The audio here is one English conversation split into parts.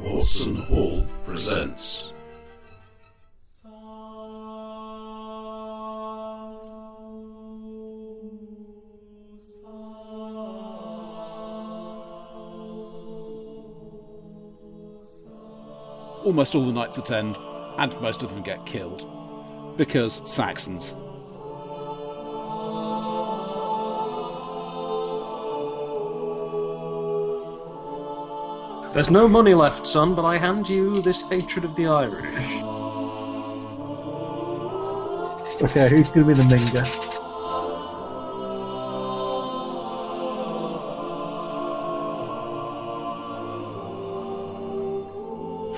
Wilson Hall presents. Almost all the knights attend, and most of them get killed. Because Saxons. There's no money left, son, but I hand you this hatred of the Irish. Okay, who's going to be the Minga?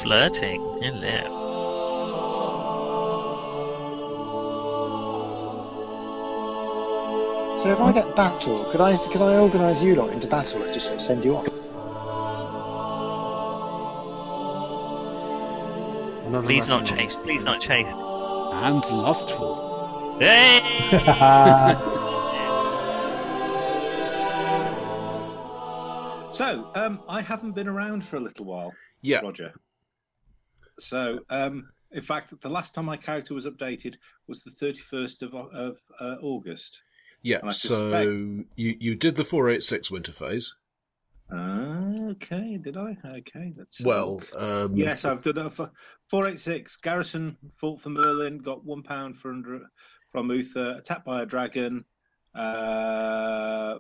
Flirting. Hello. So if I get battle, could I could I organise you lot into battle and just sort of send you off? None of Please that's not money. chased. Please not chased. And lustful. Hey! So, um, I haven't been around for a little while, Yeah. Roger. So, um, in fact, the last time my character was updated was the 31st of, of uh, August. And Yeah. I So you, you did the 486 winter phase. Okay, did I? Okay, that's Well, um, Yes, I've done that for 486. Garrison fought for Merlin, got one pound for under, from Uther, attacked by a dragon, uh,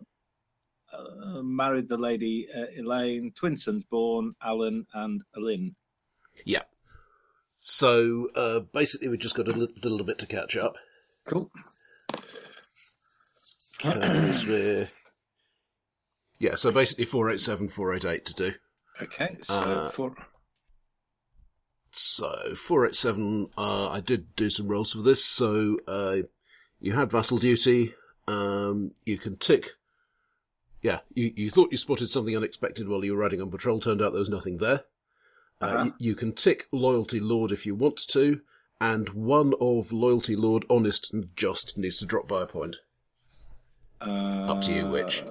uh, married the lady uh, Elaine, twin sons born, Alan and Alin. Yeah. So uh, basically, we've just got a little, little bit to catch up Cool. because we're yeah. So basically, four eight seven, four eight eight to do. Okay, so Uh, for So four eight seven. Uh, I did do some rolls for this. So uh, you had vassal duty. Um, you can tick. Yeah, you, you thought you spotted something unexpected while you were riding on patrol. Turned out there was nothing there. Uh, Uh-huh. you, you can tick loyalty lord if you want to, and one of loyalty lord honest and just needs to drop by a point. uh, up to you which.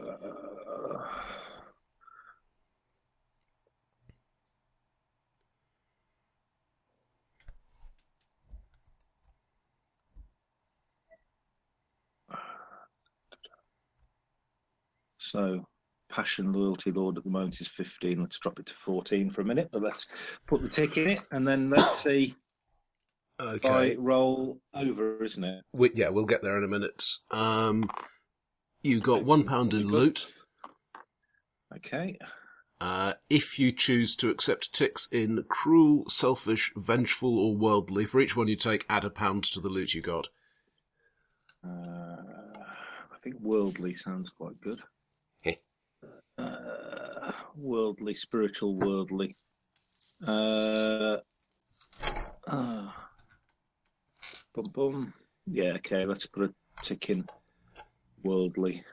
So, passion, loyalty, lord at the moment is 15. Let's drop it to 14 for a minute, but let's put the tick in it and then let's see. if I Okay. roll over, isn't it? We, yeah, we'll get there in a minute. Um, you got one pound in loot. Okay. Uh, if you choose to accept ticks in cruel, selfish, vengeful, or worldly, for each one you take, add a pound to the loot you got. Uh, I think worldly sounds quite good. Heh. Uh, worldly, spiritual, worldly. Uh, uh, bum bum. Yeah, okay, let's put a tick in worldly.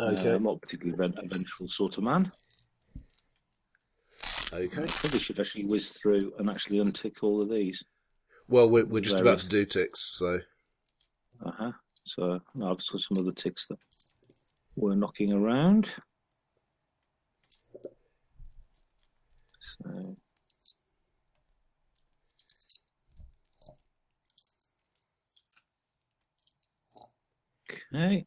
Uh, I'm not particularly ven- a vengeful sort of man. I okay. probably should actually whiz through and actually untick all of these. Well, we're, we're just There about is. to do ticks, so. Uh huh. So no, I've just got some other ticks that were knocking around. So okay.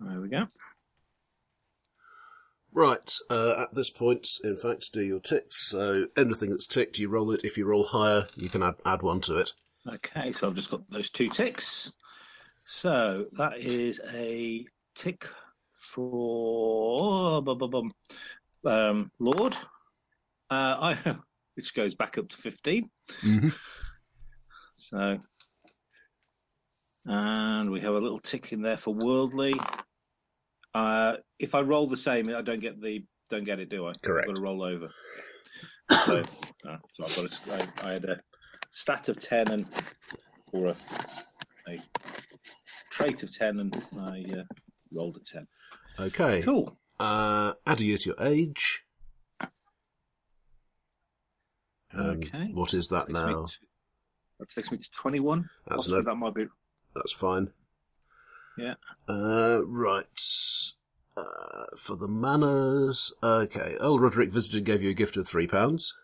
There we go. Right, uh, at this point, in fact, do your ticks. So anything that's ticked, you roll it. If you roll higher, you can add, add one to it. Okay, so I've just got those two ticks. So that is a tick for bum, bum, bum, um, Lord. Uh, I, which goes back up to 15. Mm-hmm. So, and we have a little tick in there for worldly. Uh, if I roll the same, I don't get the don't get it, do I? Correct. I've got to roll over. so, no, so I've got a s I I had a stat of ten and or a, a trait of ten, and I uh, rolled a ten. Okay. Cool. Uh, add a year to your age. Um, okay. What is that Takes me now? to- that takes me to twenty-one. That's Possibly no- that might be That's fine. Yeah. Uh, right. Uh, for the manners, okay. Earl Roderick visited and gave you a gift of three pounds.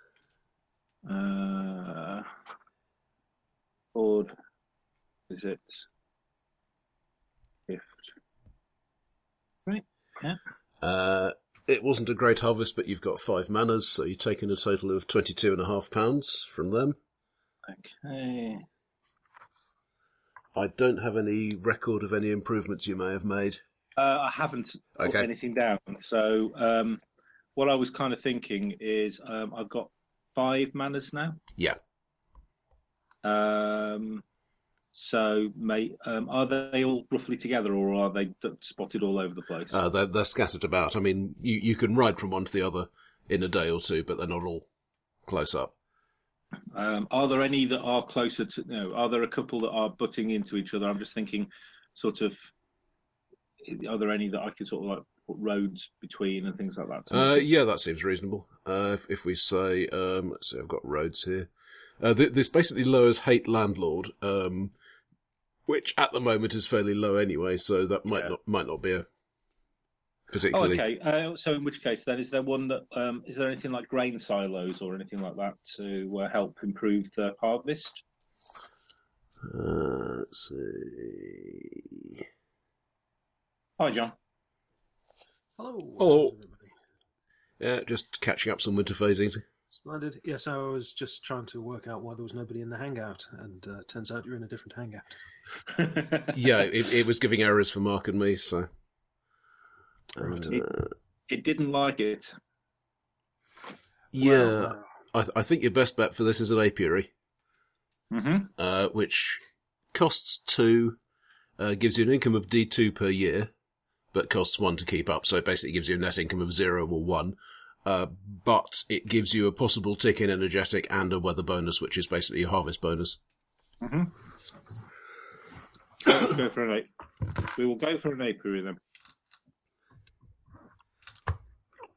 Uh, Lord, is it? Gift. Right. Yeah. Uh, it wasn't a great harvest, but you've got five manners, so you've taken a total of twenty-two and a half pounds from them. Okay. I don't have any record of any improvements you may have made. Uh, I haven't put Okay. anything down. So um, what I was kind of thinking is um, I've got five manners now. Yeah. Um, so, mate, um, are they all roughly together, or are they d- spotted all over the place? Uh, they're, they're scattered about. I mean, you, you can ride from one to the other in a day or two, but they're not all close up. Um, are there any that are closer to? No, are there a couple that are butting into each other? I'm just thinking, sort of, are there any that I can sort of like put roads between and things like that? to Uh, make it- yeah, that seems reasonable. Uh, if, if we say, um, let's see, I've got roads here. Uh, th- this basically lowers hate landlord, um, which at the moment is fairly low anyway, so that might Yeah. not might not be a Oh, particularly. okay. Uh, so, in which case, then, is there one that um, is there anything like grain silos or anything like that to uh, help improve the harvest? Uh, let's see. Hi, John. Hello. Hello. how's everybody? Yeah, just catching up some winter phasings. Splendid. Yes, I was just trying to work out why there was nobody in the hangout, and uh, turns out you're in a different hangout. yeah, it, it was giving errors for Mark and me, so. Right. Uh, it didn't like it. yeah, Well, uh, I, th- I think your best bet for this is an apiary, Mm-hmm. uh, which costs two, uh, gives you an income of D2 per year, but costs one to keep up, so it basically gives you a net income of zero or one. Uh, but it gives you a possible tick in energetic and a weather bonus, which is basically your harvest bonus. go for an ape. We will go for an apiary then.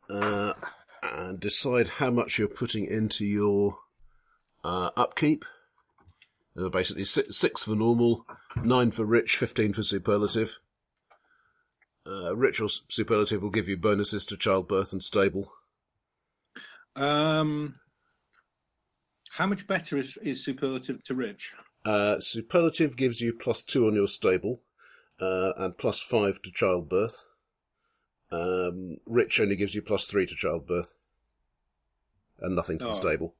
uh, and decide how much you're putting into your uh, upkeep. Uh, basically, six, six for normal, nine for rich, fifteen for superlative. Uh, rich or s- superlative will give you bonuses to childbirth and stable. Um, how much better is, is superlative to rich? Uh, superlative gives you plus two on your stable, uh, and plus five to childbirth. Um, rich only gives you plus three to childbirth, and nothing to Oh. the stable.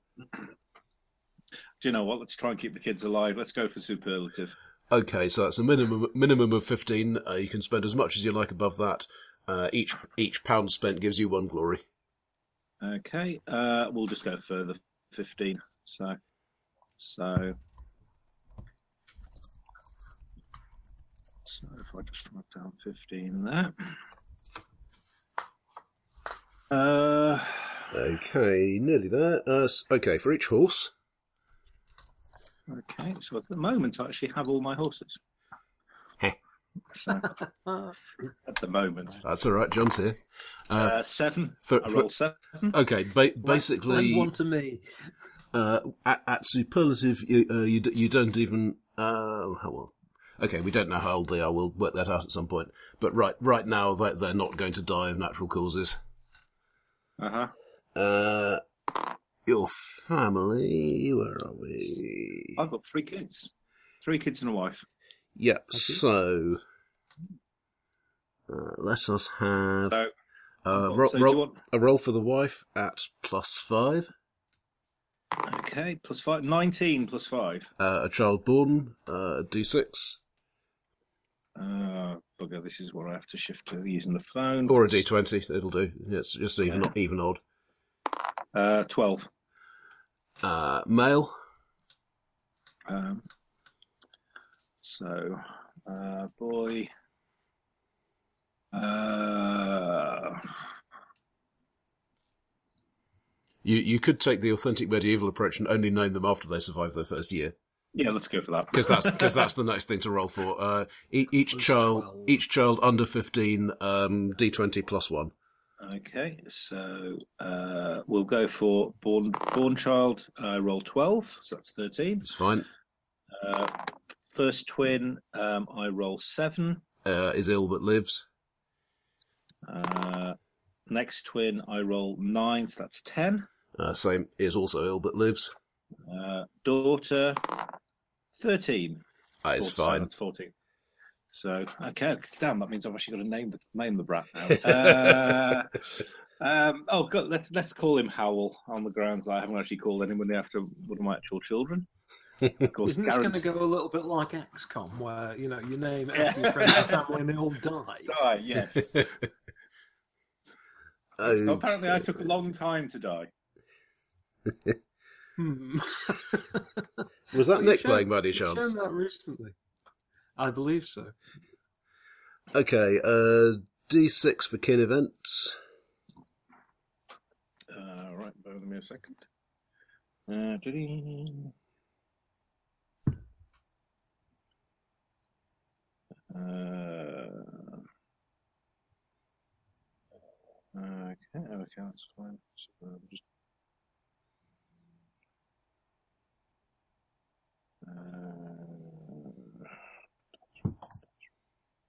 Do you know what? Let's try and keep the kids alive. Let's go for superlative. Okay, so that's a minimum minimum of fifteen. Uh, you can spend as much as you like above that. Uh, each each pound spent gives you one glory. Okay, uh, we'll just go for the fifteen. So, so, so if I just write down fifteen there. Uh, Okay, nearly there. Uh, s- okay, for each horse. okay. So at the moment, I actually have all my horses. Heh. so, at the moment, That's all right. John's here. Uh, uh, seven. for- I for- roll seven. okay, ba- Lend basically, one to me. uh, at, at superlative, you, uh, you d- you don't even. Uh, how well? Okay, we don't know how old they are. We'll work that out at some point. But right right now, they're, they're not going to die of natural causes. Uh huh. Uh, your family. Where are we? I've got three kids, three kids and a wife. Yeah, so uh, let us have So, uh, so ro- do you ro- want- a roll for the wife at plus five, okay, plus five, 19 plus five. uh, a child born, uh, d6, Uh, bugger, this is where I have to shift to using the phone. or a d20, it'll do. It's just even, Yeah. even odd. Uh, 12. Uh, male, Um, so, uh, boy. Uh, you, you could take the authentic medieval approach and only name them after they survive their first year. yeah, let's go for that. because that's because that's the next thing to roll for. Uh, e- each Plus child, 12. each child under fifteen, um, d twenty plus one. Okay, so uh, we'll go for born born child. Uh, roll 12, so that's 13. It's fine. Uh, first twin, um, I roll 7. Uh, is ill but lives. Uh, next twin, I roll nine, so that's ten. Uh, same is also ill but lives. Uh, daughter, thirteen. That is Four- so Ah, fine. That's fourteen. So okay, damn. That means I've actually got to name the name the brat now. Uh, um, oh God, let's let's call him Howell on the grounds. that I haven't actually called anybody after one of my actual children. Of course, Isn't this going to Darren's go a little bit like XCOM, where you know you name after your friends and family and they all die? die? Yes. Um, So apparently, I took a Okay. long time to die. Hmm. Was that You've Nick shown- playing by any you've chance? Shown that recently. I believe so. Okay, uh, D6 for kin events. Uh, right, bear with me a second. Uh, doo-doo. Uh, Okay, okay, that's fine. So, um, just- Uh,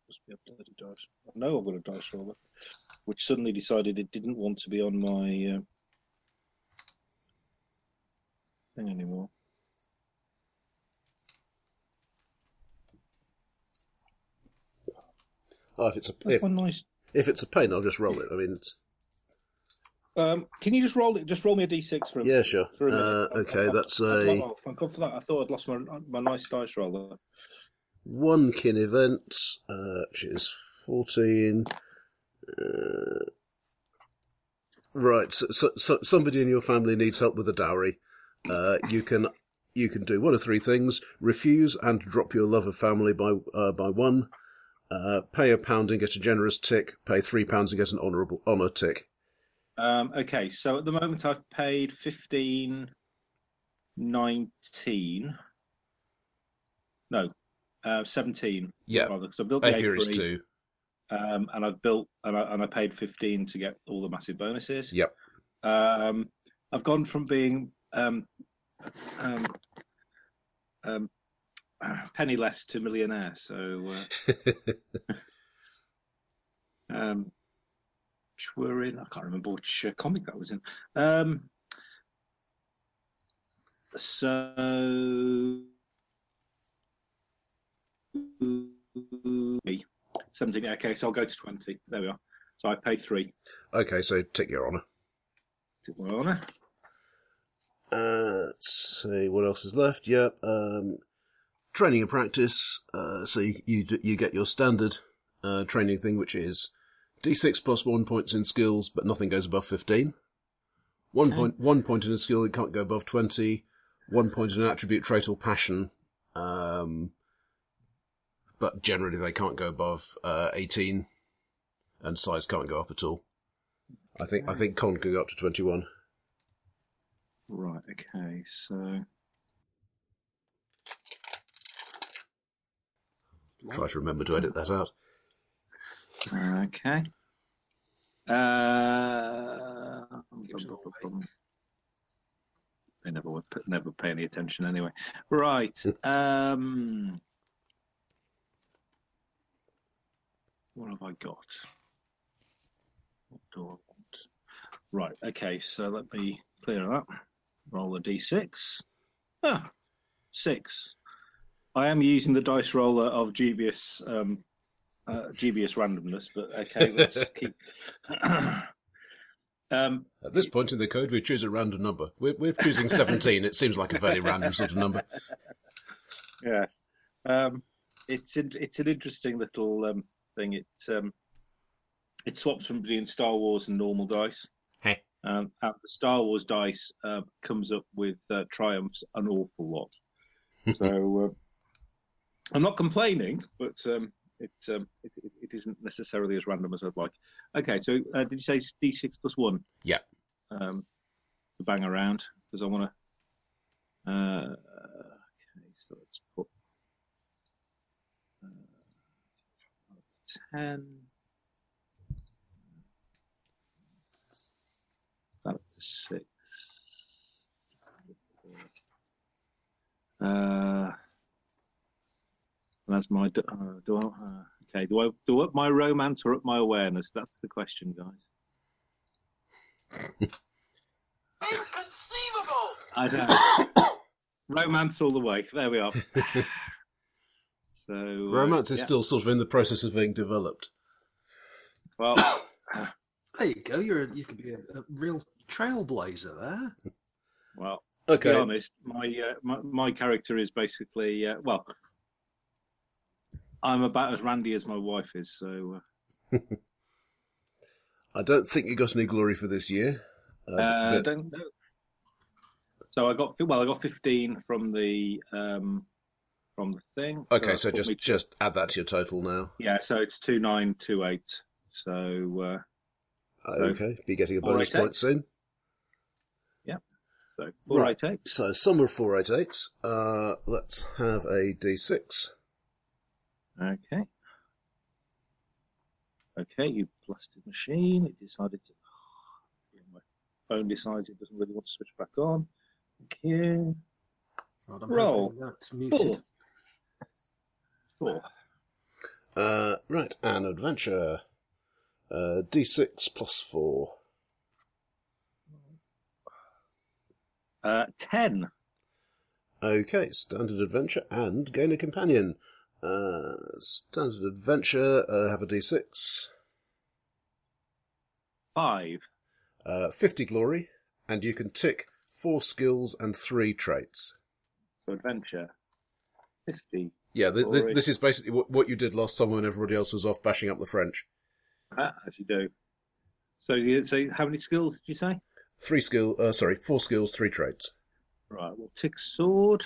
must be a bloody dice. I know I've got a dice roller, which suddenly decided it didn't want to be on my uh, thing anymore. Oh, if it's a That's if, one nice. if it's a pain, I'll just roll it. I mean, it's, Um, can you just roll it? Just roll me a d6 for him. yeah, sure. For a minute. Uh, I've- okay, I've- that's I've a gone off. I've gone for that. I thought I'd lost my my nice dice roller. one kin event, uh, which is 14. Uh, right, so, so, so somebody in your family needs help with a dowry. Uh, you can you can do one of three things: refuse and drop your love of family by uh, by one, uh, pay a pound and get a generous tick, pay three pounds and get an honourable honour tick. Um, okay, so at the moment I've paid fifteen, nineteen. No, uh, seventeen. Yeah, rather, 'cause I built the I hear is apiary, two. Um, and I've built and I, and I paid fifteen to get all the massive bonuses. Yep. Um, I've gone from being um, um, um, penniless to millionaire. So. Uh, um, which were in. I can't remember which uh, comic that was in. Um, so. 17. Okay, so I'll go to 20. There we are. So I pay three okay, so tick your honour. to my honour. Uh, let's see what else is left. Yep. Um, training and practice. Uh, so you you, d- you get your standard uh, training thing, which is d6 plus one points in skills, but nothing goes above fifteen. One Okay. point one point in a skill, it can't go above twenty. One point in an attribute, trait, or passion. Um, but generally, they can't go above uh, eighteen, and size can't go up at all. I think I think con can go up to twenty one. Right, okay, so. Try to remember to edit that out. Okay. Uh, Gives it away. they never would put, never pay any attention anyway. Right. um, what have I got? What do I want? Right. Okay. So let me clear that. Roll a d6. Ah, six. I am using the dice roller of dubious um, uh, dubious randomness, but okay, let's keep. um, At this point in the code, we choose a random number. We're, we're choosing 17. it seems like a fairly random sort of number. yeah, um, it's in, it's an interesting little um, thing. It um, it swaps from between Star Wars and normal dice. Hey. Um, and the Star Wars dice uh, comes up with uh, triumphs an awful lot. So uh, I'm not complaining, but um, it, um, it, it it isn't necessarily as random as I'd like. Okay, so uh, did you say it's D6 plus one? Yeah. Um, to bang around because I want to. Uh, okay, so let's put uh, ten. That up to six. Uh, and That's my do, uh, do I, uh, okay. Do I do up my romance or up my awareness? That's the question, guys. Inconceivable! I know. romance all the way. There we are. so uh, Romance is yeah. still sort of in the process of being developed. well. There you go. You're a, you could be a, a real trailblazer there. Well, Okay. to be honest, my, uh, my my character is basically uh, well, I'm about as randy as my wife is. So uh, I don't think you got any glory for this year. Uh, uh, uh, but- don't know. So I got well, I got 15 from the um, from the thing. okay, that so put just me- just add that to your total now. yeah, so it's two nine two eight. So uh, Okay, be getting a All bonus right, point soon. so four eight eight. So some are four eight eights. Uh, let's have a d six. Okay. Okay, you blasted machine. It decided to. My phone decides it doesn't really want to switch back on. Thank you. God, I'm Roll. hoping That's muted. Four. Uh, right, an adventure. Uh, d6 plus four. Uh, ten. Okay, standard adventure and gain a companion. Uh, standard adventure, uh, have a d6. Five. Uh, 50 glory, and you can tick four skills and three traits. For adventure. Fifty. Yeah, th- this, Glory. this is basically what, what you did last summer when everybody else was off bashing up the French. Ah, as you do. So, you, so how many skills did you say? Three skill, uh, sorry, four skills, three traits. Right, we'll tick sword.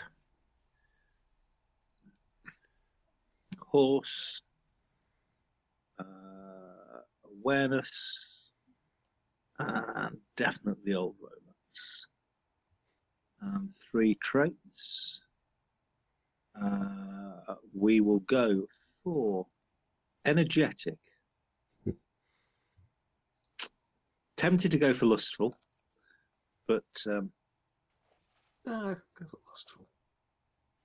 Horse. Uh, awareness. And definitely old romance. And three traits. Uh, we will go for energetic. Tempted to go for lustful, but um, Ah, go for lustful.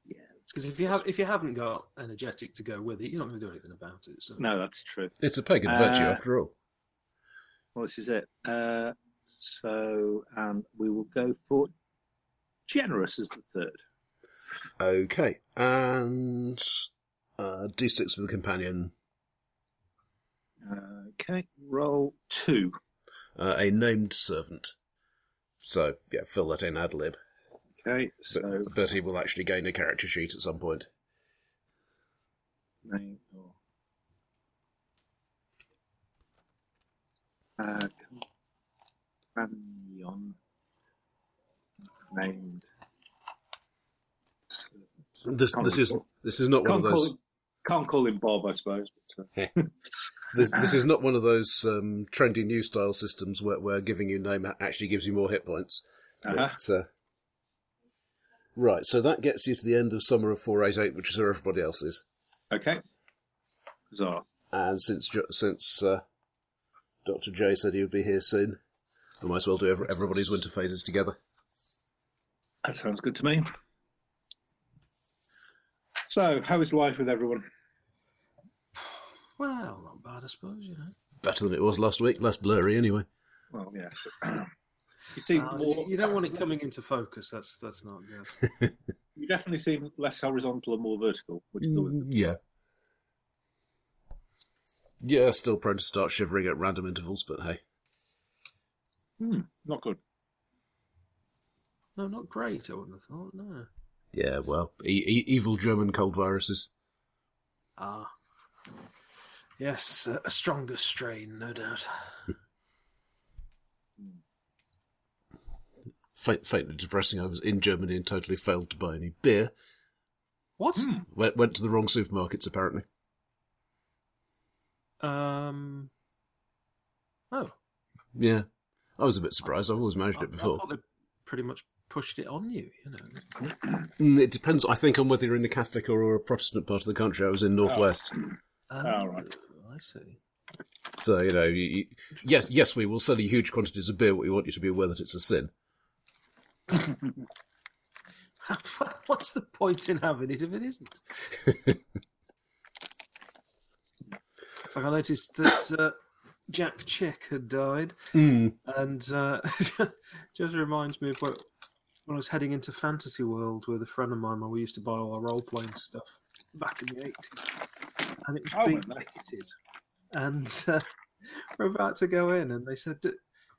yeah, let's Because if you have if you haven't got energetic to go with it, you're not going to do anything about it. So No, that's true. It's a pagan virtue, Uh, after all. Well, this is it. Uh, so, and we will go for generous as the third. Okay, and uh, d6 for the companion. Uh, Okay, roll two. uh, a named servant. So yeah, fill that in ad lib. Okay, But, so but he will actually gain a character sheet at some point. name or uh, companion named. This Can't this is recall. this is not one of Can't call, those him, can't call him Bob, I suppose. But, uh, this, this is not one of those um, trendy new style systems where where giving you name actually gives you more hit points. Uh-huh. It's, uh, right, so that gets you to the end of summer of four eight eight, which is where everybody else is. okay. Bizarre. And since Jo- since uh, Doctor J said he would be here soon, we might as well do every, everybody's winter phases together. That sounds good to me. So, how is life with everyone? well, not bad, I suppose. You know, Better than it was last week. Less blurry, anyway. Well, yes. you seem Uh, more. you- you don't want it coming into focus. That's that's not good. You definitely seem less horizontal and more vertical, which is always. yeah. Yeah, still prone to start shivering at random intervals, but hey. Hmm, not good. No, not great. I wouldn't have thought. No. Yeah, well, e- e- evil German cold viruses. Ah. Yes, a a stronger strain, no doubt. Fa- faintly depressing. I was in Germany and totally failed to buy any beer. What? Hmm. Went, went to the wrong supermarkets, apparently. Um. Oh, Yeah. I was a bit surprised. I've always I, managed I it before. thought they pretty much pushed it on you. You know. Mm, it depends, I think, on whether you're in the Catholic or a Protestant part of the country. I was in Northwest. Oh, right. I see. So, you know, you, you, yes, yes, we will sell you huge quantities of beer, but we want you to be aware that it's a sin. What's the point in having it if it isn't? I noticed that uh, Jack Chick had died, and uh, just reminds me of what, when I was heading into Fantasy World with a friend of mine, where we used to buy all our role playing stuff back in the eighties, and it was Oh, being my mate. ticketed. and uh, we're about to go in, and they said. "D-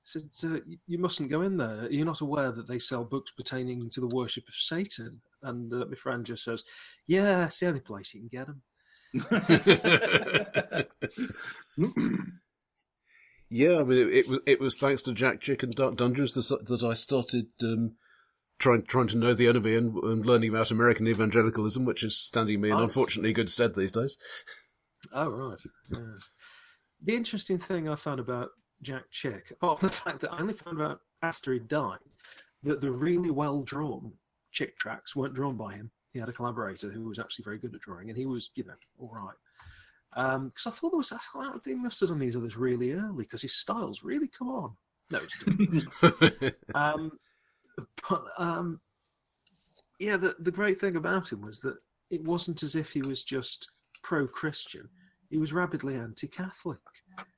Said, uh, "You- you mustn't go in there. You're not aware that they sell books pertaining to the worship of Satan. And uh, my friend just says, "Yeah, it's the only place you can get them." yeah, I mean, it, it was it was thanks to Jack Chick and Dark Dungeons that, that I started um, trying trying to know the enemy and, and learning about American evangelicalism, which is standing me in Nice. unfortunately good stead these days. Oh right. Yeah. the interesting thing I found about Jack Chick, apart from the fact that I only found out after he died, that the really well drawn Chick tracks weren't drawn by him. He had a collaborator who was actually very good at drawing, and he was, you know, all right. Because I thought there was, I thought they must have done these others really early because his styles really come on. No, it's um, but um, yeah, the the great thing about him was that it wasn't as if he was just pro-Christian. He was rabidly anti-Catholic.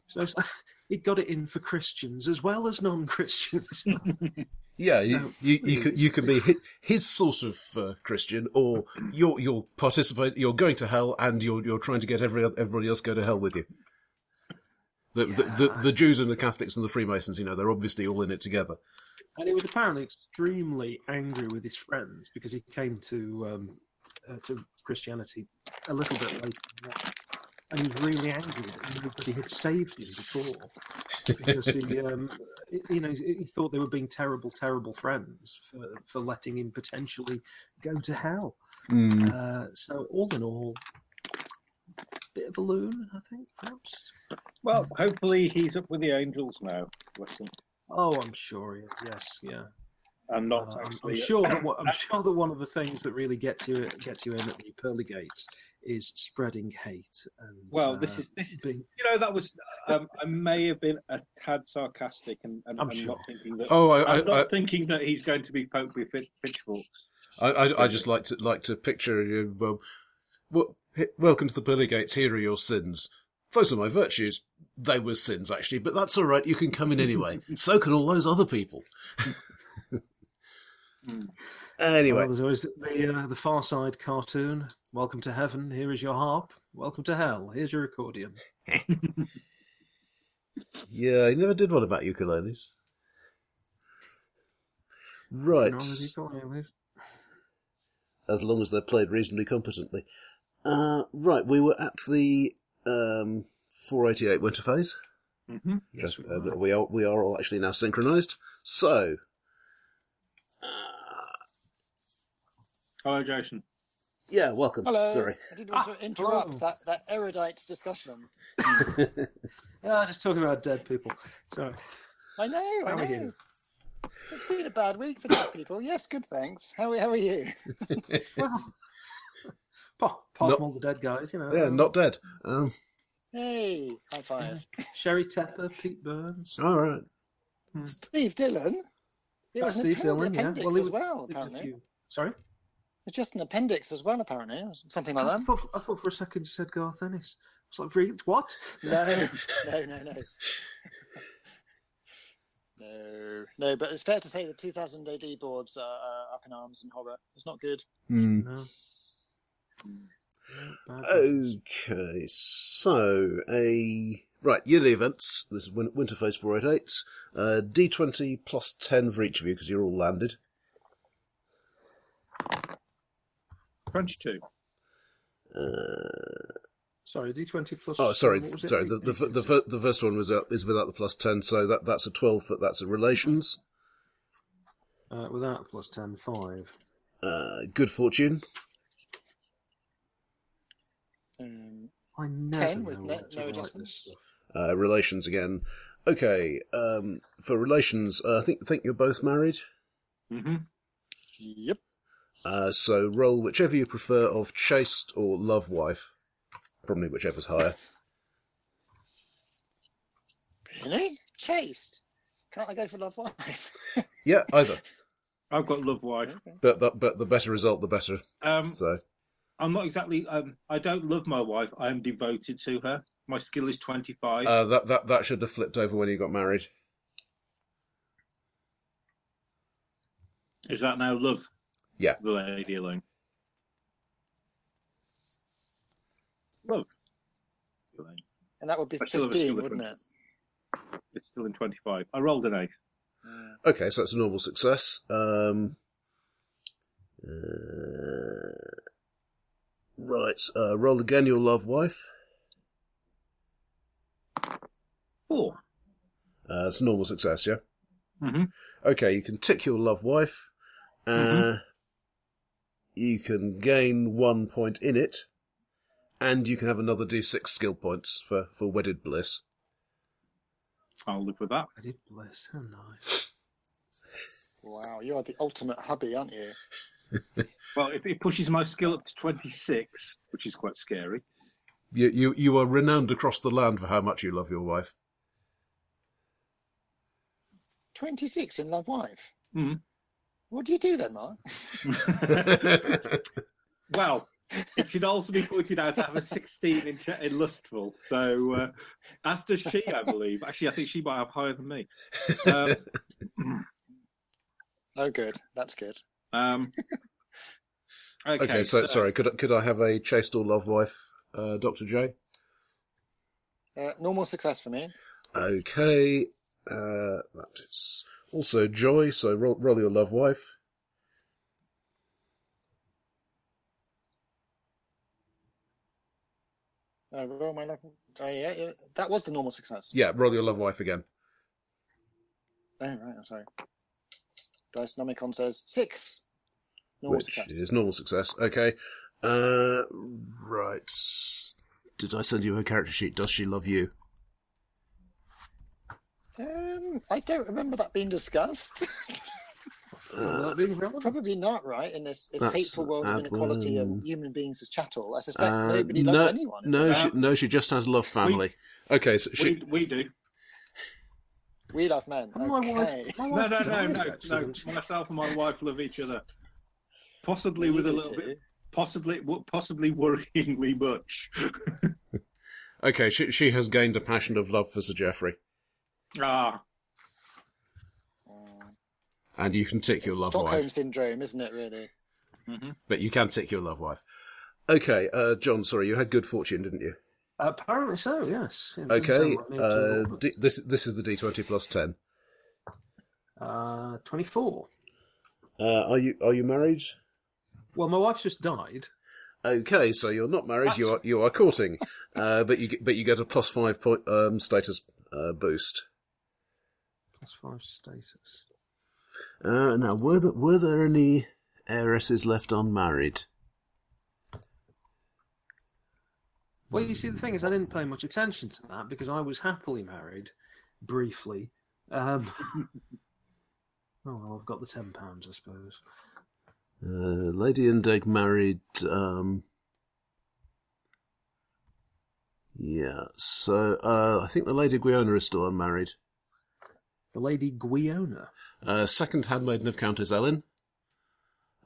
So it's- he got it in for Christians as well as non-Christians. yeah, you, No, you, you can Oh, please. you can be his, his sort of uh, Christian, or you're you're participate, you're going to hell, and you're you're trying to get every everybody else go to hell with you. The, the, the, the Jews and the Catholics and the Freemasons, you know, they're obviously all in it together. and he was apparently extremely angry with his friends because he came to um, uh, to Christianity a little bit later, than that. and he was really angry that nobody had saved him before because he, um, y- you know, he he thought they were being terrible, terrible friends for, for letting him potentially go to hell. Mm. Hmm. Uh, so all in all, bit of a loon, I think, perhaps. Well, hopefully he's up with the angels now. Listen, Oh, I'm sure he is. Yes, yeah. I'm not Uh, I'm- actually. I'm sure. That, what- I'm sure that one of the things that really gets you gets you in at the pearly gates is spreading hate. And Well, this uh, is this is. being. You know, that was. Um, I may have been a tad sarcastic, and, and I'm I'm, sure. uh, not thinking that. Oh, I, I'm I, I, not thinking that he's going to be poked with pitch- pitchforks. I, I, I just like to like to picture you. Well, well, he- welcome to the pearly gates. Here are your sins. Those are my virtues. They were sins, actually, but that's all right. You can come in anyway. so can all those other people. Well, anyway, there's always the uh, the Far Side cartoon. Welcome to heaven. Here is your harp. Welcome to hell. Here's your accordion. yeah, I never did one about ukuleles. Right, Wrong as you call it. as long as they're played reasonably competently. Uh, right, we were at the um, 488 winter phase. Mhm. Just, uh, we are we are all actually now synchronized. So, Hello, Jason. yeah, welcome. Hello. Sorry. I didn't Ah, want to interrupt that, that erudite discussion. Yeah, just talking about dead people. Sorry. I know, How I are you? know. It's been a bad week for deaf people. Yes, good, thanks. How, how are you? Well, apart apart Not- from all the dead guys, you know. Yeah, um, not dead. Um, Hey, high five. Sherry Tepper, Pete Burns. all right. Steve Dillon. It That's was an Steve append- Dillon, yeah. appendix Well, he as was- well, There's a apparently. few- Sorry. It's just an appendix as well, apparently. or Something like I that. thought, I thought for a second you said Garth Ennis. I was like, really? What? No, no, no, no. No, no, but it's fair to say the 2000 AD boards are uh, up in arms and horror. It's not good. No. Bad Uh, news. Okay, so a right yearly events. This is Win- winter phase four eight eight. Uh, D twenty plus ten for each of you because you're all landed. 22. Uh, Sorry, D20 plus. oh, sorry, what was it? sorry. The the the, fir- the first one was uh, is without the plus ten, so that that's a twelve. But that's a relations. Uh, without plus 10, 5. Uh, good fortune. Um, I never 10 know with what no- to no write adjustments? this stuff. Uh, relations again. Okay, um, for relations, uh, I think think you're both married. Mm-hmm. yep. Uh, so roll whichever you prefer of chaste or love wife, probably whichever's higher. Really? Chased. Can't I go for Love Live? yeah, either. I've got love wife. But the, but the better result, the better. Um, So I'm not exactly. Um, I don't love my wife. I am devoted to her. My skill is 25. Uh, that that that should have flipped over when you got married. is that now love? Yeah. The lady alone. Love. Elaine. And that would be That's still a bit 15, too wouldn't it? different. It's still in 25. I rolled an 8. Okay, so that's a normal success. Um, uh, right, uh, roll again your love wife. 4. Uh, it's a normal success, yeah? Mm-hmm. Okay, you can tick your love wife. Uh, You can gain one point in it. And you can have another d6 skill points for, for wedded bliss. I'll live with that. I did bless. How nice. Wow, you are the ultimate hubby, aren't you? Well, it, it pushes my skill up to 26, which is quite scary. You, you, you are renowned across the land for how much you love your wife. 26 in Love Wife. Mhm. What do you do then, Mark? Well, it should also be pointed out I have a 16 in, Ch- in Lustful, so uh, as does she, I believe. Actually, I think she might have higher than me. Um, Oh, good. That's good. um, okay, Okay, so, sorry, could, I- could I have a chaste or love wife, uh, Dr. J? Uh, normal success for me. Okay, uh, that is also joy. So roll, roll your love wife. Uh, roll my love. Oh, yeah, yeah, that was the normal success. Yeah, roll your love wife again. Oh, right, I'm sorry. Dicenomicon says six. Normal which success. is normal success. Okay. Uh, right. Did I send you her character sheet? Does she love you? Um, I don't remember that being discussed. Will that be relevant? Probably not, right? In this, this That's hateful world of ad inequality of valorem. human beings as chattel, I suspect Uh, nobody no, loves anyone. no, Uh, she, no. She just has love family. Okay, so she. we, we do. We love men. And Oh my okay. wife, my No, wife no, no, died, no, actually, no. didn't she? Myself and my wife love each other. Possibly with a You little do. bit, possibly, wo- possibly worryingly much. Okay, she she has gained a passion of love for Sir Geoffrey, ah, Mm. and you can tick your love Stockholm wife. syndrome, isn't it? Really? But you can tick your love wife. Okay, uh, John. Sorry, you had good fortune, didn't you? Apparently so, yes. It doesn't sound Okay. like me at Uh, all, but- d- this this is the D twenty plus ten. Uh, 24. Uh, are you are you married? Well, my wife's just died. Okay, so you're not married. You are you are courting, uh, but you get- but you get a plus five point um, status uh, boost. Plus five status. Uh, now, were there, were there any heiresses left unmarried? Well, you see, the thing is, I didn't pay much attention to that because I was happily married, briefly. Um, oh well, I've got the ten pounds, I suppose. Uh, Lady Indig married. Um, yeah, so uh, I think the Lady Guiona is still unmarried. The Lady Guiona. Uh, second handmaiden of Countess Ellen.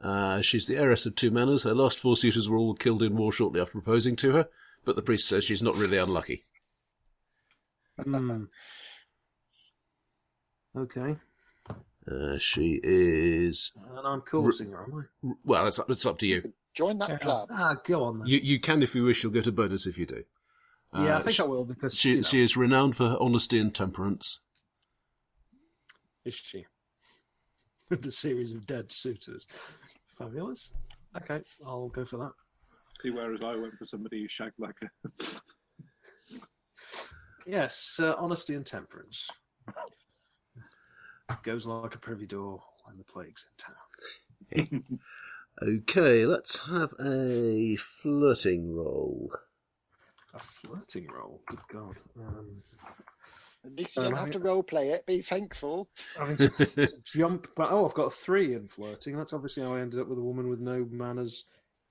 Uh, she's the heiress of two manors. Her last four suitors were all killed in war shortly after proposing to her, but the priest says she's not really unlucky. Hmm. Okay, Uh, she is. and I'm causing her, am Well, it's, it's up to you. Join I? that club. Ah, go on then. You you can if you wish. You'll get a bonus if you do. yeah, I Uh, think she, I will because she, you know, she is renowned for her honesty and temperance. is she with a series of dead suitors. Fabulous. Okay, I'll go for that. see, whereas I went for somebody who shagged like a. Yes, uh, honesty and temperance. Goes like a privy door when the plague's in town. Okay, let's have a flirting roll. A flirting roll. Good God. Um, At least you don't Um, have to role play it. Be thankful. having to jump, but oh, I've got a three in flirting. That's obviously how I ended up with a woman with no manners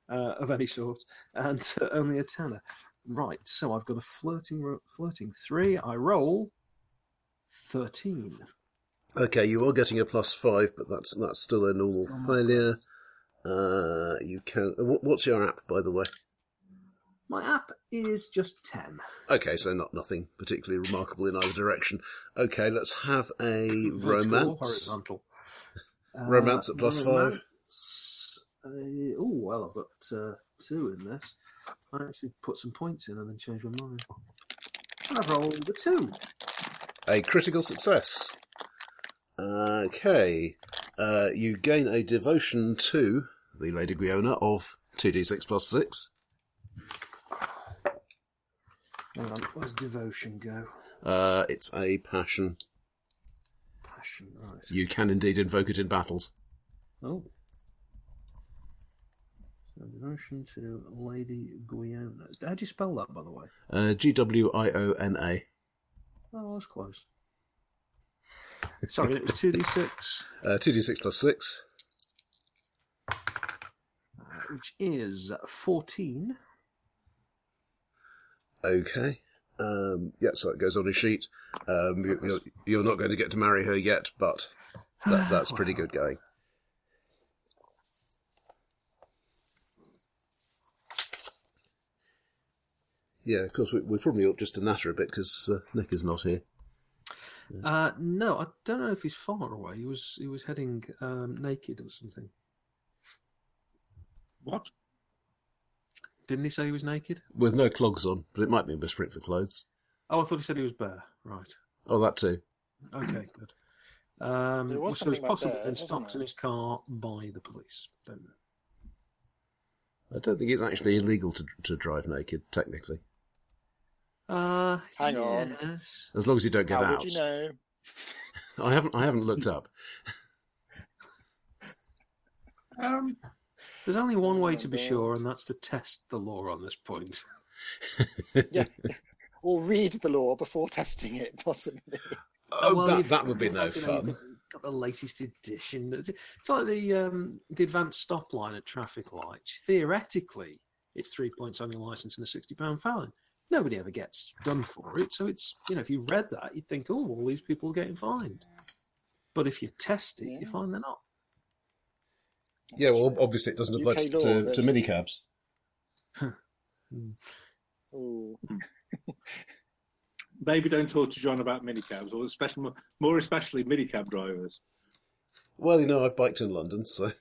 uh, of any sort and uh, only a tenner. Right. So I've got a flirting ro- flirting three. I roll thirteen. Okay, you are getting a plus five, but that's that's still a normal uh, failure. Uh, you can. wh- What's your app, by the way? My app is just 10. Okay, so not nothing particularly remarkable in either direction. Okay, let's have a Vertical or romance. horizontal. Uh, Romance at plus five. Uh, oh, well, I've got uh, two in this. I actually put some points in and then changed my mind. I've rolled a two. A critical success. Okay, uh, you gain a devotion to the Lady Guiona of two d six plus six. Hang on, where's devotion go? Uh, it's a passion. Passion, right. You can indeed invoke it in battles. Oh. So devotion to Lady Guiana. How do you spell that, by the way? Uh, G W I O N A. Oh, that's close. Sorry, it was 2d6, Uh, 2d6 plus 6. uh, which is 14. Okay. Um, yeah, so it goes on his sheet. Um, you, you're, you're not going to get to marry her yet, but that, that's pretty good going. Yeah, of course, we, we're probably up just to natter a bit because uh, Nick is not here. Uh, no, I don't know if he's far away. He was he was heading um, naked or something. What? Didn't he say he was naked? With no clogs on, but it might be a misprint for clothes. Oh, I thought he said he was bare. Right. Oh, that too. Okay, good. Um, There was so it's something about possible bears, been wasn't stopped in there? his car by the police. Don't know. I don't think it's actually illegal to, to drive naked, technically, Uh, Hang on. yes. as long as you don't get How out. would you know? I haven't. I haven't looked up. Um, There's only one way my to be God. sure, and that's to test the law on this point. Yeah. or read the law before testing it, possibly. Oh, Well, that, you've- that would be no like, you know, you've fun. Got, got the latest edition. It's it's like the um, the advanced stop line at traffic lights. Theoretically, it's three points on your license and a sixty pound fine. Nobody ever gets done for it. So it's you know if you read that, you'd think, oh, all these people are getting fined. But if you test it, you Yeah. find they're not. Yeah, well, obviously it doesn't apply UK to, law, to, but- to minicabs. Ooh. maybe don't talk to John about minicabs, or especially more especially minicab drivers. Well, you know, I've biked in London, so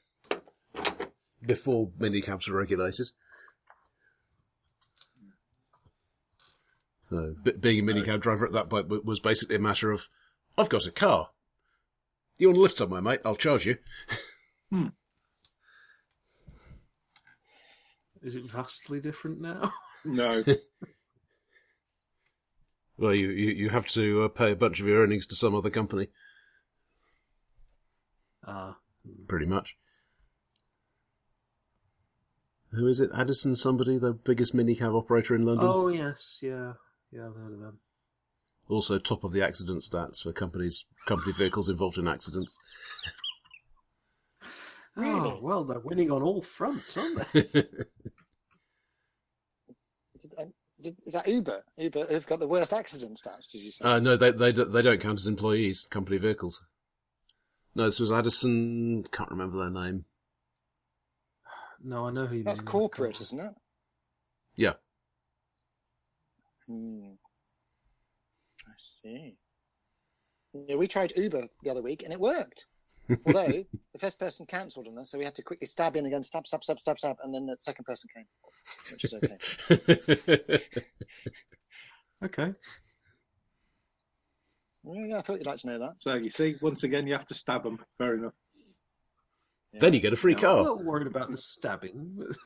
before minicabs were regulated. So b- being a minicab driver at that point w- was basically a matter of, I've got a car. You want to lift somewhere, mate? I'll charge you. Is it vastly different now? No, Well, you you, you have to uh, pay a bunch of your earnings to some other company, Uh, pretty much. Who is it? Addison, somebody, the biggest minicab operator in London. oh yes, yeah, yeah, I've heard of them. also top of the accident stats for companies company vehicles involved in accidents. Oh well, they're winning on all fronts, aren't they? Did- um, did- Is that Uber? Uber have got the worst accident stats, did you say? uh, no, they they don't- they don't count as employees. Company vehicles. No, this was Addison. Can't remember their name. No, I know who you That's mean. corporate, isn't it? Yeah, Hmm. I see. Yeah, we tried Uber the other week and it worked. Although the first person cancelled on us, so we had to quickly stab in again, stab, stab, stab, stab, stab, and then the second person came, which is okay. Okay. Well, yeah, I thought you'd like to know that. so you see, once again, you have to stab them. Fair enough. then you get a free No, I'm car. not worried about the stabbing. but-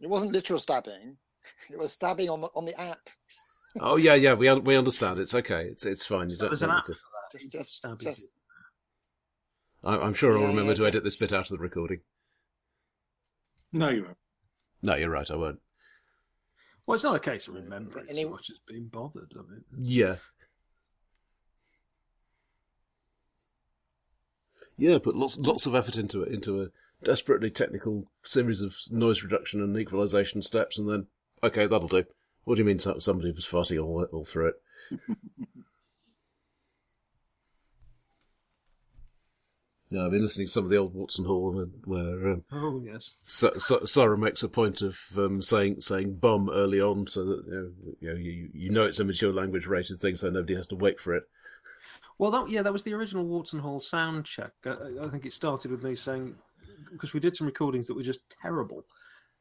It wasn't literal stabbing; it was stabbing on the, on the app. Oh yeah, yeah. We un- we understand. It's okay. It's it's fine. You So don't, there's an don't app need for to- that. Just, You just, stab just. people. I, I'm sure I'll Yeah, remember yeah, to just- edit this bit out of the recording. No, you won't. No, you're right. I won't. Well, it's not a case of Yeah, remembering any- so much as being bothered. I mean, Yeah. Yeah, put lots lots of effort into it, into a desperately technical series of noise reduction and equalization steps, and then okay, that'll do. What do you mean so- somebody was farting all all through it? Yeah, I've been listening to some of the old Watson Hall where, where um, Oh yes. Sa- Sa- Sarah makes a point of um, saying saying bum early on, so that you know, you know you, you know it's a mature language rated thing, so nobody has to wait for it. Well, that yeah, that was the original Watson Hall sound check. I, I think it started with me saying because we did some recordings that were just terrible,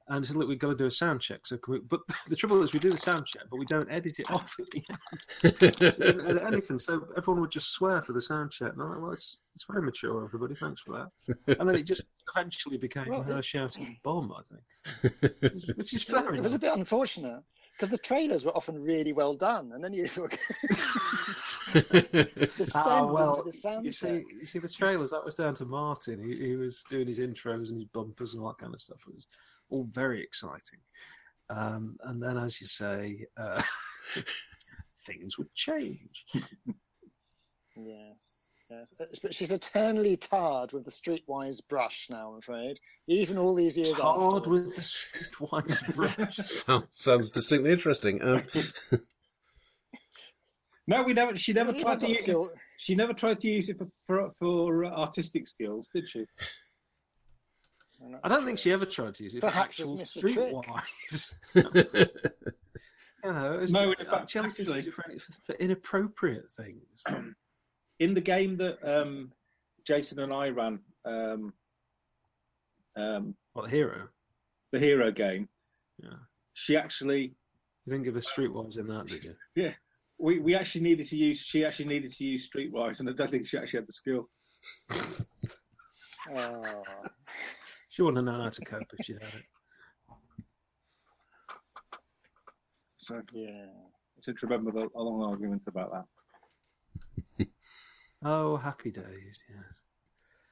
and I said, "Look, we've got to do a sound check." So, can we, but the trouble is, we do the sound check, but we don't edit it off at the end, we don't edit anything. So everyone would just swear for the sound check. And I'm like, "Well, it's, it's very mature, everybody. Thanks for that." And then it just eventually became Well, her it- shouting "bomb," I think, which, is- which is fair It enough. was a bit unfortunate because the trailers were often really well done, and then you sort of descend Ah, into well, the sound You check. see, you see the trailers. That was down to Martin. He, he was doing his intros and his bumpers and all that kind of stuff. It was all very exciting. Um, and then, as you say, uh, things would change. Yes, yes. Uh, But she's eternally tarred with the streetwise brush now, I'm afraid. Even all these years Hard afterwards. with the streetwise brush. sounds, sounds distinctly interesting. Um, No, we never. She never At least I've tried to. got Use, it- skill. she never tried to use it for for, for uh, artistic skills, did she? and I Oh, that's don't think true. she ever tried to use it. for Perhaps she's actual missed the trick. streetwise. yeah, you know, it was No, no, in fact, Chelsea actually- used it for, for inappropriate things. in the game that um, Jason and I ran, um, um, What hero? the hero game, Yeah. she actually You didn't give us streetwise in that, did you? we, we actually needed to use she actually needed to use Streetwise, and I don't think she actually had the skill. Oh. She wouldn't have known how to cope if she had it. So Yeah. I seem to remember the, a long argument about that. Oh, happy days. Yes,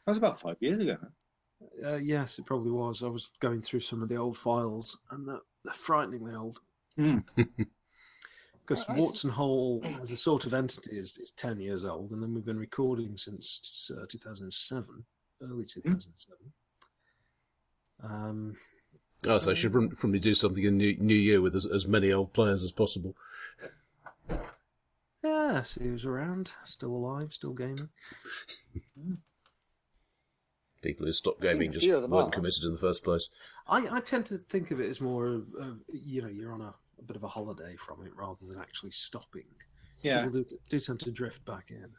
That was about five years ago. uh, yes, it probably was. I was going through some of the old files, and they're, they're frighteningly old. Hmm. Because I- I s- Watson Hall, as a sort of entity, is, is ten years old, and then we've been recording since uh, 2007, early Hmm. 2007. Um, oh, so I should prob- probably do something in New, New Year with as, as many old players as possible. yes, he was around, still alive, still gaming. People who stopped think gaming a just few of them weren't are. committed in the first place. I, I tend to think of it as more of, of you know you're on a, a bit of a holiday from it rather than actually stopping. Yeah, People do, do tend to drift back in.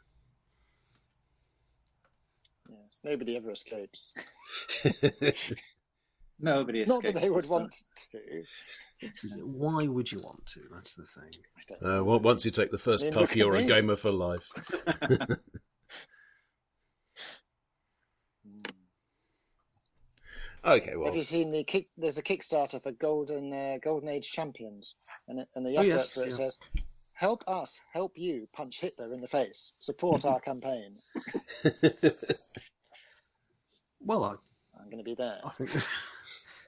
Yes. Nobody ever escapes. nobody Not escaped. that they would want to. Why would you want to? That's the thing. I don't Uh, on- once you take the first Then look puff, at you're a me. gamer for life. Hmm. Okay, well, Have you seen the kick? There's a Kickstarter for Golden uh, Golden Age Champions, and it- and the Oh, advert yes, for it yeah. says, "Help us, help you, punch Hitler in the face. Support our campaign. Well, I, I'm going to be there." I think it's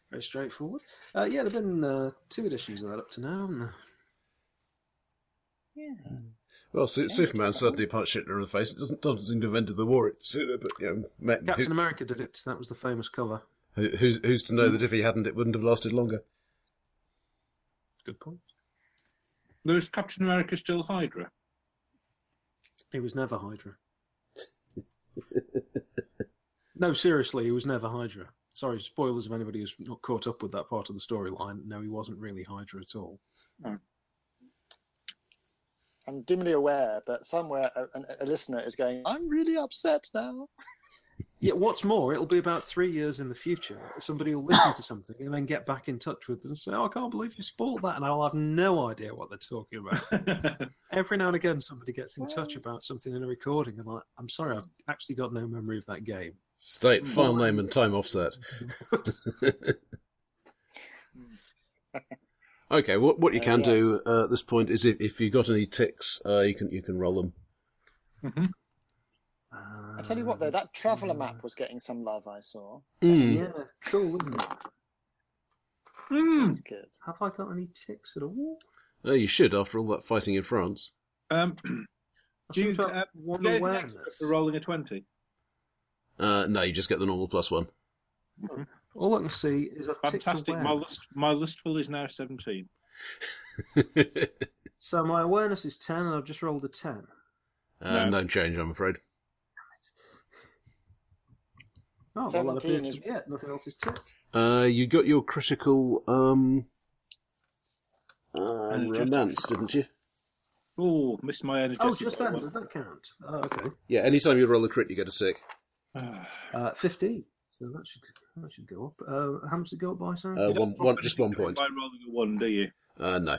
very straightforward. Uh, yeah, there've been uh, two editions of that up to now. haven't there? Yeah. well, Su- Superman suddenly punched Hitler in the face. It doesn't, doesn't seem to have ended the war. It's, uh, but you know, Matt- Captain America did it. That was the famous cover. who, who- who's, who's to know that if he hadn't, it wouldn't have lasted longer? Good point. There is Captain America still Hydra. He was never Hydra. no, seriously, he was never Hydra. Sorry, spoilers if anybody who's not caught up with that part of the storyline. No, he wasn't really Hydra at all. I'm dimly aware, but somewhere a, a- a listener is going, "I'm really upset now." Yeah, what's more, it'll be about three years in the future. Somebody will listen to something and then get back in touch with us and say, oh, I can't believe you spoiled that. And I'll have no idea what they're talking about. Every now and again, somebody gets in touch about something in a recording and, like, I'm sorry, I've actually got no memory of that game. State, file name, and time offset. Okay, what what you Uh, can do yes. uh, at this point is if, if you've got any ticks, uh, you can you can roll them. I tell you what, though, Hmm. that traveller map was getting some love. I saw. Um, Mm. Yeah, cool, isn't it? Hmm. It's good. Have I got any ticks at all? Uh, you should after all that fighting in France. Um, I do you seem to have uh, one get anything awareness. extra for rolling a twenty? Uh, no, you just get the normal plus one. All I can see is I've ticked Fantastic. My awareness. list, my listful is now seventeen. Uh, So my awareness is 10 Oh, and I've just rolled a 10. uh, No. no change, I'm afraid. Oh, well, that 17 appears is- to be it. Nothing else is tipped. Uh, you got your critical um, uh, just- romance, didn't you? Oh, missed my energy. Oh, just then. Does that count? Oh, okay. Yeah, anytime you roll a crit, you get a tick. Ah. Uh, 15. So that should that should go up. Uh, how much did it go up by, sorry? Uh, one, one, just one point. By rolling a one, do you? Uh, no.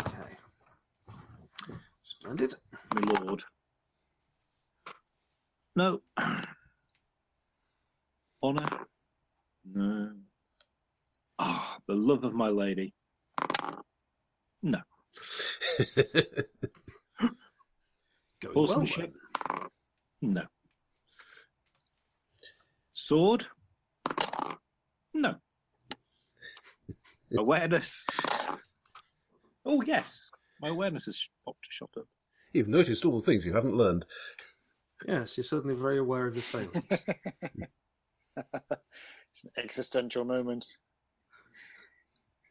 Okay. Splendid. my lord. No. Honor. No. Ah, the love of my lady. No. Going well, Horsemanship. No. Sword. No. Awareness. Oh yes, my awareness has popped shot up. You've noticed all the things you haven't learned. though. Yes, you're suddenly very aware of the failure. it's an existential moment.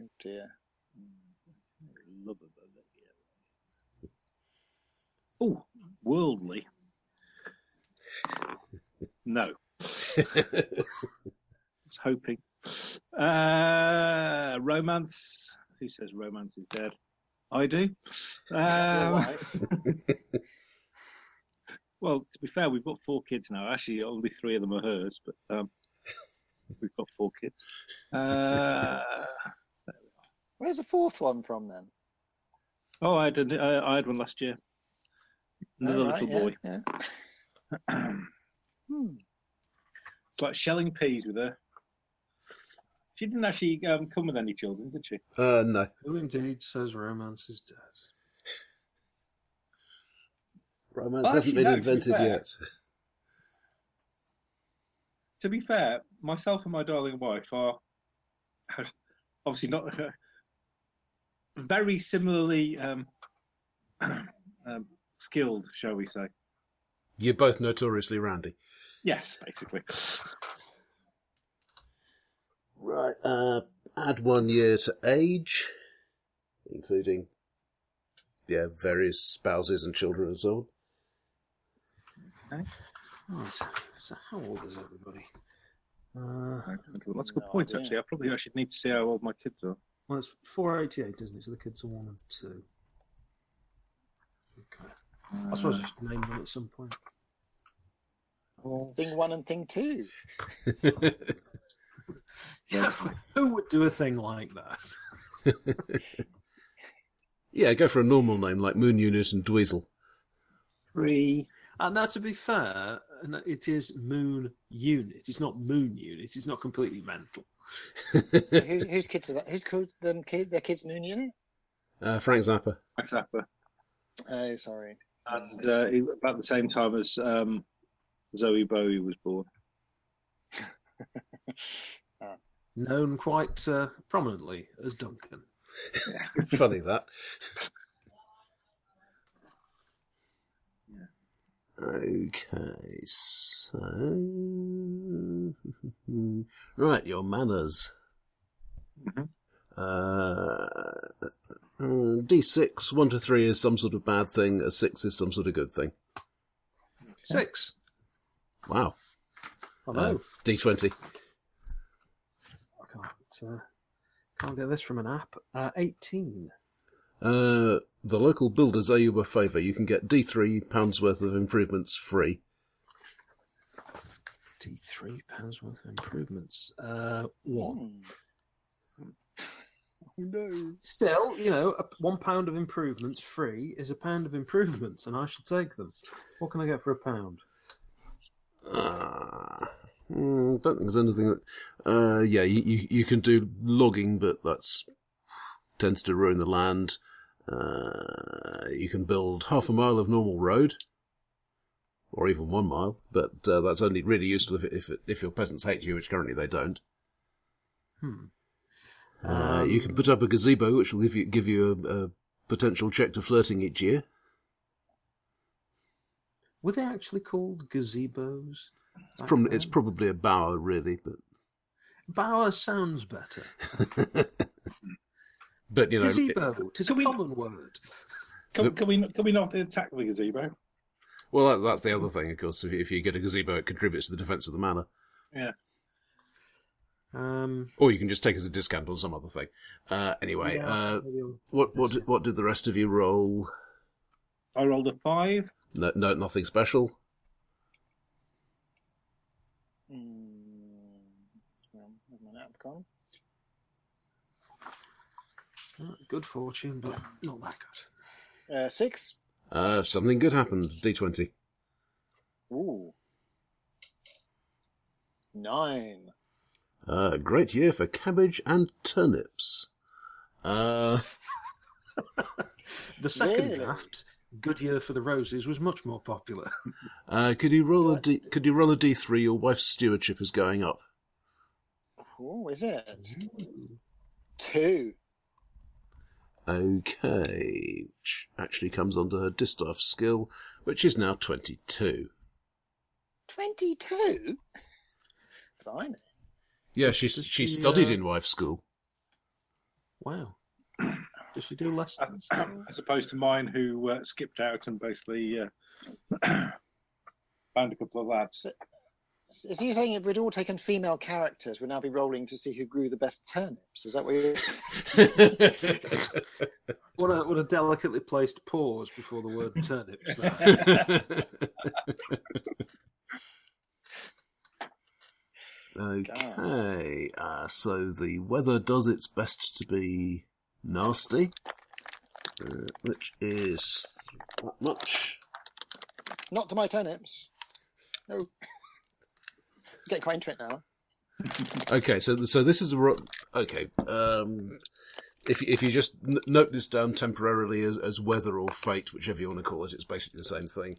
Oh dear. Love of a lady. Oh, worldly. No, uh, I was hoping. Uh, romance. Who says romance is dead? I do. Well, Um, why? well, to be fair, we've got four kids now. Actually, only three of them are hers, but um, we've got four kids. Uh, Where's the fourth one from then? oh, I had, an, uh, I had one last year. Another Oh, right, yeah, little boy. yeah. Hmm. It's like shelling peas with her. She didn't actually um, come with any children, did she? Uh, no. Who indeed says romance is dead? Romance Well, hasn't actually, been no, to be invented fair. yet. To be fair, myself and my darling wife are obviously not very similarly um, um, skilled, shall we say? You're both notoriously randy. Yes, basically. Right. Uh, add one year to age, including yeah various spouses and children and so on. Right. So how old is everybody? Uh, That's a good No point, idea. actually. I probably actually need to see how old my kids are. well, it's 488, isn't it? So the kids are one and two. Okay. I suppose Uh. Uh, I should name them at some point. Thing one and thing two. Yeah, who would do a thing like that? Yeah, go for a normal name like Moon Unit and Dweezil. Three. And Uh, now, to be fair, and it is Moon Unit. It's not Moon Unit. It's not completely mental. So who, whose kids are that? Who's called them kid, their kids Moon Unit? Uh, Frank Zappa. Max Zappa. Oh, sorry. And uh, he- about the same time as um, Zoe Bowie was born. Known quite uh, prominently as Duncan. Funny that. Okay, so right, your manners. Mhm. Uh, mm, D6, 1 to 3 is some sort of bad thing, a 6 is some sort of good thing. Six. Wow. I Uh, know. D20. Oh, I can't, uh, can't get this from an app. Uh, 18. Uh, the local builders owe you a favour. You can get D3 pounds worth of improvements free. D3 pounds worth of improvements. Uh, one. Hmm. Oh, no. Still, you know, a, one pound of improvements free is a pound of improvements, and I shall take them. What can I get for a pound? Ah, mm, don't think there's anything that. Uh, yeah, you, you you can do logging, but that's tends to ruin the land. Uh, you can build half a mile of normal road, or even one mile, but uh, that's only really useful if if if your peasants hate you, which currently they don't. Hmm. Uh, Um, you can put up a gazebo, which will give you give you a, a potential check to flirting each year. Were they actually called gazebos? It's, prob- it's probably a bower, really, but Bower sounds better. but you know, it- Gazebo. Tis a common word. Can, can we can we not attack the gazebo? Well, that, that's the other thing, of course. If, if you get a gazebo, it contributes to the defence of the manor. Um, Or you can just take as a discount on some other thing. Uh, anyway, yeah, uh, maybe I'll- what what did- what did the rest of you roll? I rolled a five. No, no nothing special. Mm, well, where's my nap gone? good fortune, but not that good. Uh, six. Uh, something good happened. D twenty. Ooh. Nine. Uh, great year for cabbage and turnips. Uh, The second Really? draft, Good Year for the Roses, was much more popular. uh, could you roll a D? Could you roll a D three? Your wife's stewardship is going up. Ooh, is it? Two. Okay, which actually comes under her distaff skill, which is now twenty-two. Twenty-two? Blimey. Yeah, she's Does she she, studied uh, in wife school. Wow. Does she do lessons? as opposed to mine, who uh, skipped out and basically uh, found a couple of lads. So you're saying if we'd all taken female characters, we'd now be rolling to see who grew the best turnips? Is that what you're What a, what a delicately placed pause before the word turnips. there. okay, uh, so the weather does its best to be nasty, uh, which is that much. Not to my turnips. No. Getting quite into it now. Okay, so so this is a ro- okay. Um, if you- if you just n- note this down temporarily as, as weather or fate, whichever you want to call it, it's basically the same thing.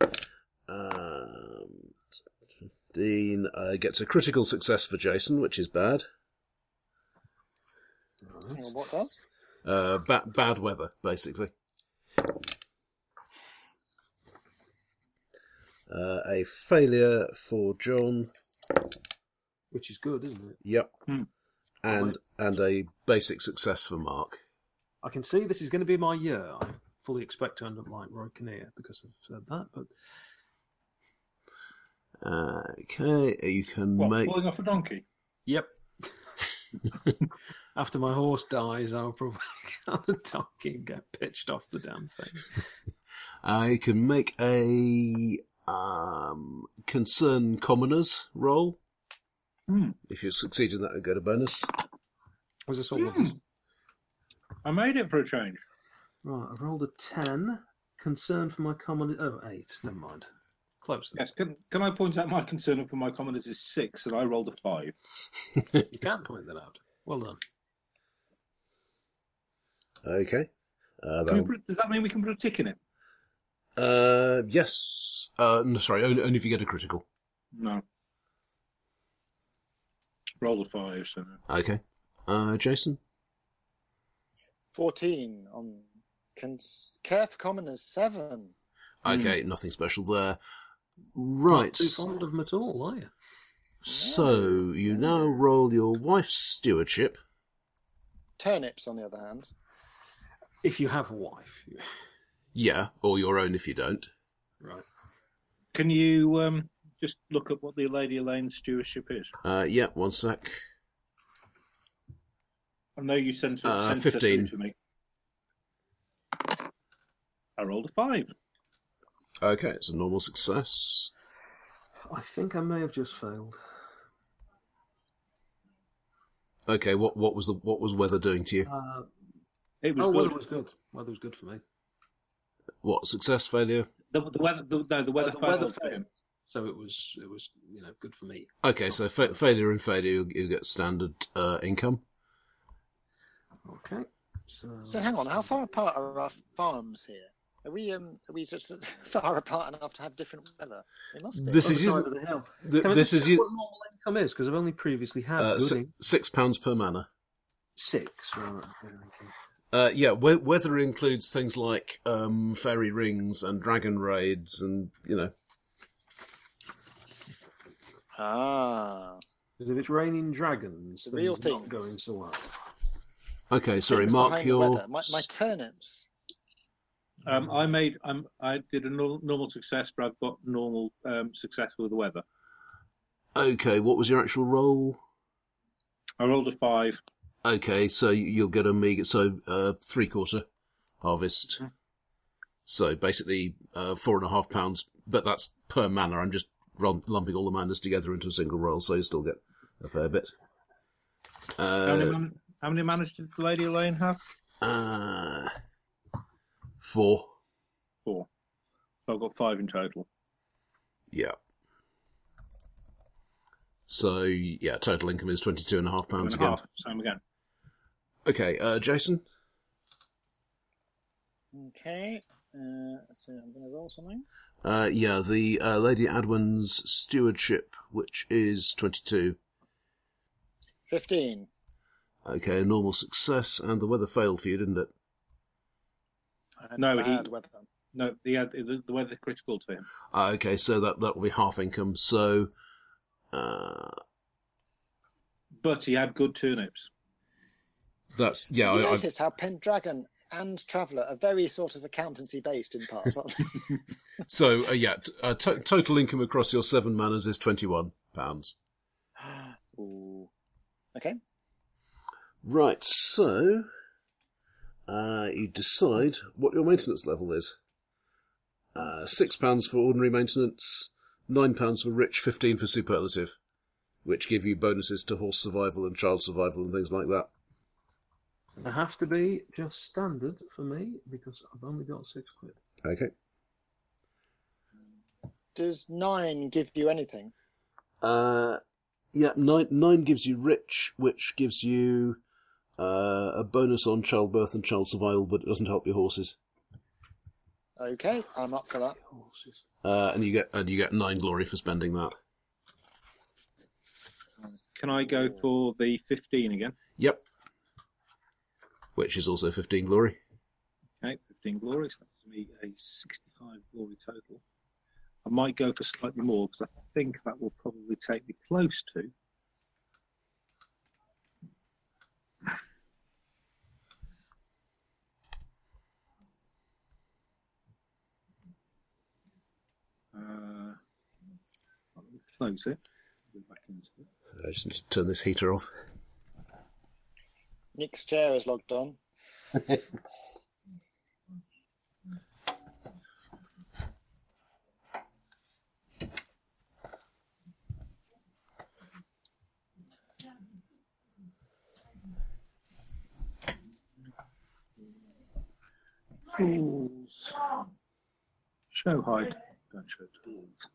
Um, Dean uh, gets a critical success for Jason, which is bad. Hang on, what does? Uh, ba- bad weather, basically. Uh, a failure for John. Which is good, isn't it? Yep. Hmm. And and a basic success for Mark. I can see this is going to be my year. I fully expect to end up like Roy Kinnear because I've said that, but Uh, okay, you can What, make. falling off a donkey? yep. After my horse dies, I'll probably get on a donkey and get pitched off the damn thing. I uh, can make a um, concern commoners roll. Hmm. If you succeed in that, you get a bonus. Was this all of Hmm. us? I made it for a change. Right, I rolled a 10. Concern for my common. Oh, 8. Never mind. Close. then. Yes. Can can I point out my concern for my commoners is six, and I rolled a five. You can point that out. Well done. Okay. Uh, Can we that'll put- does that mean we can put a tick in it? Uh, yes. Uh, no, sorry, only, only if you get a critical. No. Roll a five. So Okay. Uh, Jason? 14 on cons- care for commoners 7 Hmm. Okay, nothing special there. Right. Too fond of them at all, are you? So, you now roll your wife's stewardship. turnips on the other hand If you have a wife. Yeah, or your own if you don't. Right. can you um, just look up what the Lady Elaine stewardship is? Uh, yeah, one sec. I know you sent, Uh, sent her 15. through to me. I rolled a five. Okay, it's a normal success. I think I may have just failed. Okay, what what was the what was weather doing to you? Uh, It was Oh, good. weather was good. Weather was good for me. What success failure? The, the weather, the, no, the weather. the failed weather us then. So it was, it was, you know, good for me. Okay, so fa- failure and failure, you you get standard uh, income. Okay. So, so hang on how far apart are our farms here are we um are we just far apart enough to have different weather we must be This other is side using- of the hill. Th- Can I this just is check you. what normal income is because I've only previously had Uh, good si- in- six pounds per manor. Six. Right. okay, thank you. Uh, yeah, we- weather includes things like um, fairy rings and dragon raids, and you know, ah 'Cause if it's raining dragons, The the real real thing things. going so well. Okay, sorry, things mark behind the your weather. my, my turnips I Um, I made. Um, I did a nor- normal success, but I've got normal um, success with the weather. Okay, what was your actual roll? I rolled a five. Okay, so you- you'll get a meager, so uh, three quarter Mm-hmm. harvest. So basically, uh, four and a half pounds, but that's per manor. I'm just rum- lumping all the manors together into a single roll, so you still get a fair bit. How many, Uh, man- how many manners did the Lady Elaine have? uh, four. Four. So I've got five in total. Yeah. So yeah, total income is twenty two and a half pounds Two and a again. half. Same again. Okay, uh, Jason. Okay. Uh, so I'm going to roll something. Uh, yeah, the uh, Lady Adwin's stewardship, which is twenty two. 15. Okay, a normal success, and the weather failed for you, didn't it? I had No, he- bad weather. No, the, ad- the, the weather critical to him. Ah, okay, so that that will be half income. So, uh, But he had good turnips. that's yeah. you I, I, noticed how Pendragon and Traveller are very sort of accountancy based in parts. aren't they? so uh, yeah, t- uh, to- total income across your seven manors is twenty one pounds. Ooh. Okay. Right, so uh, you decide what your maintenance level is. Uh, six pounds for ordinary maintenance, nine pounds for rich, fifteen for superlative, which give you bonuses to horse survival and child survival and things like that. I have to to be. be just standard for me because I've only got six quid. Okay. Does 9 give you anything? Uh, yeah, nine nine gives you rich, which gives you uh, a bonus on childbirth and child survival, but it doesn't help your horses. Okay, I'm up for that. Horses. Uh, and you get and you get nine glory for spending that. Can I go for the 15 again? Yep. Which is also fifteen glory. Okay, 15 glory. So that's me a 65 glory total. I might go for slightly more because I think that will probably take me close to. Uh, let me close it. Go back into it. So I just need to turn this heater off. Nick's chair is logged on. Tools. Show hide. Don't show tools.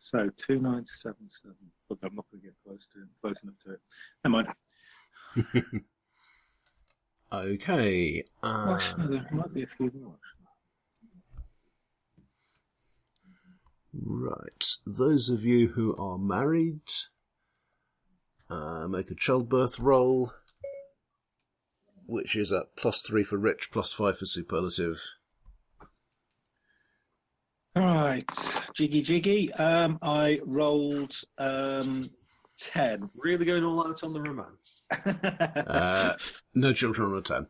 So two nine seven seven. Look, I'm not going to get close to close enough to it. Never mind. Okay. Well, Uh, Actually, there might be a few more. Actually. right. Those of you who are married, uh, make a childbirth roll, which is at plus three for rich, plus five for superlative. All right, jiggy jiggy. Um, I rolled um ten. Really going all out on the romance. Uh, no children under ten.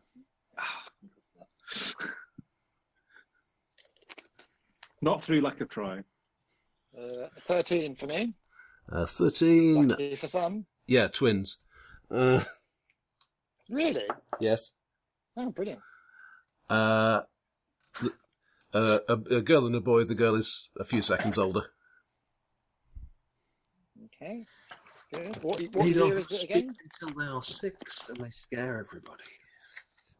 Not through lack of trying. Uh, 13 for me. Uh, Thirteen. Lucky for some. Yeah, twins. Uh, Really? yes. Oh, brilliant. Uh, th- uh, a, a girl and a boy. The girl is a few seconds older. Okay. Good. What, what Need year offer is to it speak again? Until they are six, and they scare everybody.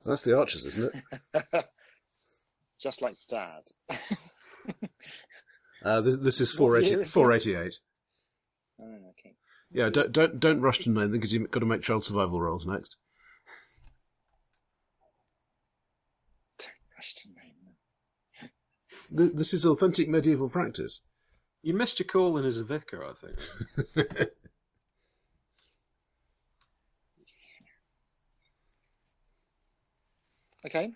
That's the archers, isn't it? Just like Dad. Uh, this, this is What four year eighty is four it? eighty eight. oh, okay. Yeah, don't don't don't rush to nine because you've got to make child survival rolls next. Gosh, to name them. Th- This is authentic medieval practice. You missed your calling as a vicar, I think. Okay.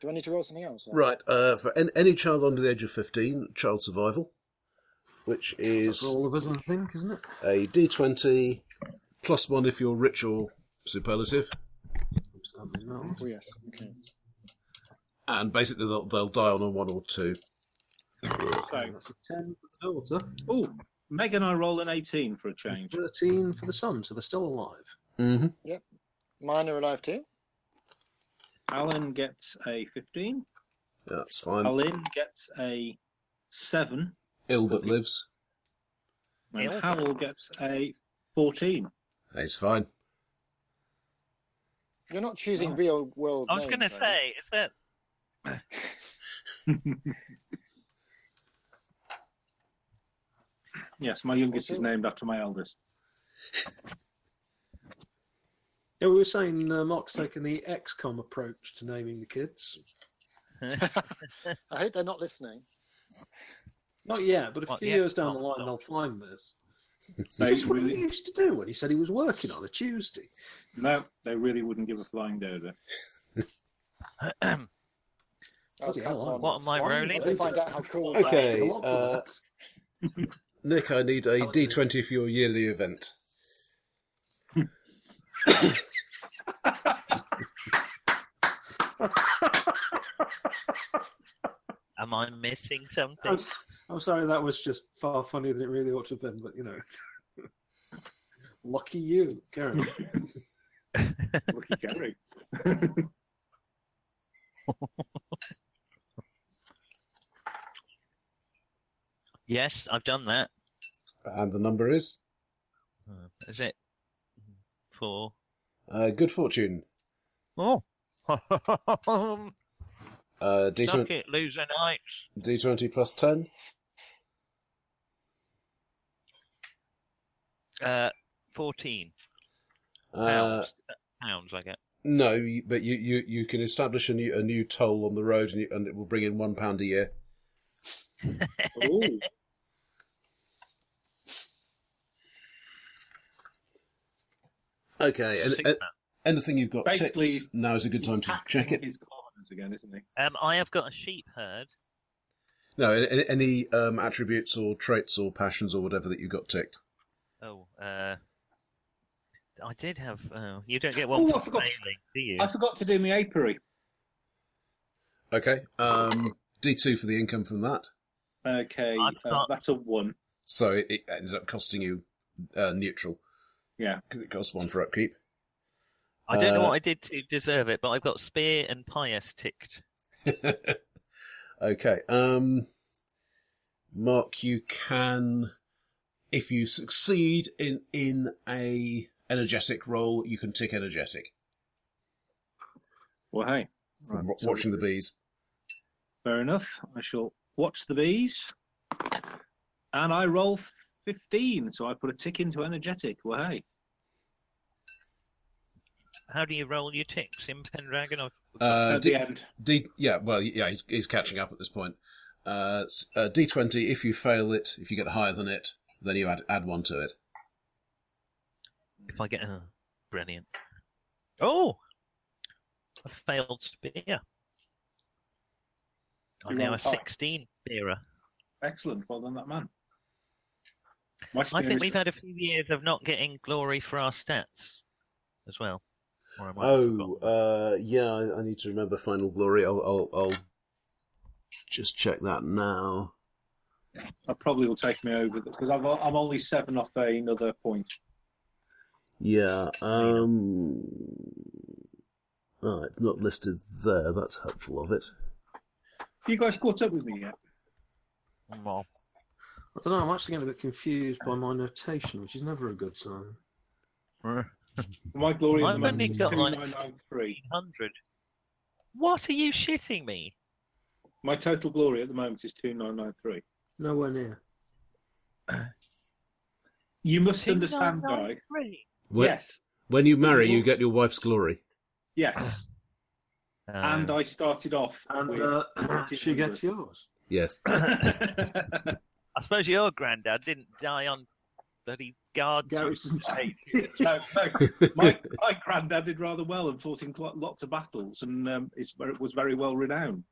Do I need to roll something else? or- Right, uh, for an- any child under the age of 15, child survival. which is For all of us, I think, isn't it? a d20 plus one if you're rich or superlative, Absolutely not. Oh, yes. Okay. and basically they'll, they'll die on a one or two. So, That's a 10 for the daughter, oh, Meg and I roll an 18 for a change. 13 for the son, so they're still alive. Mm-hmm. Mine are alive too. Alan gets a 15. That's fine. Alan gets a 7. Ill but lives. And Yeah. Howell gets a 14. It's fine. You're not choosing real world. I was going names, to are you? say, is that Yes, my youngest is Also- named after my eldest. Yeah, we were saying uh, Mark's taking the XCOM approach to naming the kids. I hope they're not listening. Not yet, but a Not few yet. Oh, years down the Not- line, they'll find this. No, Is this what really- he used to do when he said he was working on a Tuesday? No, they really wouldn't give a flying dozer. Oh, Bloody come hell, I'm on. what am I flying rolling? Ah, Once they find out how cool. they are. Okay, A lot of uh, that. Nick, I need a d20 for your yearly event. Am I missing I'm, something? s- I'm sorry, that was just far funnier than it really ought to have been, but you know. Lucky you, Karen. Lucky Gary. Yes, I've done that. Hmm, And the number is Is it four? uh, Good Fortune. Oh, suck Uh, D20, it, loser knights. D20 plus 10. Uh, fourteen Uh, pounds. pounds, I get. no, you- but you, you, you can establish a new, a new toll on the road and, you, and it will bring in £1 pound a year. Ooh. Okay, and, Six and pounds. anything you've got Basically, tips, now is a good He's time to taxing check it. His corners again, isn't he? Um, I have got a sheep herd. No, any, any um, attributes or traits or passions or whatever that you've got ticked. Oh, uh, I did have. Oh, you don't get Oh, one I for forgot. failing, do you? I forgot to do my apiary. Okay, um, D2 for the income from that. Okay, I've uh, got- that's a one. So it, it ended up costing you uh, neutral Yeah. because it costs one for upkeep. I don't know Uh, what I did to deserve it, but I've got spear and pious ticked. okay. Um, Mark, you can, if you succeed in in a energetic role, you can tick energetic Well, hey, from Right, wa- so- watching the bees. fair enough. I shall watch the bees. And I roll 15, so I put a tick into energetic. Well, hey. How do you roll your ticks in Pendragon? I've Uh, At the D, end. D, yeah, well, yeah, he's he's catching up at this point. Uh, s- uh, D twenty. If you fail it, if you get higher than it, then you add add one to it. If I get oh, brilliant. Oh, a failed spear. I'm You're now on a par. 16 spearer. Excellent. Well done, that man. My I spear think is- we've had a few years of not getting glory for our stats as well. Or I might have Oh, forgotten. uh, yeah, I, I need to remember Final Glory. I'll, I'll, I'll just check that now. That probably will take me over because I'm I'm only seven off another point. Yeah, um. Oh, it's not listed there. That's helpful of it. You guys caught up with me yet? Well, I don't know, I'm actually getting a bit confused by my notation, which is never a good sign. uh, My glory I've in the only moment is got, like, 2993. 100. What are you shitting me? My total glory at the moment is 2993. Nowhere near. You must understand, guy. 2993? When, Yes, When you marry, you get your wife's glory. yes. and Uh, I started off And with. uh, she gets yours. Yes. I suppose your granddad didn't die on bloody guard Garrison duty. no, no. My, my granddad did rather well and fought in clo- lots of battles and um, is, ver- was very well renowned.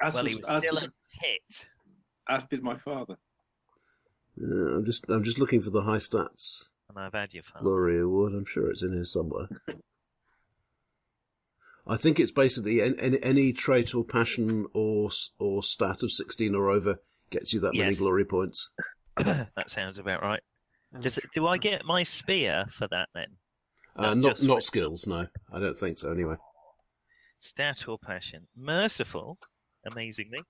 As Well, was, he was as still the- a tit. as did my father. Uh, I'm just I'm just looking for the high stats And I've had your phone. glory award. I'm sure it's in here somewhere. I think it's basically an- an- any trait or passion or s- or stat of 16 or over gets you that many Yes. glory points. that sounds about right. Does it, do I get my spear for that then? Uh, No, not just not with- skills, no. I don't think so. Anyway, Stat or passion? Merciful, amazingly.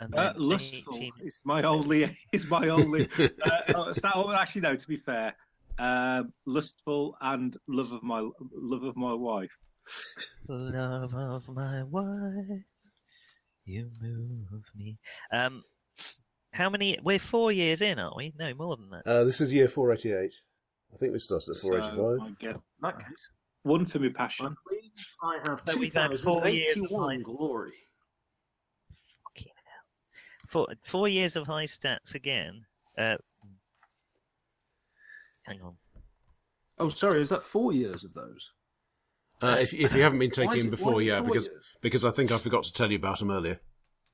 And Uh, then lustful 18 is my only. Is my only. uh, oh, it's not- oh, actually, no. To be fair, um, lustful and love of my love of my wife. Love of my wife, you move me. Um, how many? We're four years in, aren't we? No, more than that. uh, this is year 488. I think we started at 485. So I get In that case, one for me I passion. believe I have So we've had four years of 2,081 life. glory. Fucking hell. Four, four years of high stats again. Uh, hang on. Oh, sorry, is that four years of those? Uh, if, if you haven't been Why taking is them it- why before, is it yeah, four because years? because I think I forgot to tell you about them earlier.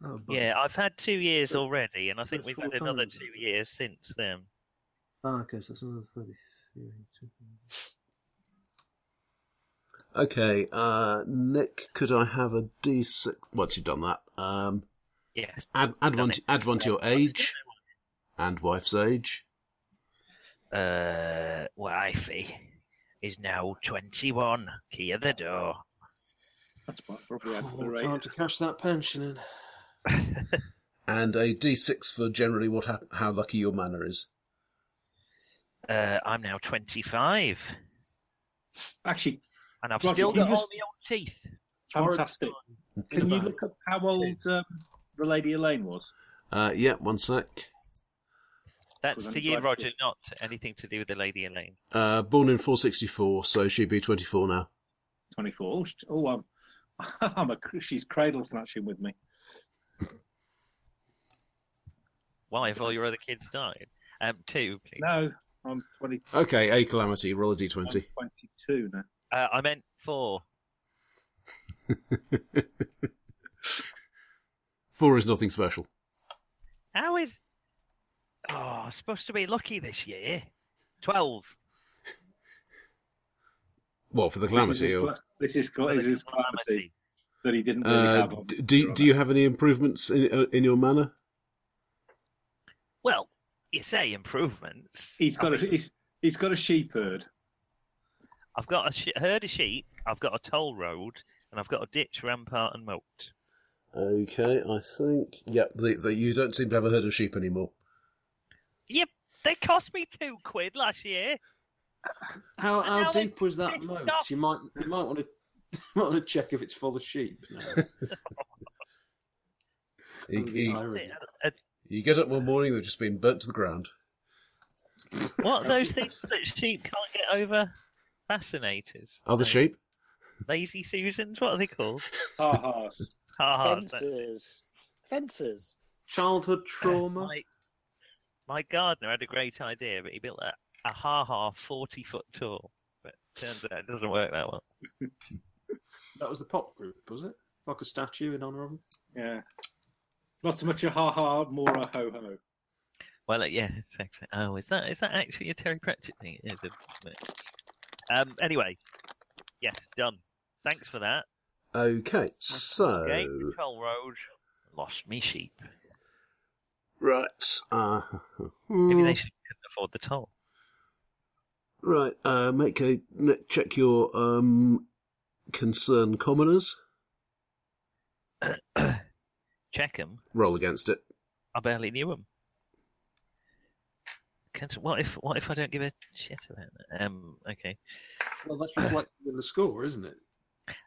Oh, bugger. Yeah, I've had two years already, and I think That's we've four had another times. two years since then. Ah, okay, so that's another 33. Okay, uh, Nick, could I have a d6? Once you've done that, um, Yes. Uh, add add one Done to, add one to your age and wife's age. it. Uh, wifey is now 21. Key of the door. That's what- probably Oh, add to the time rate. to cash that pension in. and a d6 for generally what hap how lucky your manner is. Uh, I'm now 25, Actually, and I've Roger, still can you got all just- my old teeth. fantastic. In Can the you bag. look up how old um, the Lady Elaine was? Uh, yeah, one sec. That's Good, to I'm you, glad to- Roger, not anything to do with the Lady Elaine. Uh, born in 464, so she'd be 24 now. 24. Oh, sh- Oh, I'm, I'm a, cr- she's cradle snatching with me. Why have all your other kids died? Um, two, please. No, I'm 20, Okay, a calamity, roll a I'm d20. 22 now. Uh, I meant four. Four is nothing special. How is? Oh, I'm supposed to be lucky this year. Twelve. Well, for the This is calamity. oh. Or, his, cla- this is, cla- this is calamity that he didn't really uh, have. on- d- do, do you have any improvements in, uh, in your manner? Well, you say improvements. He's got I a he's, he's got a sheep herd. I've got a sh- herd of sheep. I've got a toll road, and I've got a ditch, rampart, and moat. Okay, I think. Yeah, the, the, you don't seem to have a herd of sheep anymore. Yep, they cost me two quid last year. How, now how it's deep was that pissed moat? off. You might you might want to might want to check if it's full of sheep. now. You, The you- irony. Uh, you get up one morning, they've just been burnt to the ground. what are those things that sheep can't get over? Fascinators. Other No, sheep? Lazy Susans. What are they called? Ha ha. Ah, that- Fences. Fences. Childhood trauma. My, my gardener had a great idea, but he built a, a ha ha 40 foot tall. But turns out it doesn't work that well. That was the pop group, was it? Like a statue in honor of them. Yeah. Not so much a ha ha, more a ho ho. Well, uh, yeah, it's actually. Oh, is that is that actually a Terry Pratchett thing? It is, isn't it? Um. Anyway, yes, done. Thanks for that. Okay, so. Okay, control road. Lost me sheep. Right. Uh, Maybe Mm. they should, couldn't afford the toll. Right. Uh, make a n- check your um concern commoners. Check them. Roll against it. I barely knew them. What if what if I don't give a shit about that? Um. Okay. Well, that's reflected in the score, isn't it?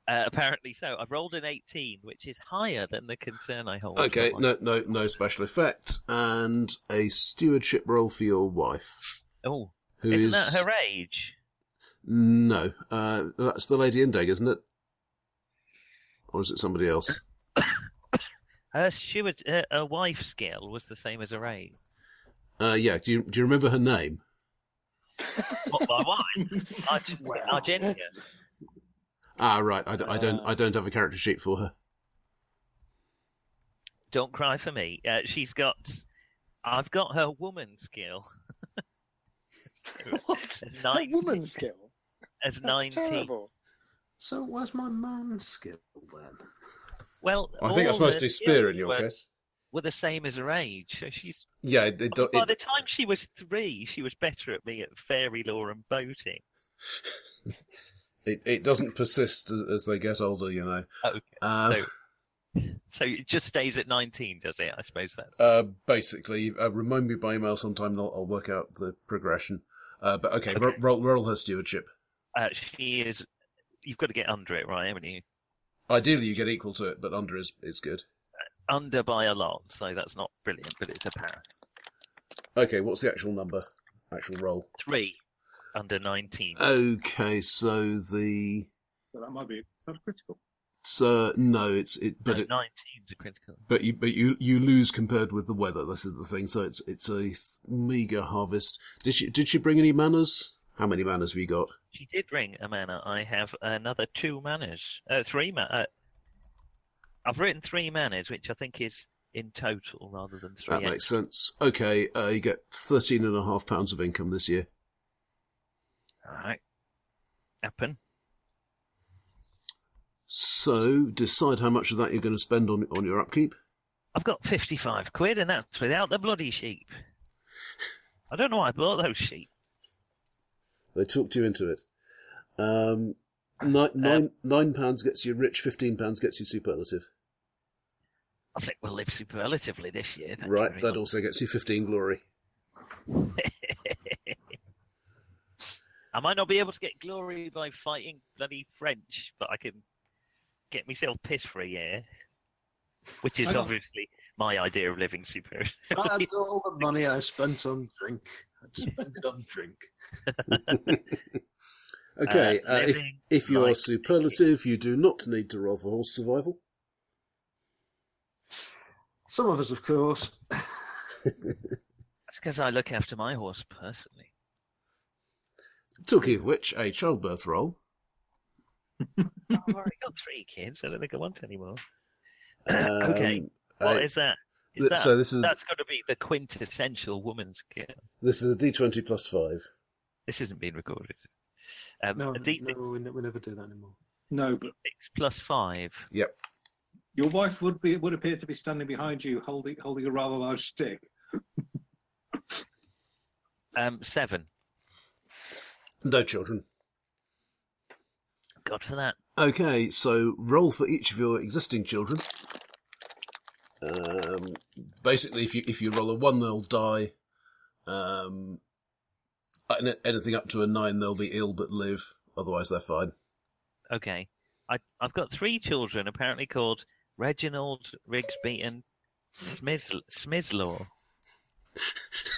Uh, apparently so. I've rolled an 18, which is higher than the concern Oh, I hold. Okay. for my- No, no, no special effect, and a stewardship roll for your wife, Oh, who isn't is- that her age? no. Uh, that's the lady in Deg, isn't it? Or is it somebody else? Her steward, uh, her wife skill was the same as her age. Uh, yeah. Do you do you remember her name? What my wife? Arg- Argentina. Uh, Ah, right. I, d- I don't. I don't have a character sheet for her. Don't cry for me. Uh, she's got. I've got her woman skill What? as A nine woman skill? as That's nineteen. terrible. So where's my man skill then? Well, I think all that's supposed the to be spear in skills your were, case. were the same as her age. So she's Yeah, it, it, do- by it- the time she was three, she was better at me at fairy lore and boating. it, it doesn't persist as, as they get older, you know. Oh, Okay, Um, so so it just stays at nineteen, does it? I suppose that's uh, basically, uh, remind me by email sometime and I'll, I'll work out the progression. Uh, but okay, Okay. Roll, roll her stewardship. uh, she is. You've got to get under it, right? Haven't you? Ideally, you get equal to it, but under is, is good. Under by a lot, so that's not brilliant, but it's a pass. Okay, what's the actual number? Actual roll? Three under nineteen. Oh, Okay, so the. So that might be that's critical. So, no, it's it, No, but it, nineteen's a critical. But you, but you, you lose compared with the weather. This is the thing. So it's it's a th- meager harvest. Did she did she bring any manners? How many manners have you got? She did ring a manor. I have another two manners. Uh, three ma- uh, I've written three manners, which I think is in total rather than three. That makes sense. Okay, uh, you get thirteen and a half pounds of income this year. Alright. Happen. So decide how much of that you're going to spend on on your upkeep. I've got 55 quid, and that's without the bloody sheep. I don't know why I bought those sheep. They talked you into it. Um, Uh, nine nine nine pounds gets you rich. Fifteen pounds gets you superlative. I think we'll live superlatively this year. thank you right, very that much. also gets you fifteen glory. I might not be able to get glory by fighting bloody French, but I can get myself pissed for a year, which is I got- obviously my idea of living superior. I had all the money I spent on drink. I'd spend it on drink. Okay, Uh, uh, if, living if you are like- superlative, you do not need to roll for horse survival. Some of us, of course. That's because I look after my horse personally. Talking of which, a childbirth roll. Hmm. I've already got three kids. I don't think I want any more. Okay. Um, What uh, is that? Is th- that so this is- that's got to be the quintessential woman's skill. This is a d20 plus five. This isn't being recorded. Um, No, a D6 no, we, ne- we never do that anymore. No, but plus five. Yep. your wife would be would appear to be standing behind you, holding holding a rather large stick. Um, seven. No children. God for that. Okay, so roll for each of your existing children. Um, basically, if you if you roll a one, they'll die. Um, an- anything up to a nine, they'll be ill but live. Otherwise, they're fine. Okay. I, I've got three children apparently called Reginald, Rigsby, and Smith, Smithslaw.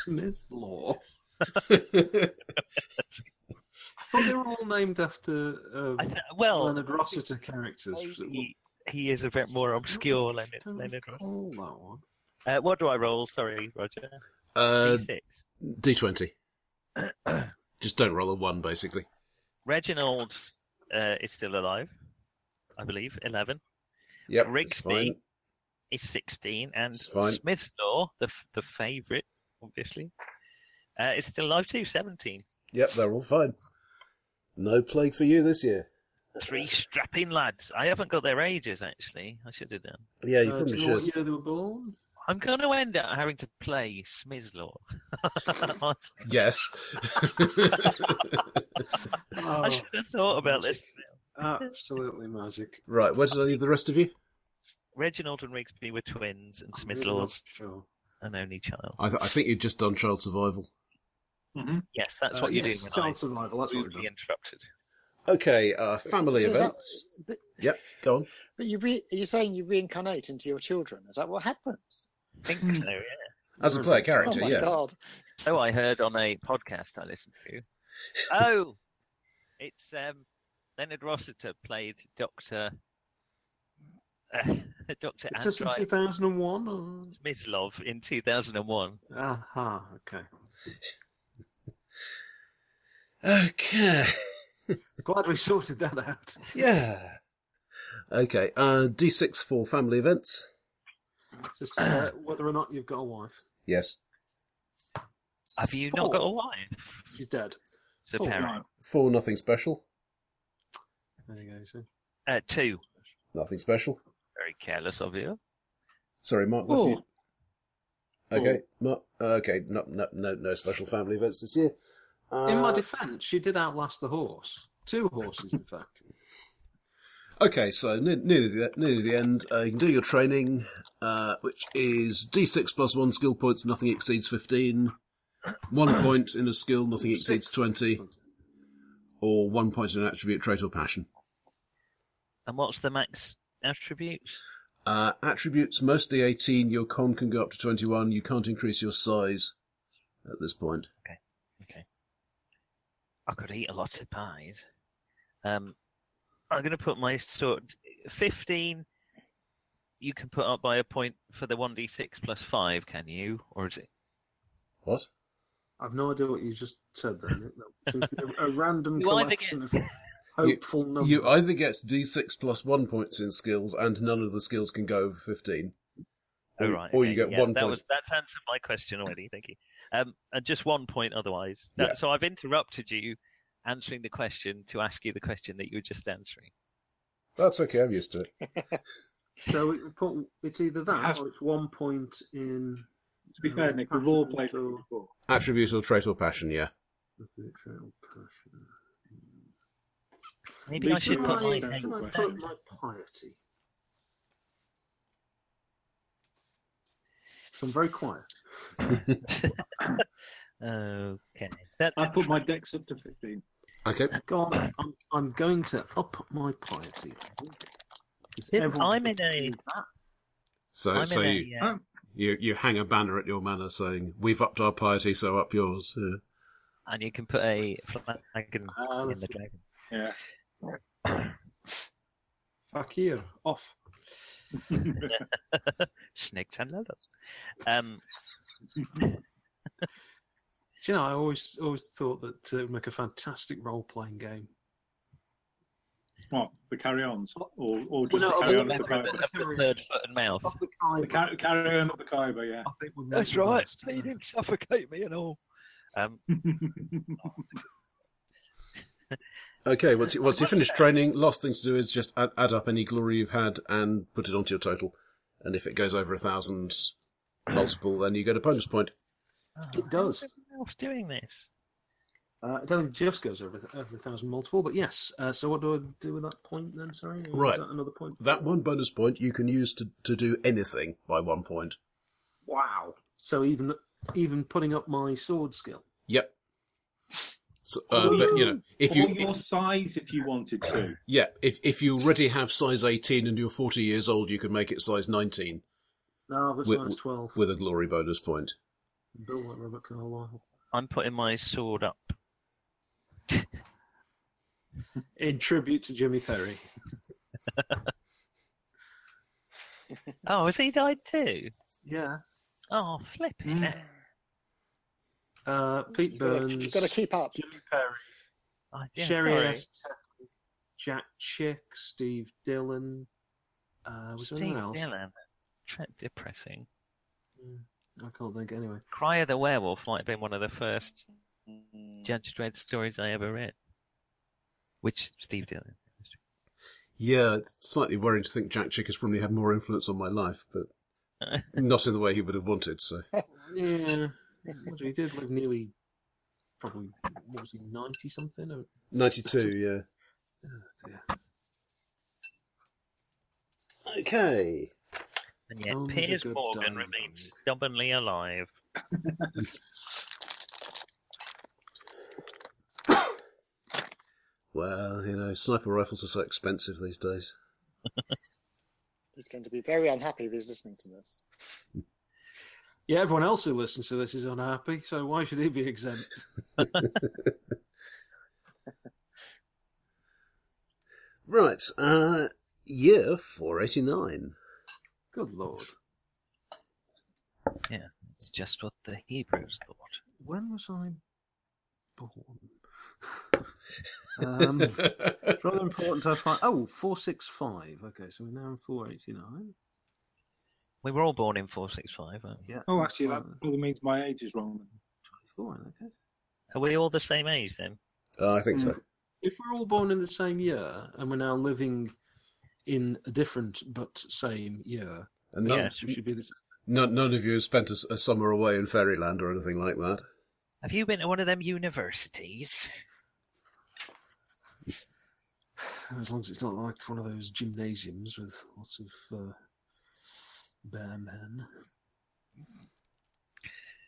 Miss Law. I thought they were all named after um, I th- well, Leonard Rossiter characters. Was it- he, he is a bit more obscure than Don't Leonard Ross. recall Oh, that one. Uh, what do I roll? Sorry, Roger. Uh, D6. D20. Just don't roll a one, basically. Reginald uh, is still alive, I believe. 11. Yep, Rigsby. it's fine. is 16, and It's fine. Smith's Law, the f- the favourite, obviously, uh, is still alive too, 17. Yep, they're all fine. No plague for you this year. Three strapping lads. I haven't got their ages, actually. I should have done. Yeah, you Uh, do probably you know what should. year they were born? I'm going to end up having to play Smith's Law. I Yes. Oh, should have thought about this. absolutely magic. right, where did I leave the rest of you? Reginald and Rigsby were twins, and Smith's Really not Law's Sure. an only child. I, th- I think you've just done child survival. Yes, that's Uh, what you're yes, doing. Child When survival. That's what I we're rudely doing. interrupted. Okay, uh, family So is that- events. but, Yep, go on. but you re, are you saying you reincarnate into your children? Is that what happens? I think so, yeah. As a player oh character, my yeah. god! So I heard on a podcast I listened to. Oh, it's um, Leonard Rossiter played Doctor uh, Doctor It's just in Andrei 2001. Or... Smyslov in two thousand and one. Aha, okay. Okay, Glad we sorted that out. yeah. Okay, uh, D6 for family events. Just uh, whether or not you've got a wife. Yes. Have you not got a wife? She's dead. The Four. parent. Four, nothing special. There you go. So. Uh, two. Nothing special. Very careless of you. Sorry, Mark. what have you- Okay, Mark. uh, Okay, no, no, no, no special family events this year. Uh, In my defence, she did outlast the horse. Two horses, in fact. Okay, so near, nearly the nearly the end. Uh, you can do your training, uh, which is D6 plus one skill points. Nothing exceeds fifteen. One point in a skill. Nothing exceeds twenty. Or one point in an attribute, trait, or passion. And what's the max attribute? Uh, attributes mostly eighteen. Your con can go up to twenty-one. You can't increase your size at this point. Okay. I could eat a lot of pies. Um, I'm going to put my sort 15. You can put up by a point for the 1d6 plus 5, can you? Or is it? What? I've no idea what you just said there. Nick. That seems to be a, a random You either collection of get- hopeful numbers. You either get D6 plus one points in skills, and none of the skills can go over fifteen. Oh, Or- right. or okay, you get yeah, one that point. Was, that's answered my question already. Thank you. Um, and just one point otherwise. That- Yeah. So I've interrupted you answering the question to ask you the question that you were just answering. That's okay. I'm used to it. So it, put, it's either that Has- or it's one point in. To be fair, Nick, we've all played Passion it or- before. Attribute or trait or passion, yeah. Betrayal, passion. Maybe I Lisa, should you put might my ask name should I question. put my piety? I'm very quiet. Okay. That, I put my decks up to 15. Okay. God, I'm, I'm going to up my piety. Tim, Everyone- I'm in a. So I'm so in you, a, uh, you you hang a banner at your manor saying, "We've upped our piety, so up yours." Yeah. and you can put a flag in, Ah, in that's the it. dragon. Yeah. Fuck you. Off. Snakes and ladders. Um, Do you know, I always always thought that uh, it would make a fantastic role playing game. What? The carry ons? Or, or just Well, no, I the carry think on the up member the carry- of the Khyber? of the third foot and mouth. Off the Khyber. The car- carry on up the Khyber, yeah. I think would That's make the right. best. You didn't suffocate me and all. Um, Okay. Once you, once you finish training, last thing to do is just add, add up any glory you've had and put it onto your total. And if it goes over a thousand multiple, then you get a bonus point. It does. Who else doing this? Uh, it only just goes over, th- over a thousand multiple, but yes. Uh, so what do I do with that point then? Sorry, Or is Right. that another point. That one bonus point you can use to to do anything by one point. Wow. So even even putting up my sword skill. Yep. So, uh, but you know, if or you your size if you wanted to. Yeah, if if you already have size 18 and you're 40 years old, you can make it size 19 No, I've got With- size twelve. with a glory bonus point. Built like Robert Carlyle. I'm putting my sword up. In tribute to Jimmy Perry. Oh, has he died too? Yeah. Oh, flipping. Mm. it. Uh, Pete You've got to- Burns. you've got to keep up. Jimmy Perry. Oh, yeah, Sherry sorry. S. Tapley, Jack Chick, Steve Dillon. Uh, was there Steve anyone else? Dillon. Tre- Depressing. I can't think anyway. Cry of the Werewolf might have been one of the first Judge Dredd stories I ever read. Which Steve Dillon. Yeah, it's slightly worrying to think Jack Chick has probably had more influence on my life, but not in the way he would have wanted. So Yeah. What he did live nearly, probably, what was Oh, he, 90 something? Or 92, yeah. Oh, Okay. And yet, Only the Piers Oh, good Morgan die remains young. stubbornly alive. Well, you know, sniper rifles are so expensive these days. He's going to be very unhappy if he's listening to this. Yeah, everyone else who listens to this is unhappy, so why should he be exempt? Right, uh, year 489. Good lord. It's just what the Hebrews thought. When was I born? Um, it's rather important to find. Oh, 465. Okay, so we're now in 489. We were all born in 465, aren't we? Yeah. Oh, actually, that Uh, probably means my age is wrong. then. 24, okay. Are we all the same age then? Uh, I think so. If we're all born in the same year and we're now living in a different but same year, And none, Yes, we should be the same. none, none of you have spent a, s- a summer away in fairyland or anything like that. Have you been to one of them universities? As long as it's not like one of those gymnasiums with lots of uh, bear men.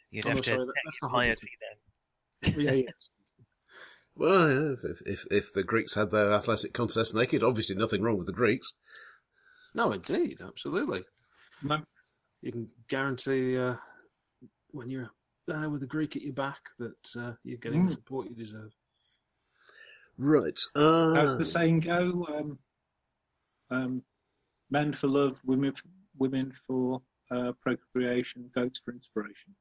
You'd Oh, no, have to sorry, that- take that's the your Hobbit. piety then. yeah, yes. Well, yeah, if- if, if if the Greeks had their athletic contests naked, obviously nothing wrong with the Greeks. No, indeed, absolutely. No. You can guarantee uh, when you're there with a Greek at your back that uh, you're getting the support you deserve. Right. Uh, How's the saying go? Um, um, men for love, women for, women for uh, procreation, goats for inspiration.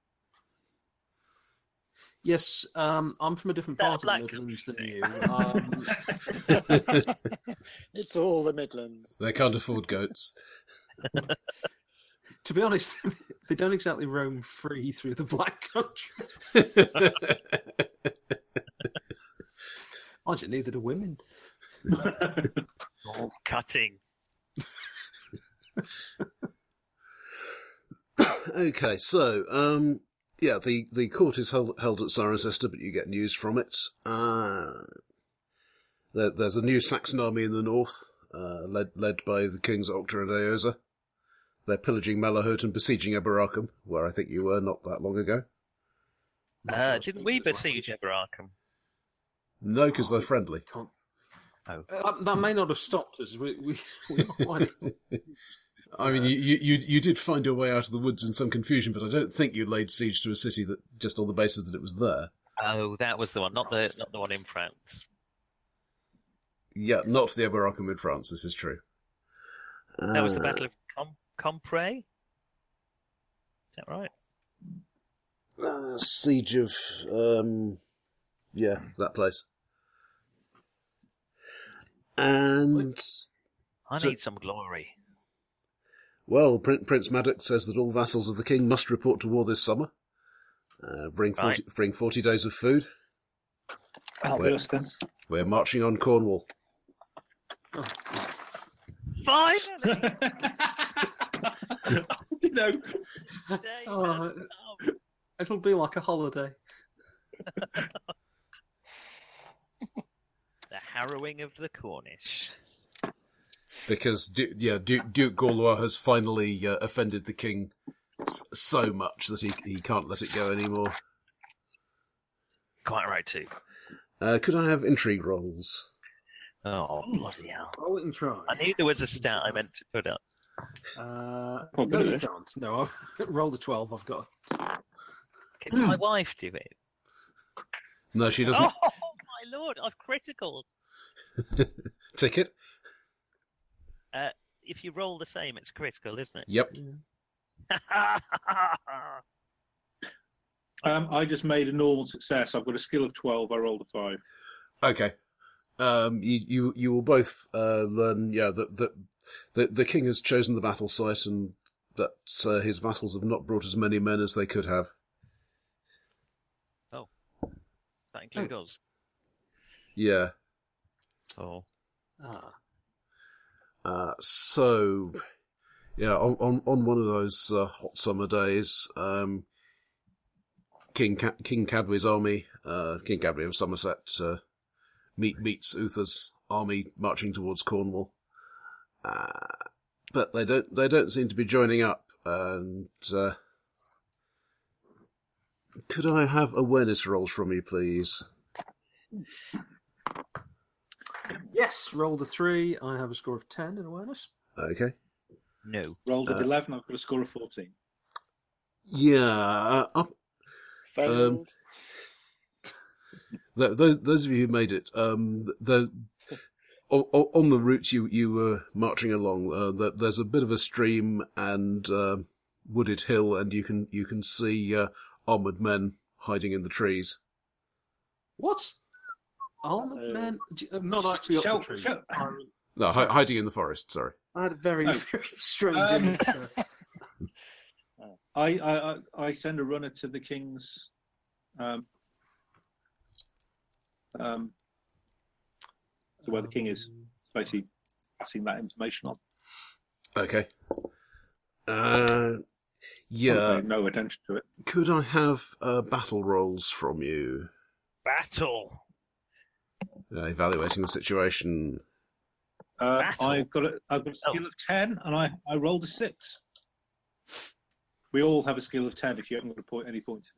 Yes, um, I'm from a different Is that a part black of the Midlands than country? you. Um, it's all the Midlands. they can't afford goats. to be honest, they don't exactly roam free through the Black Country. I just neither do women. Oh, cutting. okay, so um, yeah, the the court is held, held at Cirencester, but you get news from it. Uh, there, there's a new Saxon army in the north, uh, led led by the kings Octa and Eosa. They're pillaging Malahut and besieging Eberacum, where I think you were not that long ago. Uh, didn't we besiege Eberarkham? No, because they're friendly. Can't- Oh. Uh, that may not have stopped us. We, we, we are quite- I mean, you, you you you did find your way out of the woods in some confusion, but I don't think you laid siege to a city that just on the basis that it was there. Oh, that was the one, not the not the one in France. Yeah, not the Eberacum in France. This is true. That Uh. was the Battle of Com- Compray. Is that right? uh, siege of um yeah that place and I So- need some glory. well Prin- prince maddox says that all vassals of the king must report to war this summer uh, bring 40 bring 40 days of food That'll be Well- us then. we're marching on cornwall Finally, you know, the day has Oh. come. It'll be like a holiday. the harrowing of the Cornish. because du- yeah duke, duke gorlois has finally uh, offended the king s- so much that he he can't let it go anymore Quite right too. uh, could i have intrigue rolls Oh bloody hell! Oh, we can try. I knew there was a stat I meant to put up. Uh, Well, no, good you idea. can't. No, I've rolled a 12. I've got. Can my wife do it? no she doesn't Oh my lord! I've critical. ticket If you roll the same, it's critical, isn't it? yep um, I just made a normal success. I've got a skill of 12. I rolled a 5. Okay. Um, you, you, you will both, uh, learn, yeah, that, that, that the king has chosen the battle site and that, uh, his vassals have not brought as many men as they could have. that includes us. Yeah. Oh, Ah, Uh, so, yeah, on, on, on one of those, uh, hot summer days, um, King, Ca- King Cadwy's army, uh, King Cadwy of Somerset, uh, meet, meets Uther's army marching towards Cornwall. Uh, but they don't they don't seem to be joining up. And uh, could I have awareness rolls from you, please? yes, rolled a 3. I have a score of 10 in awareness. Okay. no. Rolled Uh, an 11. I've got a score of 14. Yeah, uh, up, Failed. th- those those of you who made it, um, the o- o- on the route you you were marching along, uh, th- there's a bit of a stream and uh, wooded hill, and you can you can see uh, armored men hiding in the trees. What? Almond Uh, Man? J- uh, Not actually up shall- the tree. shall- I- No, hi- hiding in the forest. Sorry. I had a very, Oh. very strange Um, image, uh, I, I, I- I send a runner to the king's. Um, um, to where the king is, It's basically passing that information on. Okay. Uh, yeah. Pay no attention to it. Could I have uh, battle rolls from you? Battle. Uh, evaluating the situation. Uh, Battle. I've got a, I've got a Oh. skill of ten, and I, I rolled a six. We all have a skill of ten if you haven't got a point, any points.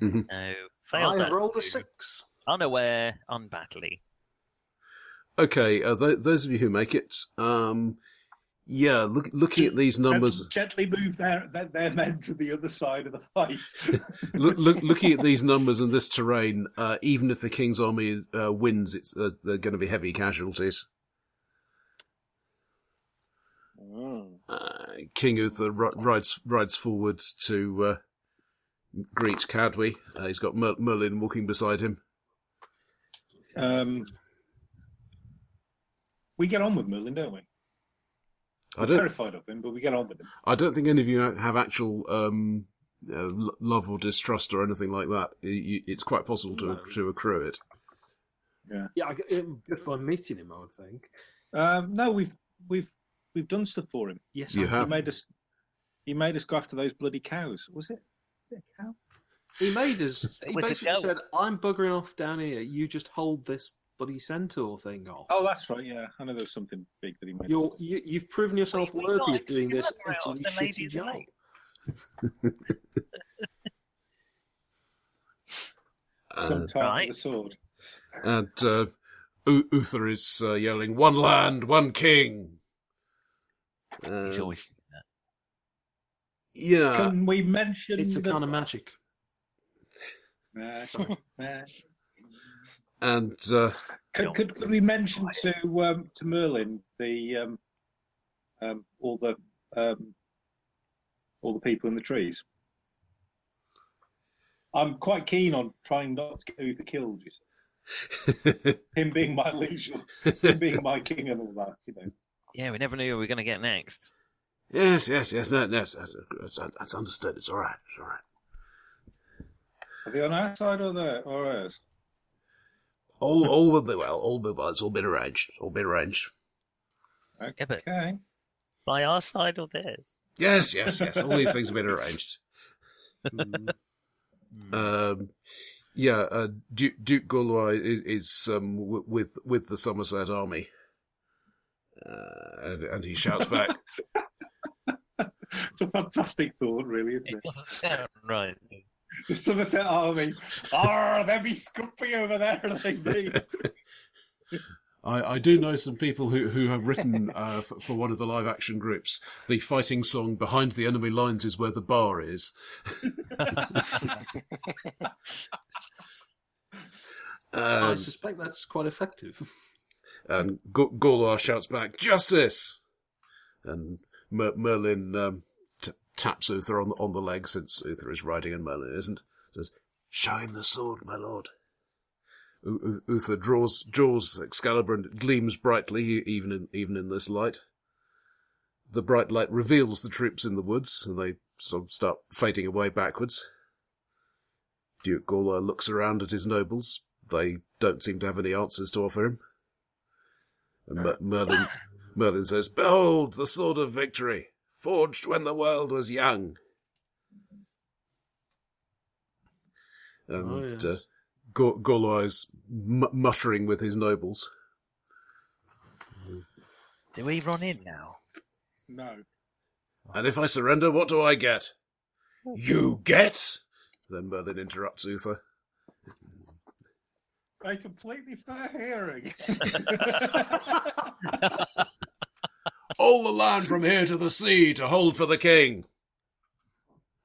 in it. No. Failed I that rolled a too. six. Unaware, unbattly. Okay, uh, th- those of you who make it, um, yeah, look, looking at these And numbers, gently move their, their their men to the other side of the fight. look, look, looking at these numbers and this terrain, uh, even if the king's army uh, wins, it's uh, there are going to be heavy casualties. Mm. Uh, King Uther ri- rides rides forwards to uh, greet Cadwy. Uh, he's got Mer- Merlin walking beside him. um, we get on with Merlin, don't we? I We're don't, terrified of him, but we get on with him. I don't think any of you have actual um, uh, lo- love or distrust or anything like that. You- you- It's quite possible to No. to accrue it. Yeah, I, get- um, just by meeting him, I would think. Um, no, we've we've we've done stuff for him. Yes, You I have. He made us he made us go after those bloody cows. Was it? Was it a cow? He made us. He With the basically goat. said, "I'm buggering off down here. You just hold this bloody centaur thing off. Oh, that's right. Yeah, I know there was something big that he made. You're, you, you've proven yourself We- we worthy like of doing this silver out utterly of the shitty lady's job." leg. Some Uh, time Right. with a sword. and uh, U- Uther is uh, yelling, "One land, one king." He's Um, always doing that. yeah. Can we mention It's a the- kind of magic. Nah, sorry. Nah. And uh, Could, could could we mention to um, to Merlin the um, um, all the um, all the people in the trees? I'm quite keen on trying not to get Uther killed. you see. Him being my liege, him being my king, and all that. You know. Yeah, we never knew who we were going to get next. yes, yes, yes, no, no, that's, that's, that's understood. It's all right. It's all right. Are they on our side or there or ours? All, all will be well. All will be well. It's all been arranged. It's all been arranged. Yeah, but Okay. by our side or theirs? Yes, yes, yes. All these things have been arranged. Um, yeah, uh, Duke, Duke Gaulois is, is um, w- with with the Somerset army, uh, and, and he shouts back, It's a fantastic thought, really, isn't It it? doesn't sound right. The Somerset Army. Ah, there be scruffy over there, they be. I, I do know some people who, who have written uh, for, for one of the live action groups. The fighting song "Behind the Enemy Lines" is where the bar is. I um, suspect that's quite effective. and G- Gorlar shouts back, "Justice!" And Mer- Merlin um, t- taps Uther on the, on the leg since Uther is riding and Merlin isn't. Says, "Show him the sword, my lord." U- U- Uther draws draws Excalibur and it gleams brightly e- even in even in this light. The bright light reveals the troops in the woods, and they sort of start fading away backwards. Duke Gorlar looks around at his nobles. They don't seem to have any answers to offer him. And Mer- Merlin, Merlin says, Behold the sword of victory, forged when the world was young. And Oh, yes. uh, Gau- Gaulois is m- muttering with his nobles. Do we run in now? No. And if I surrender, what do I get? You get? Then Merlin interrupts Uther. A completely fair hearing. All the land from here to the sea to hold for the king.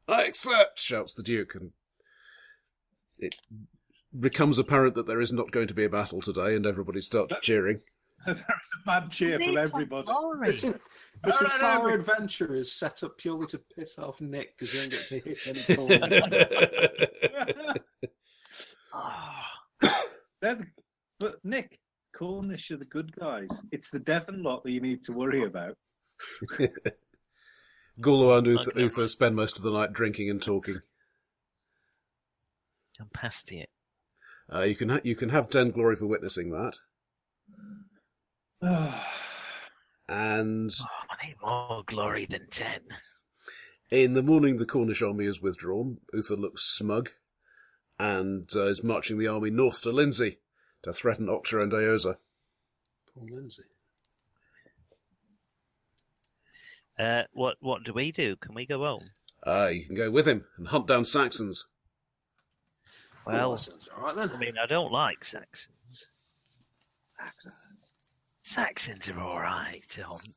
I accept, shouts the Duke, and it becomes apparent that there is not going to be a battle today, and everybody starts cheering. there is a mad cheer from everybody. This, en- this All right, entire every- adventure is set up purely to piss off Nick because you don't get to hit any corner. They're the- but Nick, Cornish are the good guys. It's the Devon lot that you need to worry about. Gulu and Uther, Okay. Uther spend most of the night drinking and talking. I'm past it. Uh, you can ha- you can have ten glory for witnessing that, and I need more glory than ten. In the morning, the Cornish army is withdrawn. Uther looks smug and uh, is marching the army north to Lindsey to threaten Octa and Eosa. Paul Lindsay. Uh, what what do we do? Can we go home? Uh, you can go with him and hunt down Saxons. Well, that sounds all right then. I mean, I don't like Saxons. Saxons are all right to hunt.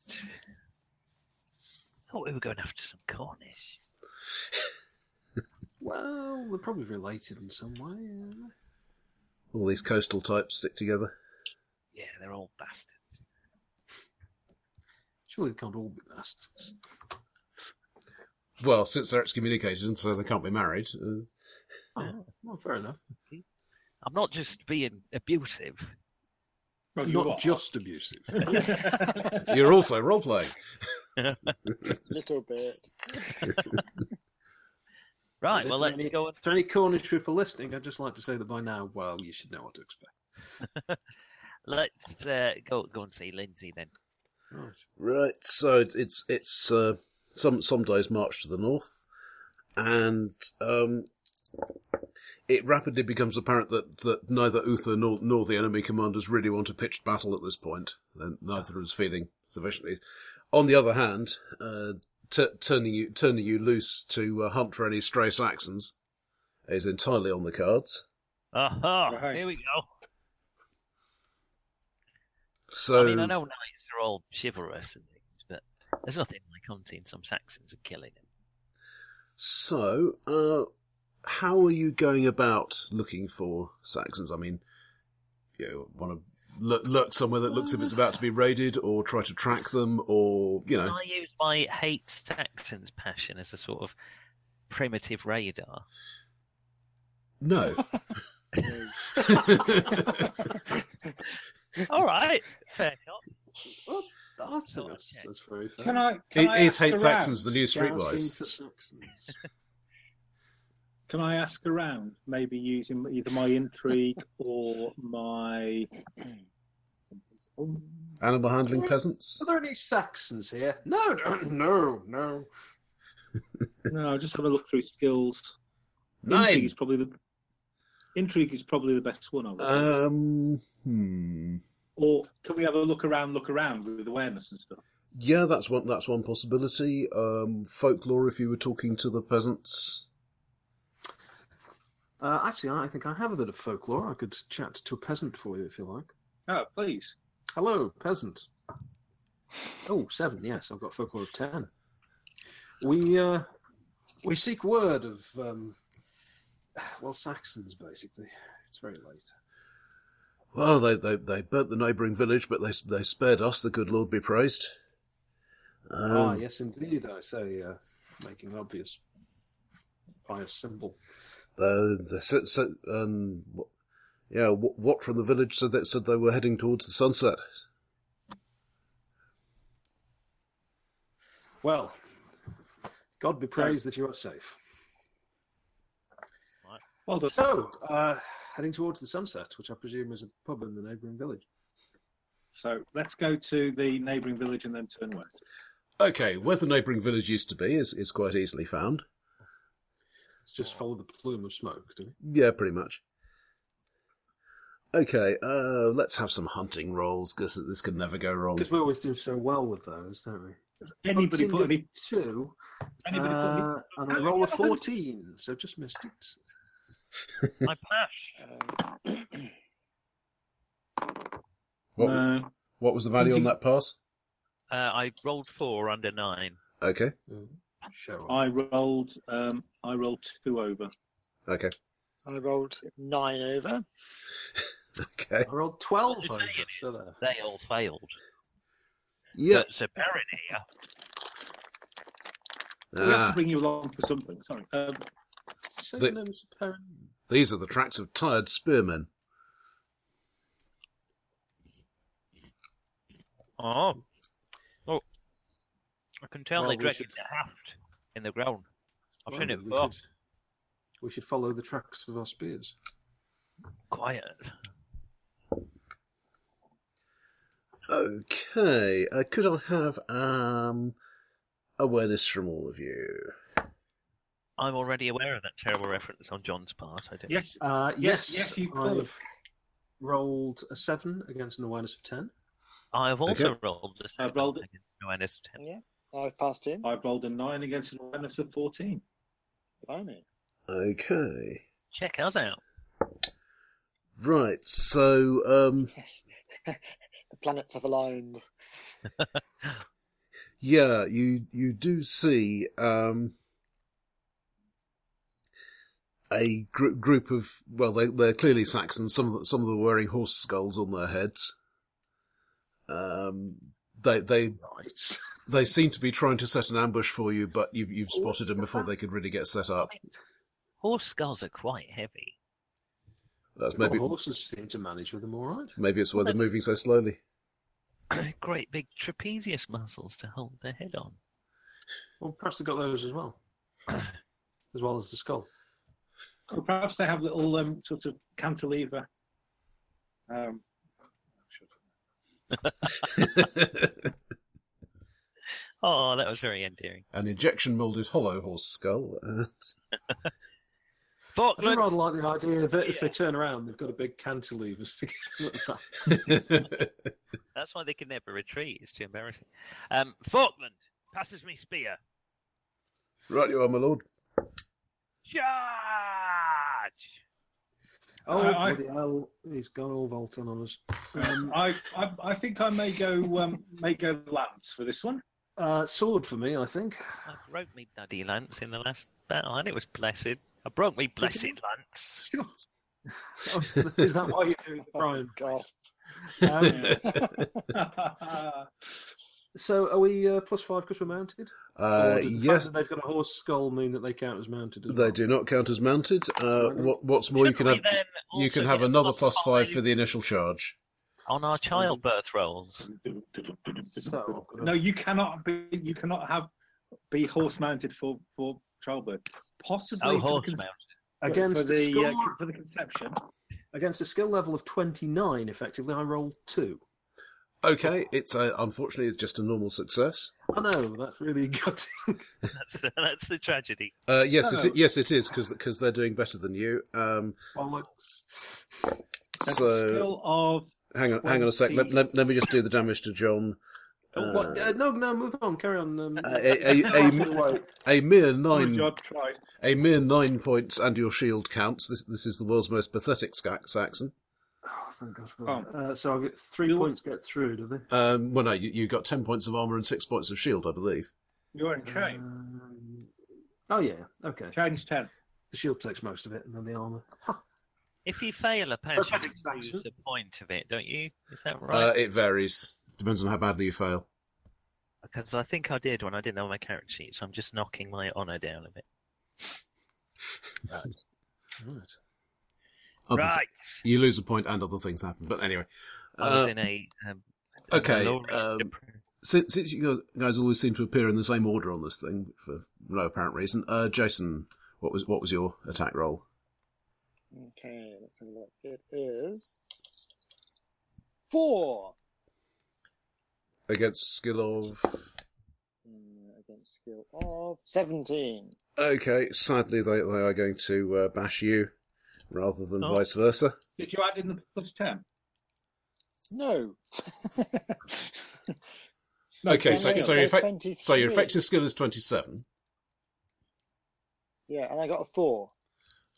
Thought we were going after some Cornish. Well, they're probably related in some way. Yeah. All these coastal types stick together. Yeah, they're all bastards. Surely they can't all be bastards. Well, since they're excommunicated and so they can't be married. Uh, Oh, well, fair enough. I'm not just being abusive. Well, you Not are. just abusive. you're also role playing. Little bit. Right, If well, there let's any- go and. If there are any Cornish people listening, I'd just like to say that by now, well, you should know what to expect. Let's uh, go go and see Lindsay then. Right. Right, so it's it's, it's uh, some some days march to the north, and um, it rapidly becomes apparent that, that neither Uther nor nor the enemy commanders really want a pitched battle at this point. And neither is feeling sufficiently. On the other hand, uh, t- turning you turning you loose to uh, hunt for any stray Saxons is entirely on the cards. Aha! Right. Here we go. So I mean, I know knights are all chivalrous and things, but there's nothing like hunting some Saxons and killing them. So, uh, how are you going about looking for Saxons? I mean, you know, want to lurk, lurk somewhere that looks if it's about to be raided, or try to track them, or you know, I use my hate Saxons passion as a sort of primitive radar. no. Uh, all right, fair enough. Well, I think Not that's, yet. that's very fair. Can I? Can It I is ask hate around? Saxons the new Rousing streetwise. for Saxons. Can I ask around? Maybe using either my intrigue or my. Animal handling peasants. Are there any Saxons here? No, no, no, no. No, just have a look through skills. Intrigue Nine. is probably the intrigue is probably the best one. I would think. Um. Hmm. or can we have a look around, look around with awareness and stuff? Yeah, that's one. That's one possibility. Um, folklore. If you were talking to the peasants, Uh, actually, I think I have a bit of folklore. I could chat to a peasant for you if you like. Oh, please. Hello, peasant. Oh, seven. Yes, I've got folklore of ten. We uh, we seek word of um, well Saxons basically. It's very late. well, they they they burnt the neighbouring village, but they they spared us. The good Lord be praised. ah, Um, yes, indeed. I say, uh, making an obvious by a symbol. Uh, the, so, so, um, wh- yeah, what, what from the village said that said they were heading towards the sunset. Well, God be praised that you are safe. Well done. So, uh, heading towards the sunset, which I presume is a pub in the neighbouring village. So let's go to the neighbouring village and then turn west. Okay, where the neighbouring village used to be is, is quite easily found. Let's just follow the plume of smoke, do we? Yeah, pretty much. Okay, uh, let's have some hunting rolls because this could never go wrong. Because we always do so well with those, don't we? Has anybody Hunting put any? of two, Anybody put any? uh, and I roll a fourteen, so just missed it. I passed. Um, What, No. what was the value on hunting- that pass? Uh, I rolled four under nine. Okay, Show off. I rolled. Um, I rolled two over. okay, I rolled nine over. okay. I rolled 12 over, so there. They all failed. Yeah, But Sir Perrin here. We have to ah, bring you along for something. Sorry. Um, Did you say The- the name was Perrin? these are the tracks of tired spearmen. Oh, I can tell Well, they're we dragging should- the haft in the ground. I've Well, seen it we before. should, we should follow the tracks of our spears. Quiet. Okay. Uh, could I have um awareness from all of you? I'm already aware of that terrible reference on John's part. I didn't. Yes. Uh, yes, Yes, yes, you could. I've rolled a seven against an awareness of ten. I've also Okay. rolled the I've rolled it. awareness of 10. Yeah, I've passed him. I've rolled a nine against an awareness of 14. Blimey. Okay. Check us out. Right. So um Yes. the planets have aligned. yeah, you you do see um a gr- group of well they they're clearly Saxons some of them, some of them are wearing horse skulls on their heads. Um they they Right. they seem to be trying to set an ambush for you but you you've spotted them before they could really get set up. Horse skulls are quite heavy. That's Well, maybe horses seem to manage with them all right. maybe it's why they're moving so slowly. Great big trapezius muscles to hold their head on. Well, perhaps they've got those as well, as well as the skull. Or perhaps they have little um, sort of cantilever. Um, Oh, that was very endearing. An injection molded hollow horse skull. Uh, I do Falkland! rather like the idea that if they turn around, they've got a big cantilever sticking out the back. That's why they can never retreat. It's too embarrassing. Um, Falkland passes me spear. right, you are, my lord. Charge! Oh, I- I- bloody hell, he's gone all Volton on us. um, I, I, I think I may go um, may go lance for this one. Uh, sword for me, I think. I broke me bloody lance in the last battle, and it was blessed. I broke me blessed lance. Sure. Oh, Is that why you're doing it, Brian? Oh, God. Oh, Um, I so, are we uh, plus five because we're mounted? Uh, Or does the fact yes, that they've got a horse skull mean that they count as mounted as they well? do not count as mounted. Uh, what, what's more, you Should can we have then you also can have get a another plus five for five the initial charge. on our childbirth rolls. So, no, you cannot be you cannot have be horse mounted for for childbirth. Possibly Oh, for the horse cons- mount. against for the, the uh, score- for the conception. against a skill level of 29, effectively, I rolled two. Okay, it's uh unfortunately it's just a normal success. I know, that's really gutting. That's the, that's the tragedy. Uh, yes, So- it, yes, it is because they're doing better than you. Um, Bollocks. That's a so skill of hang on, hang on a sec. Let, let, let me just do the damage to John. Oh, what? Uh, no, no, move on, carry on. Um, Uh, a, a, a, Anyway, a mere good nine job try. A mere nine points and your shield counts. This this is the world's most pathetic sca- Saxon. Oh, thank God for Oh. that. Uh, so I'll get three You- points get through, do they? Um, well, no, you, you got ten points of armor and six points of shield, I believe. You're in chain. Um, oh, yeah. Okay. Change ten. the shield takes most of it, and then the armour. If you fail a passion, Perfect you lose accent. the point of it, don't you? Is that Uh, right? it varies. Depends on how badly you fail. Because I think I did when I didn't have my character sheet, so I'm just knocking my honour down a bit. Right. Other th- right. you lose a point and other things happen. But anyway, I was uh, in a. Um, okay, Laureate um, Depre- since, since you guys- guys always seem to appear in the same order on this thing for no apparent reason, uh, Jason, what was what was your attack roll? Okay, let's have a look. It is four Against skill of Mm, against skill of 17. okay. Sadly, they they are going to uh, bash you rather than Oh. vice versa. Did you add in the plus ten? No. Okay, so- Twenty- so your effect- 23. So your effective skill is 27. Yeah, and I got a four.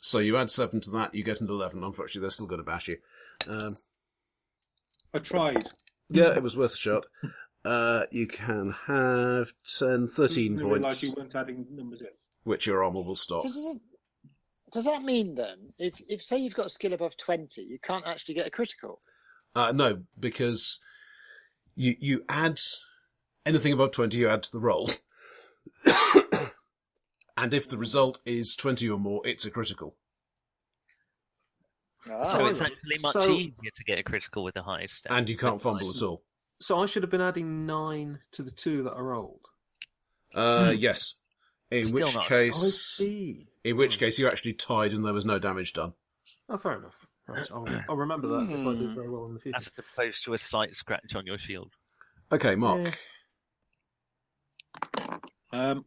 So you add 7 to that, you get an 11. Unfortunately, they're still going to bash you. Um, I tried. yeah, it was worth a shot. Uh, you can have 10, 13 Didn't realise points, you weren't adding numbers in. which your armor will stop. So does, it, does that mean then, if, if say you've got a skill above 20, you can't actually get a critical? Uh, no, because you, you add anything above 20, you add to the roll. and if the result is 20 or more, it's a critical. so Ah. it's actually much So- easier to get a critical with a high stat. And you can't fumble at all. So I should have been adding nine to the two that I rolled. Uh, yes. In Hmm. Still which not. Oh, I case, see. in which case, you actually tied and there was no damage done. Oh, fair enough. Right, I'll, I'll Remember remember that. that if I Hmm. do very well in the future. as opposed to a slight scratch on your shield. Okay, Mark. Yeah. Um,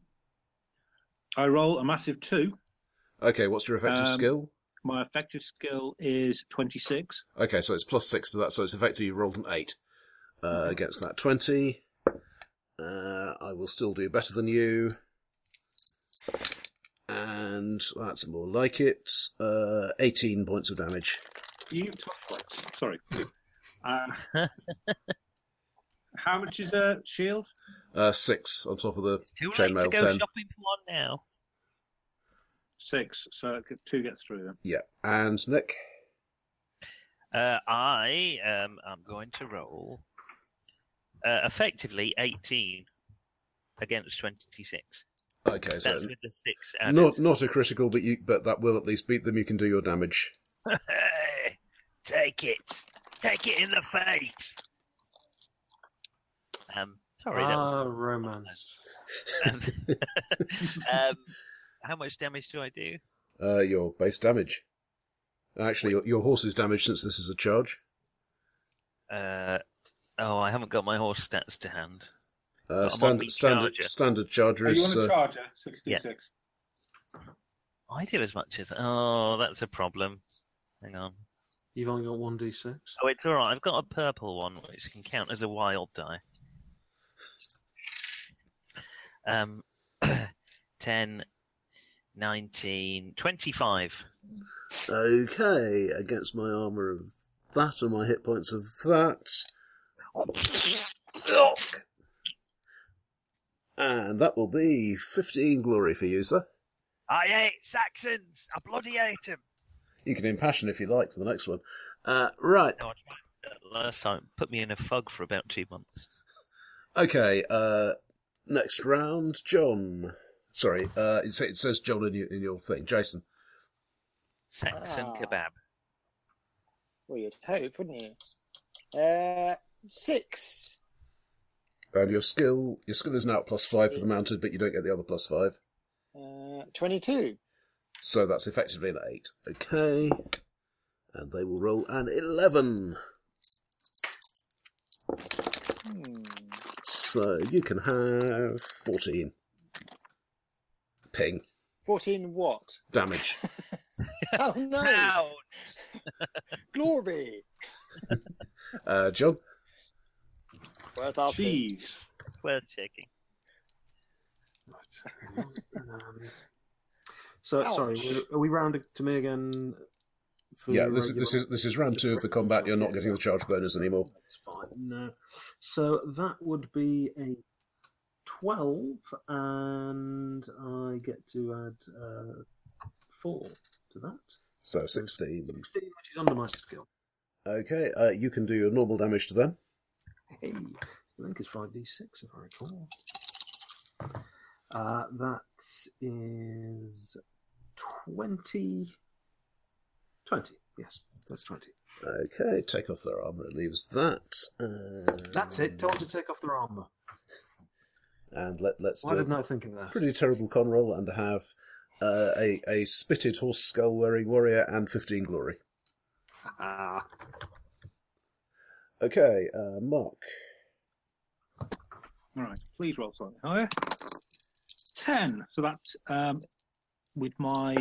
I roll a massive two. Okay, what's your effective Um, skill? My effective skill is 26. Okay, so it's plus six to that, so it's effectively you've rolled an eight uh, against that twenty. Uh, I will still do better than you, and that's more like it. Uh, Eighteen points of damage. You top box. Sorry. Um, how much is a shield? Uh, six on top of the It's too late to chainmail go ten. shopping for one now. Six. So it could- two gets through then. Yeah, and Nick. Uh, I um, am going to roll uh, effectively 18 against 26. Okay, so That's with the six. added. not not a critical, but you but that will at least beat them. You can do your damage. Hey, take it. Take it in the face. Um, sorry, that was Ah, romance. um, um, how much damage do I do? Uh, your base damage. Actually, your, your horse is damaged since this is a charge. Uh, oh, I haven't got my horse stats to hand. Uh, But I'm on standard, the standard, charger. standard charger Are Oh, you is on a uh, charger? 66. I do as much as. Oh, that's a problem. Hang on. You've only got one d6. Oh, it's all right. I've got a purple one, which can count as a wild die. Um, 10, 19, 25. okay against my armor of that and my hit points of that. Yuck. And that will be fifteen glory for you, sir. I hate Ah, Saxons. I bloody hate them. You can impassion if you like for the next one. Uh, right, No, I tried that last time. Put me in a fog for about two months. okay. Uh, next round, John. Sorry, uh, it, sa- it says John in your, in your thing. Jason. Saxon Ah. kebab. Well, you'd hope, wouldn't you? Uh, six. And your skill, your skill is now at plus five for the mounted, but you don't get the other plus five. Uh, 22. So that's effectively an 8. Okay. And they will roll an 11. Hmm. So you can have 14. Ping. 14 what? Damage. oh, no. Ow! Glory. Uh, John? Worth asking. Jeez. Worth checking. Right. Um, so Ouch. sorry, we're- are we rounded to me again? For Yeah, this is, this regular- is this is round two of the combat. You're not getting the charge bonus anymore. That's fine. No, so that would be a twelve, and I get to add uh, four to that. So 16. Sixteen, which is under my skill. Okay, uh, you can do your normal damage to them. Hey, I think it's five d six if I recall. Uh, that is 20. 20, yes, that's 20. Okay, take off their armor. It leaves that. Uh, And, That's it. Tell them to take off their armour. And let, let's Why do didn't I think of that? pretty terrible con roll and have uh, a, a spitted horse skull wearing warrior and 15 glory. Ah, Okay, uh, Mark. All right. Please roll slightly higher. 10. So that's um, with my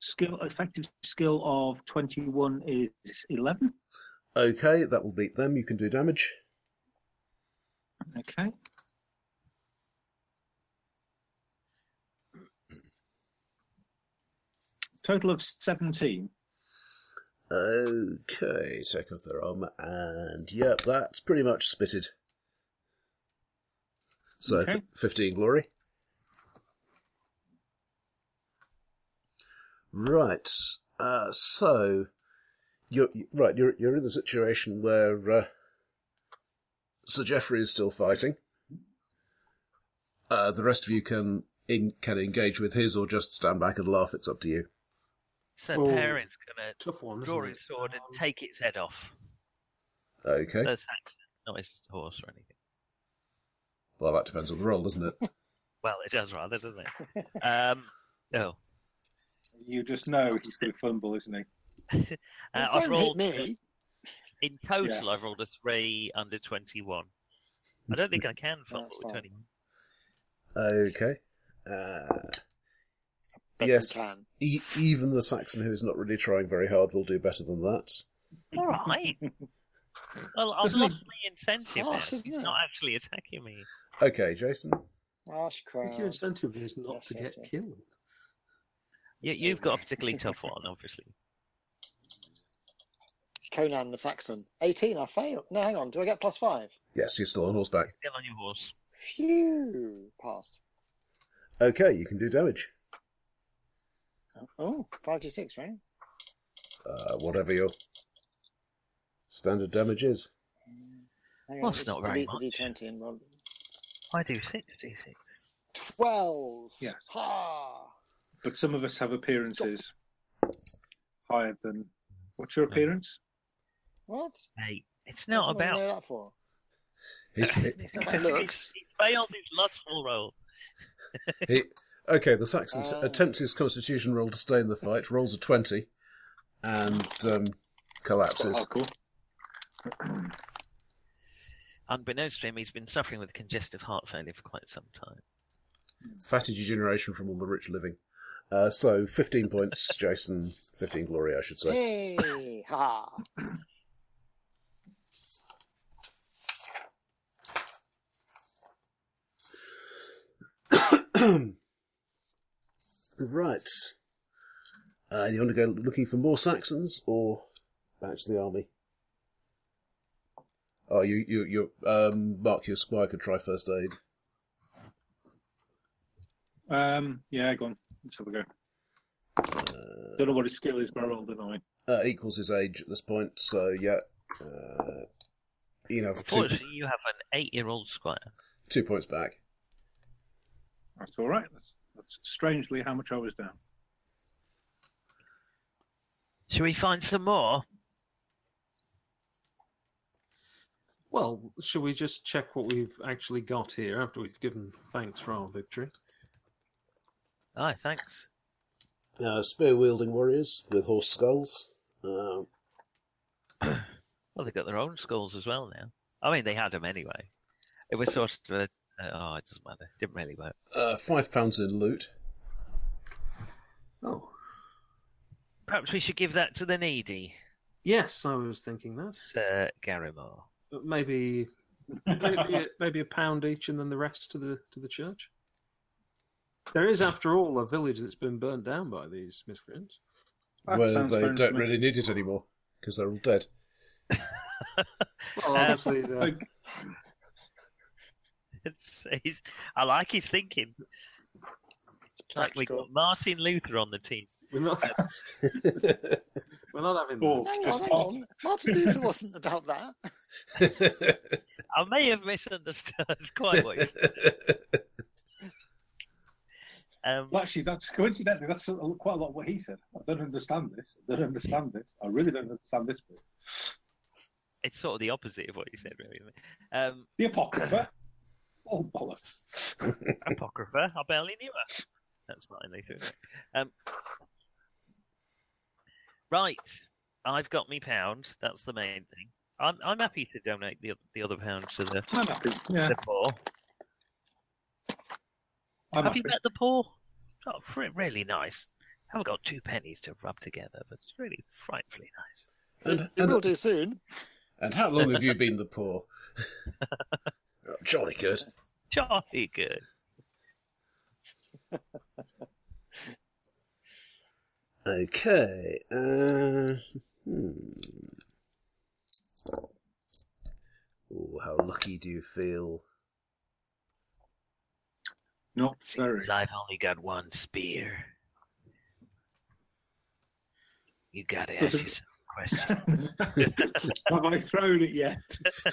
skill, effective skill of 21 is 11. Okay, that will beat them. You can do damage. Okay. Total of 17. Okay, take off their armor, and yep, that's pretty much spitted. So Okay. f- 15 glory. Right, uh, so you're you- right. You're you're in the situation where uh, Sir Geoffrey is still fighting. Uh, the rest of you can in, can engage with his, or just stand back and laugh. It's up to you. So Oh. parents gonna Tough one. draw isn't his it? sword Um, and take its head off. Okay. Uh, No Saxon, not his horse or anything. Well, that depends on the role, doesn't it? Well, it does rather, doesn't it? Um, no. You just know he's going to fumble, isn't he? Uh, Don't I've rolled hit me. in total. Yes. I've rolled a three under twenty-one. I don't think I can fumble that's with fine. twenty-one. Okay. Uh, Bet Yes. You can. e- even the Saxon, who is not really trying very hard, will do better than that. All right. Well, I've lost Doesn't it- the incentive. harsh, now. isn't He's it? Not actually attacking me. Okay, Jason. Harsh I think your crowd. incentive is not Yes, to yes, get yes. killed. You, you've got a particularly tough one, obviously. Conan the Saxon. 18, I failed. No, hang on. Do I get plus five? Yes, you're still on horseback. Still on your horse. Phew. Passed. Okay, you can do damage. Oh, 5d6, right? Uh, whatever your standard damage is. Hang Well, on. it's just not very delete much. the d20 and roll. I do six d six. 12. Yeah. Ha! But some of us have appearances higher than. What's your appearance? What? Hey, it's not what do I about. know that for? He, he, It's not about looks. He failed his lustful roll. he, okay, the Saxon s Ah. attempts his constitution roll to stay in the fight, rolls a 20, and um, collapses. Hardcore. Unbeknownst to him, he's been suffering with congestive heart failure for quite some time. Fatty degeneration from all the rich living. Uh, so 15 points, Jason, 15 glory, I should say. Hey! Ha! right. Uh, you want to go looking for more Saxons or back to the army? Oh, you, you, you, um, Mark, your squire could try first aid. Um, yeah, go on. Let's have a go. Uh, Don't know what his skill is, but I rolled a nine. uh, equals his age at this point. So yeah, uh, you know, two, Fortunately, you have an eight-year-old squire. two points back. That's all right. That's, that's strangely how much I was down. Shall we find some more? Well, shall we just check what we've actually got here after we've given thanks for our victory? Aye, thanks. Uh, spear wielding warriors with horse skulls. Uh, Well, they've got their own skulls as well now. I mean, they had them anyway. It was sort of a, oh, it doesn't matter. Didn't really work. uh, five pounds in loot. Oh, Perhaps we should give that to the needy, yes, I was thinking that. Sir Garamore. But Maybe, maybe, a, maybe a pound each, and then the rest to the to the church. There is, after all, a village that's been burnt down by these miscreants. That where sounds they fair don't to me. really need it anymore because they're all dead. Well, obviously, uh, the, Like, It's, he's, I like his thinking. It's like we Practical. got Martin Luther on the team. we're not we're not having. Oh. That. Hang Just on, hang pass. on. Martin Luther wasn't about that. I may have misunderstood quite what you um, well, actually, that's coincidentally, that's sort of quite a lot of what he said. I don't understand this. I don't understand this. I really don't understand this bit. It's sort of the opposite of what you said, really. isn't it? Um, The Apocrypha. Oh, bollocks. Apocrypha, I barely knew her. That's Martin Luther. isn't it? Um, right, I've got me pound. That's the main thing. I'm, I'm happy to donate the, the other pound to the, I'm happy. Yeah, the poor. I'm Have happy. you met the poor? Oh, fr- really nice. Haven't got two pennies to rub together, but it's really frightfully nice. and, It will and, do soon. and how long have you been the poor? oh, jolly good. Jolly good. Okay. Uh, hmm. Oh, how lucky do you feel? Not very. Seems I've only got one spear. You gotta ask Does it- yourself a question. Have I thrown it yet?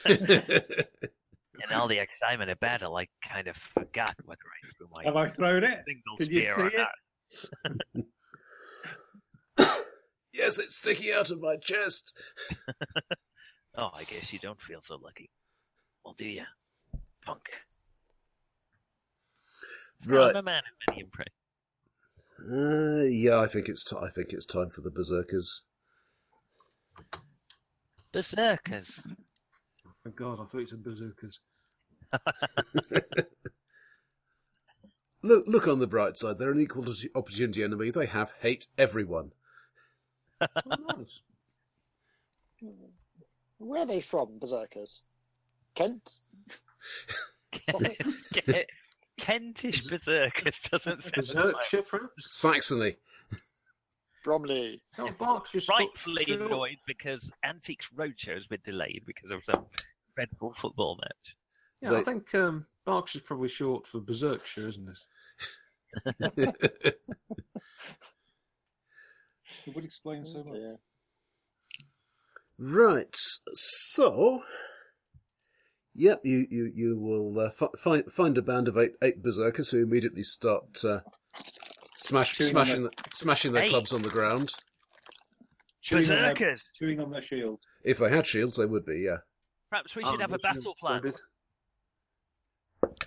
In all the excitement of battle, I kind of forgot whether I threw my Have I thrown it? single Did you spear see or it? not. yes, it's sticking out of my chest. Oh, I guess you don't feel so lucky. Well, do you? Punk. Right. I'm a man of many impressions. Uh, yeah, I think it's t- I think it's time for the berserkers. Berserkers. Oh God, I thought you said bazookas. Look, look on the bright side. They're an equal to- opportunity enemy. They have hate everyone. Oh, nice. Where are they from, berserkers? Kent? Sussex? Ke- Kentish berserkers doesn't sound like Berserkshire, perhaps? Saxony. Bromley? It's not Berkshire, it's rightfully Berkshire. annoyed because Antiques Roadshow has been delayed because of some dreadful football match. Yeah, I They- think um, Berkshire's probably short for Berserkshire, isn't it? It would explain so much. Yeah. Right. So, yep, you you you will uh, fi- find find a band of eight eight berserkers who immediately start uh, smash, Chewing on smashing the, smashing their Eight. clubs on the ground. Chewing on, their, Berserkers! chewing on their shield. If they had shields, they would be. Yeah. Perhaps we should Oh, have a they should battle plan. decided.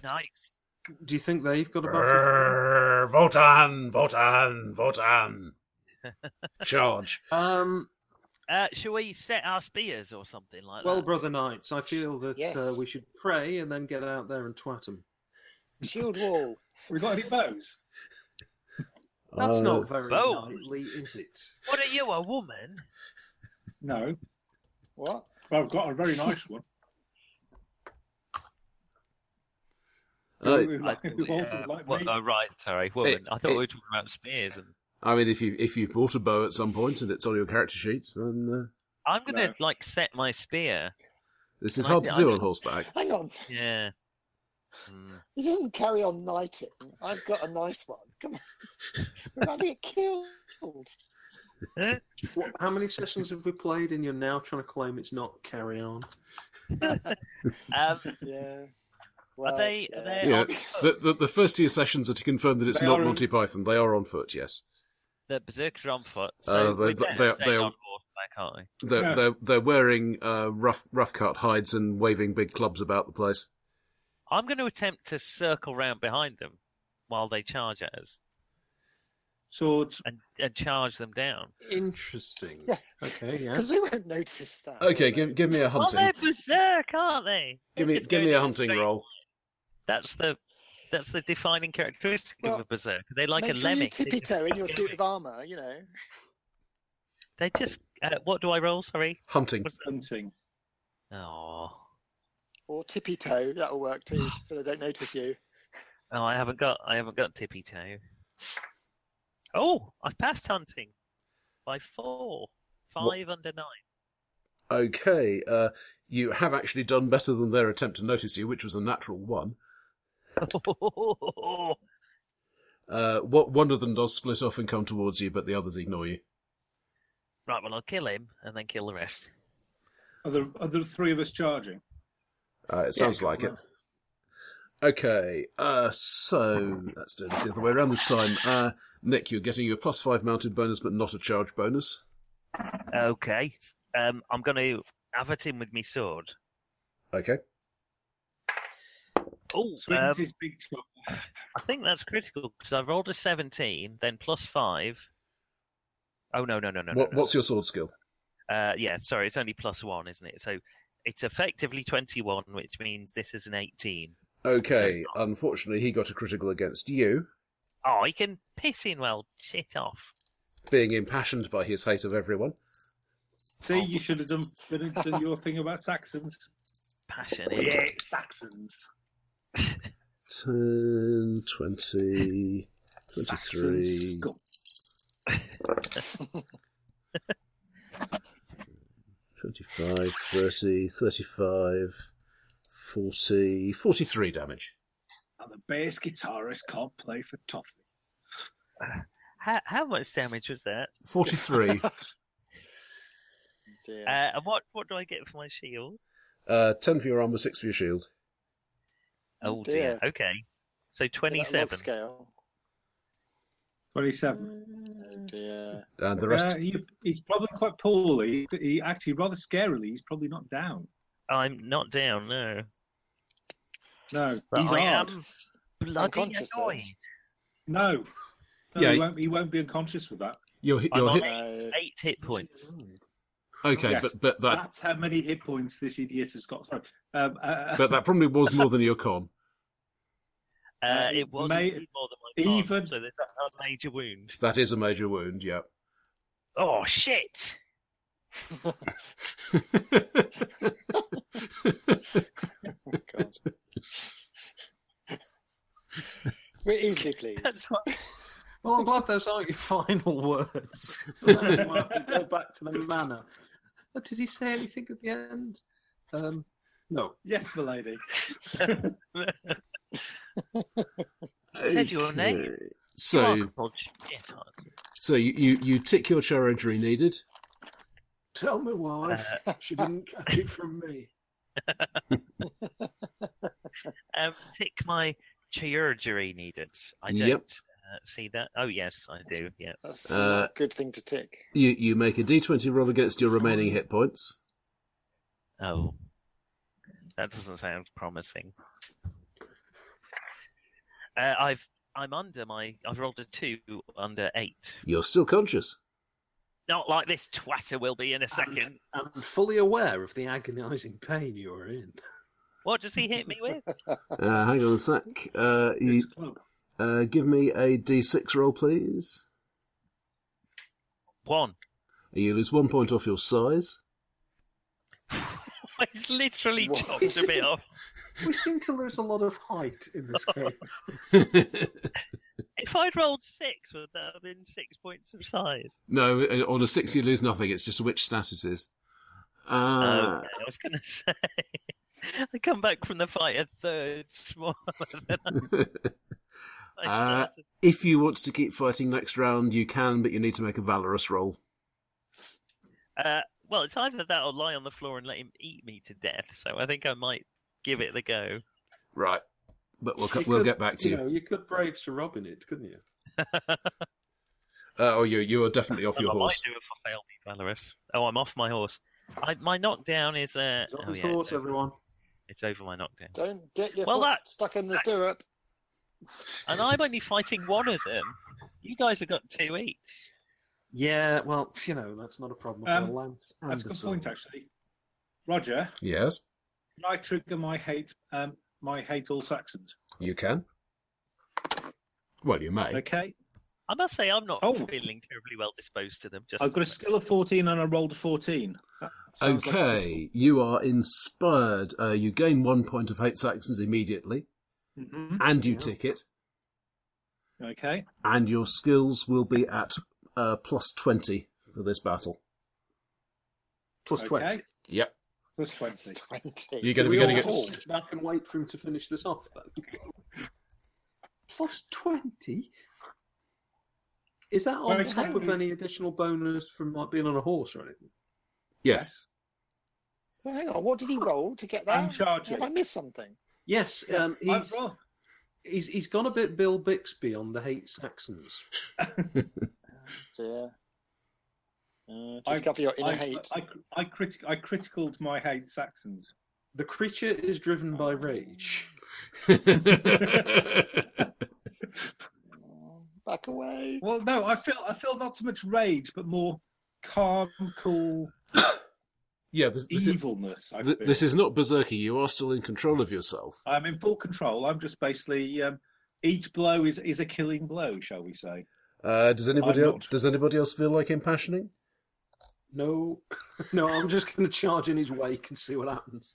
Nice. Do you think they've got a battle Brrr, Votan, Votan, Votan. Charge. plan? Um, Uh, shall we set our spears or something like well, that? brother knights, I feel that uh, Yes. we should pray and then get out there and twat them. Shield wall. We got any bows? That's Uh, not very Bold. knightly, is it? What are you, a woman? No. What? But I've got a very nice one. uh, I, Like- who also uh, like what, me. oh, right, sorry, woman. I thought it- we were talking about spears. And I mean, if you if you've bought a bow at some point and it's on your character sheet, then uh, I'm gonna No. like set my spear. this is Might hard be to do either. on horseback. Hang on. Yeah. Mm. This isn't carry on knighting. I've got a nice one. Come on. We're about to get killed. What, how many sessions have we played and you're now trying to claim it's not carry on? Um, Yeah. Well, they- yeah. are they- Yeah, on foot. the, the the first few sessions are to confirm that it's They not are on- Monty Python. They are on foot. Yes, the berserkers are on foot, Uh, so they- we they- better they- stay they are- on horseback, aren't we? they're Yeah. they're, they're wearing uh, rough rough cut hides and waving big clubs about the place. I'm going to attempt to circle round behind them while they charge at us Swords. and, and charge them down. Interesting. Yeah. Okay, Because yes. we won't notice that. Okay, will they? give give me a Oh, hunting. they're berserk, aren't they? Give They're me just give me going a in hunting straight- roll. That's the that's the defining characteristic Well, of a berserker. They're like Make a sure lemming. you They tippy just toe in keep your going. suit of armour, you know. They just. Uh, what do I roll? Sorry. Hunting. What's that? Hunting. Oh. Or tippy toe, that'll work too, so they don't notice you. Oh, I haven't got. I haven't got tippy toe. Oh, I've passed hunting by four, five under nine. Okay, uh, you have actually done better than their attempt to notice you, which was a natural one. Uh, what one of them does split off and come towards you, but the others ignore you. right. Well, I'll kill him and then kill the rest. Are the, are the three of us charging? Uh, it sounds like it. Okay, uh, so let's do this the other way around this time. Uh, Nick, you're getting your plus five mounted bonus, but not a charge bonus. Okay. Um, I'm going to have at him with my sword. Okay. Oh, Swings um, his big club. I think that's critical because I rolled a 17, then plus five. Oh no no no no. what, no, no. What's your sword skill? Uh, yeah, sorry, it's only plus one, isn't it? So it's effectively 21, which means this is an 18. Okay, unfortunately, he got a critical against you, Oh, he can piss in well. Shit off. being impassioned by his hate of everyone. See, you should have done, done, done your thing about Saxons. Passion. Yeah, Saxons. 10, 20, 23. Saxons. Go. 25, 30, 35, 40, 43 damage. And the bass guitarist can't play for Toffee. How, how much damage was that? 43. Dear. Uh, and what, what do I get for my shield? uh, 10 for your armor, 6 for your shield. Oh Oh, dear. Okay. So Look at that log 27. Scale. 27. Oh dear. And Mm. the rest. Uh, he, he's probably quite poorly. He actually, rather scarily, he's probably not down. I'm not down, no. No, But he's I hard. am bloody Unconscious, though. annoying. No. no Yeah. he, won't, he won't be unconscious with that. You're, I'm you're on hit. Uh, Eight hit points. Okay, Yes. but, but that That's how many hit points this idiot has got. Sorry. Um, uh, but that probably was more than your con. Uh, Uh, it was may- indeed more than my con, even- so there's a major wound. That is a major wound. Yeah. Oh shit! oh, God. We're easily pleased. That's what Well, I'm glad those aren't your final words. So now we'll have to go back to the manor. But did he say anything at the end? Um, no. yes, milady. said your name. You are So called shit. aren't you? so you, you, you tick your char injury needed. Tell my wife Uh, she didn't catch it from me. Um, tick my chirurgery needed. I Yep. don't uh, see that. Oh yes, I do. Yeah. That's Uh, a good thing to tick. You you make a D twenty roll against your remaining hit points. Oh, that doesn't sound promising. Uh, I've I'm under my I've rolled a two under eight. You're still conscious. Not like this twatter will be in a second. I'm fully aware of the agonising pain you're in. What does he hit me with? Uh, hang on a sec. Uh, you, It's club. uh, give me a D six roll, please. One. You lose one point off your size. He's literally What? chopped a bit off. We seem to lose a lot of height in this game. If I'd rolled six, would that have been six points of size? no, uh, on a six you lose nothing. It's just which stat it is. Uh, Okay, I was going to say. I come back from the fight a third smaller than I Uh, started. if you want to keep fighting next round, you can, but you need to make a valorous roll. Uh, well, it's either that or lie on the floor and let him eat me to death. So I think I might give it the go. Right. But we'll co- You we'll could- get back to you. know, you could brave Sir Robin it, couldn't you? Uh, oh, you you are definitely off Well, your I horse. might do if I fail me, Valorous. Oh, I'm off my horse. I, my knockdown is. Uh, It's on oh, his yeah, horse, it's, over, everyone. it's over my knockdown. Don't get your Well, foot that- stuck in the stirrup. And I'm only fighting one of them. You guys have got two each. Yeah, well, you know, that's not a problem. Um, for Lance That's a good Anderson. point, actually. Roger, Yes, can I trigger my hate? Um, my hate all Saxons. you can. Well, you may. Okay. I must say, I'm not Oh. feeling terribly well disposed to them. Just I've got a skill of 14 and I rolled a 14. That sounds like a good Okay, you are inspired. Uh, you gain one point of hate Saxons immediately, score. Mhm. and you tick it, Okay. and your skills will be at uh, plus twenty for this battle. Plus okay. 20. Yep, Plus It's 20. 20. you're going to Do be we all getting hold it. back and wait for him to finish this off, then? Plus 20? Is that on Well, it's top only- of any additional bonus from like being on a horse or anything? Yes, Well, hang on, what did he roll to get that? I'm charging. Have I missed something? Yes, um, I've he's, rolled. he's, he's gone a bit Bill Bixby on the Hate Saxons. Yeah. Uh, I- discover your inner I, hate. I, I, critic, I criticaled my hate Saxons. The creature is driven by rage. Oh, Back away. Well, no, I feel I feel not so much rage, but more calm, cool yeah. This, this is, evilness. I th- feel. this is not berserker. You are still in control of yourself. I'm in full control. I'm just basically um, each blow is, is a killing blow, shall we say? Uh, does anybody I'm else, not. does anybody else feel like impassioning? No, no, I'm just going to charge in his wake and see what happens.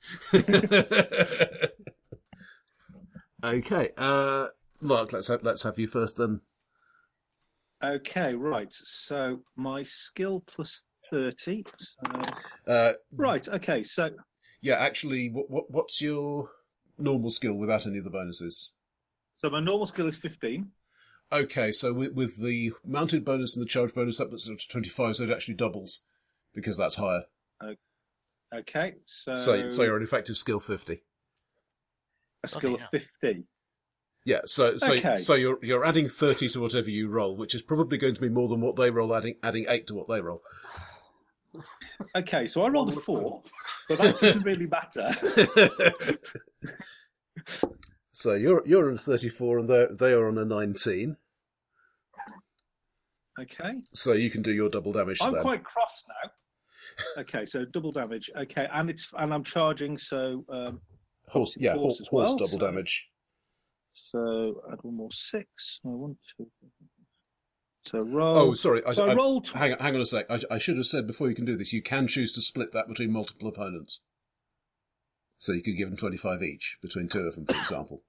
okay, uh, Mark, let's have, let's have you first then. Okay, right. So my skill plus thirty. So Uh, right. Okay. So yeah, actually, what, what what's your normal skill without any of the bonuses? so my normal skill is fifteen. Okay, so with, with the mounted bonus and the charge bonus up, that's up to twenty five, so it actually doubles because that's higher. Okay. So so Oh. so you're an effective skill fifty. a skill of Bloody fifty. Yeah, so so Okay. so you're you're adding thirty to whatever you roll, which is probably going to be more than what they roll, adding adding eight to what they roll. Okay. So I rolled a One four, but that doesn't really matter. So you're you're on thirty four, and they they are on a nineteen. Okay. So you can do your double damage. to I'm them. quite cross now. Okay, so double damage. Okay, and it's and I'm charging, so um, horse, yeah, horse horse, as horse well, double so- damage. so add one more six. No, one, two. So roll. Oh, sorry. I, so I- roll. Tw- hang, on- hang on a sec. I, I should have said before you can do this, you can choose to split that between multiple opponents. So you could give them twenty five each between two of them, for example.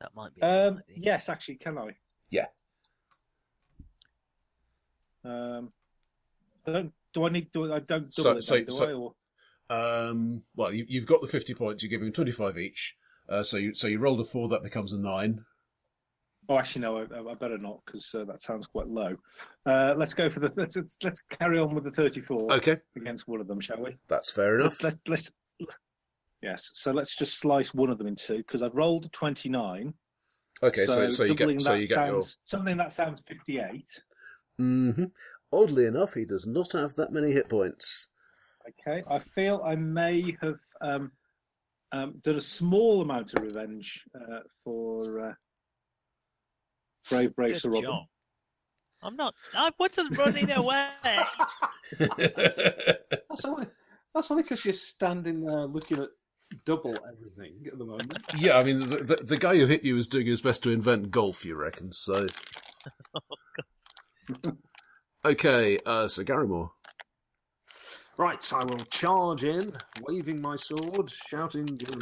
That might be. a good um, idea. yes, actually, can I? Yeah. Um, I don't. Do I need? Do I I don't double So- it? so- then, do so- I? Or, Um, well, you, you've got the fifty points. You're giving twenty five each. Uh, so you so you rolled a four, that becomes a nine. oh, actually, no. I, I better not because uh, that sounds quite low. Uh, let's go for the. Let's let's, let's carry on with the thirty-four Okay, against one of them, shall we? that's fair enough. Let's, let's, let's, yes. So let's just slice one of them in two because I've rolled a 29. Okay, so so, you doubling get so that you get your sounds, Something that sounds 58. Mm-hmm. Oddly enough, he does not have that many hit points. Okay. I feel I may have um, um, done a small amount of revenge uh, for uh, Brave Brave Good Sir Robin. job. I'm not. I wasn't running away. That's only that's only because you're standing there looking at double everything at the moment. yeah, I mean, the, the, the guy who hit you was doing his best to invent golf, you reckon? So. okay, uh, so Garrymore. Right, I will charge in, waving my sword, shouting um,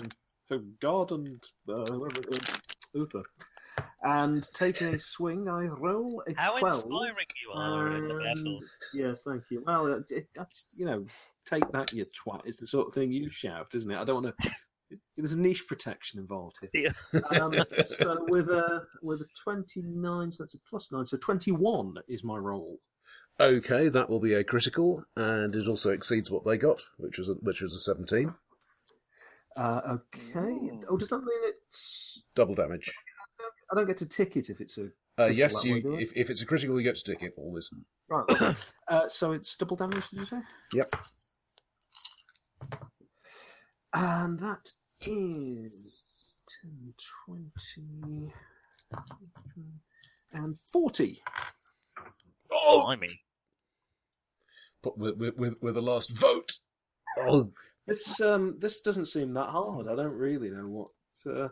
for God and uh, whoever it is, Uther. And taking a swing, I roll a How 12. inspiring you are in the battle. and- Yes, thank you. Well, uh, it, it, that's, you know, take that, you twat. It's the sort of thing you shout, isn't it? I don't want to. There's niche protection involved here. Um, so with a with a twenty nine, so that's a plus nine. So twenty one. 21 is my roll. Okay, that will be a critical, and it also exceeds what they got, which was a, which was a seventeen, Uh, okay. Oh, does that mean it's? double damage. I don't get to tick it if it's a Uh, Critical yes, that way, do you I? if, if it's a critical, you get to ticket always. right. okay. uh, so it's double damage. Did you say? Yep. And that is 10, 20, and 40. Oh, I mean, But with with- with with a last vote. Oh, This um, this doesn't seem that hard. I don't really know what uh,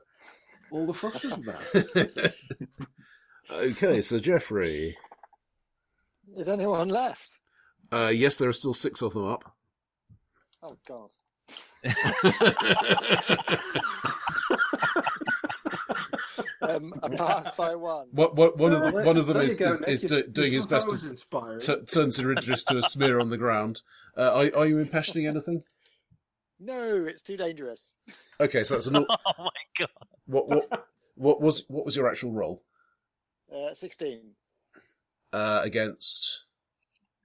all the fuss was about. okay, so Jeffrey. Is anyone left? Uh, yes, there are still six of them up. Oh God. Um, I passed by one. What, what, one of the, There- one of them Uh, there is, you go, is, Nick. is You- do, you doing his thought best that was to inspiring. t- turns her just to a smear on the ground. Uh, are, are you impassioning anything? No, it's too dangerous. Okay, so that's a nor- oh my god. what what what was what was your actual role Uh, 16, uh, against?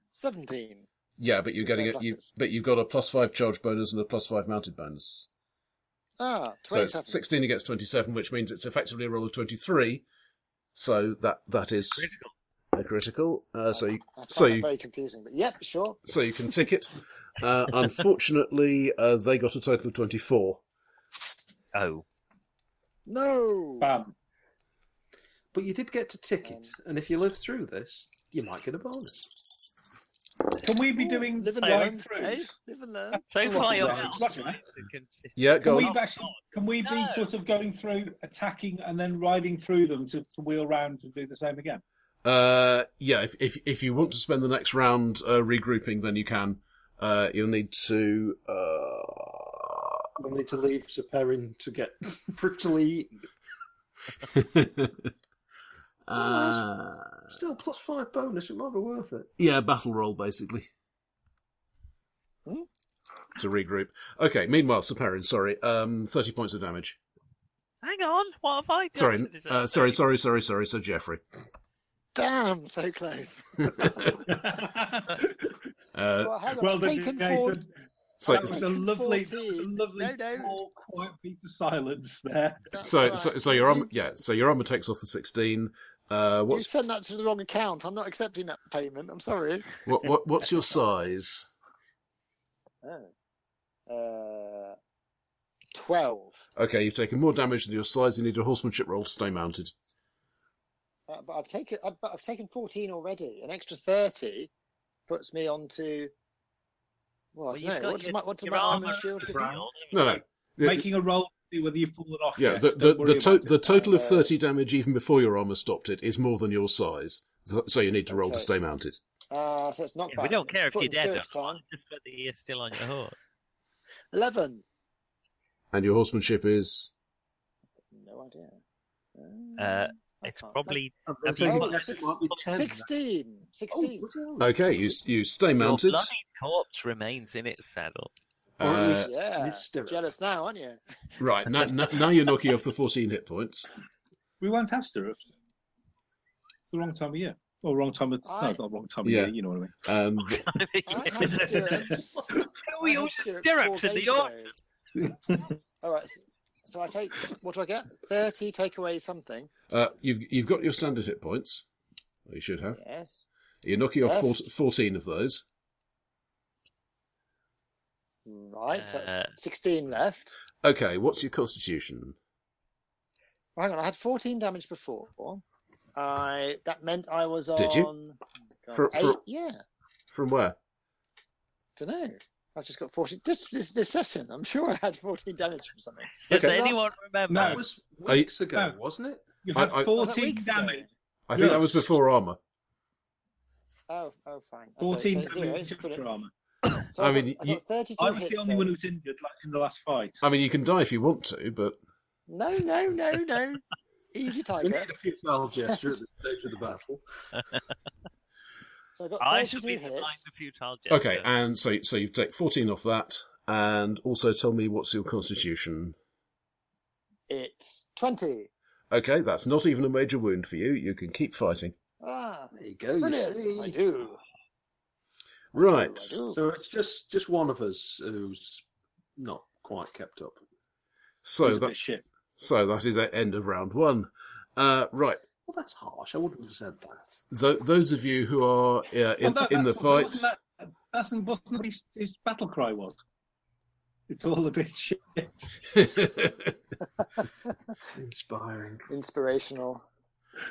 17. Yeah, but you're getting No it. You, pluses. but you've got a plus five charge bonus and a plus five mounted bonus. Ah, So 27. it's sixteen against twenty-seven, which means it's effectively a roll of twenty-three. So that that is Critical. a critical. Uh, so you, I find so that you very confusing, but yep, sure. so you can tick it. Uh, unfortunately, uh, they got a total of twenty-four. Oh, No. Bam. But you did get to tick it, Um, and if you live through this, you might get a bonus. Can we be doing Live and Play flying learn. throughs? eh? Live and learn. so That's a lot far of you're damage. out. That's right. Yeah, Can go we, on. bash- can we be No. sort of going through, attacking, and then riding through them to, to wheel round and do the same again? Uh, yeah, if, if if you want to spend the next round uh, regrouping, then you can. Uh, you'll need to. Uh... We'll need to leave Sir Perrin to get brutally eaten. uh, Still, plus five bonus, it might be worth it. yeah, battle roll basically. Hmm? To regroup. Okay. Meanwhile, Saparin, sorry, um, thirty points of damage. Hang on, what have I done? Sorry, to deserve uh, sorry, this? sorry, sorry, sorry. So Jeffrey. Damn, so close. Uh, well, hang on. well done, taken Jason. forward. so, that was a lovely, that was a 14. lovely, No, no. small, quiet piece of silence there. That's so, right. so, so your armor, yeah. So your armor takes off the sixteen. Uh, You what's sent that to the wrong account. I'm not accepting that payment. I'm sorry. what, what what's your size? Oh. Uh, Twelve. Okay, you've taken more damage than your size. You need a horsemanship roll to stay mounted. Uh, but I've taken I've, but I've taken fourteen already. An extra thirty puts me onto. Well, I Well, don't you've know. got What's your- my what's your my armor armor and shield? give me? Brown. No, no. The- Making a roll to see whether you've fallen off. yeah, yet, the so the, don't the, worry to- about it. the total of Uh, 30 damage, even before your armor stopped it, is more than your size. So- So you need to roll to Okay, stay so- mounted. Uh, so it's not Yeah, bad. we don't care if it's foot you're and dead. stirrups or not, time. Just whether you're still on your horse. Eleven. And your horsemanship is. No idea. Uh, Um, I it's can't- probably Oh, I've Have taken you- it as it might be 10. 16. Oh, 16. Okay, you s- you stay your mounted. bloody corpse remains in its saddle. Or at Uh, least yeah. this stirrup. Jealous now, aren't you? Right, now, now, now you're knocking off the 14 hit points. We won't have stirrups. It's the wrong time of year. Or wrong time of I- no, not wrong time of Yeah. year. You know what I mean. Um, I had stirrups. Who I had uses stirrups four stirrups in the days yard? ago. All right. So, so I take. What do I get? 30, take away something. uh, you've, you've got your standard hit points. Or You should have. Yes. You're knocking off 14 Yes. 14 of those. Right. so Uh, that's 16 left. Okay, what's your constitution? Well, hang on. I had 14 damage before. I That meant I was on. oh Did you? God, For- eight? for- Yeah. From where? Don't know. I've just got 14. This, this, this session, I'm sure I had 14 damage from something. Does Okay. anyone remember? That No. was Are you- weeks ago, No. wasn't it? You I- had I- Was that 14 weeks ago? damage. I think that was Yes. before armor. Oh, oh, fine. Okay, 14 so zero, damage so put it- extra armor. So I I mean, mean, got, I you- got 32 I was hits the only then. one who was injured like, in the last fight. I mean, you can die if you want to, but No, no, no, no. Easy We tiger. need a futile gesture at the stage of the battle. So I got I should 32 be supplying the hits. futile gesture. okay. And so, so you take fourteen off that, and also tell me what's your constitution. It's 20. Okay, that's not even a major wound for you. You can keep fighting. Ah, There you go. You brilliant. I see. do. Right. I do. So it's just just one of us who's not quite kept up. So It's a bit that shit. so that is the end of round one. Uh, right. Well, that's harsh. I wouldn't have said that. Th- those of you who are uh, in, Although in the that's what- fight, wasn't that- That's wasn't that his, his battle cry was. It's all a bit shit. Inspiring. Inspirational.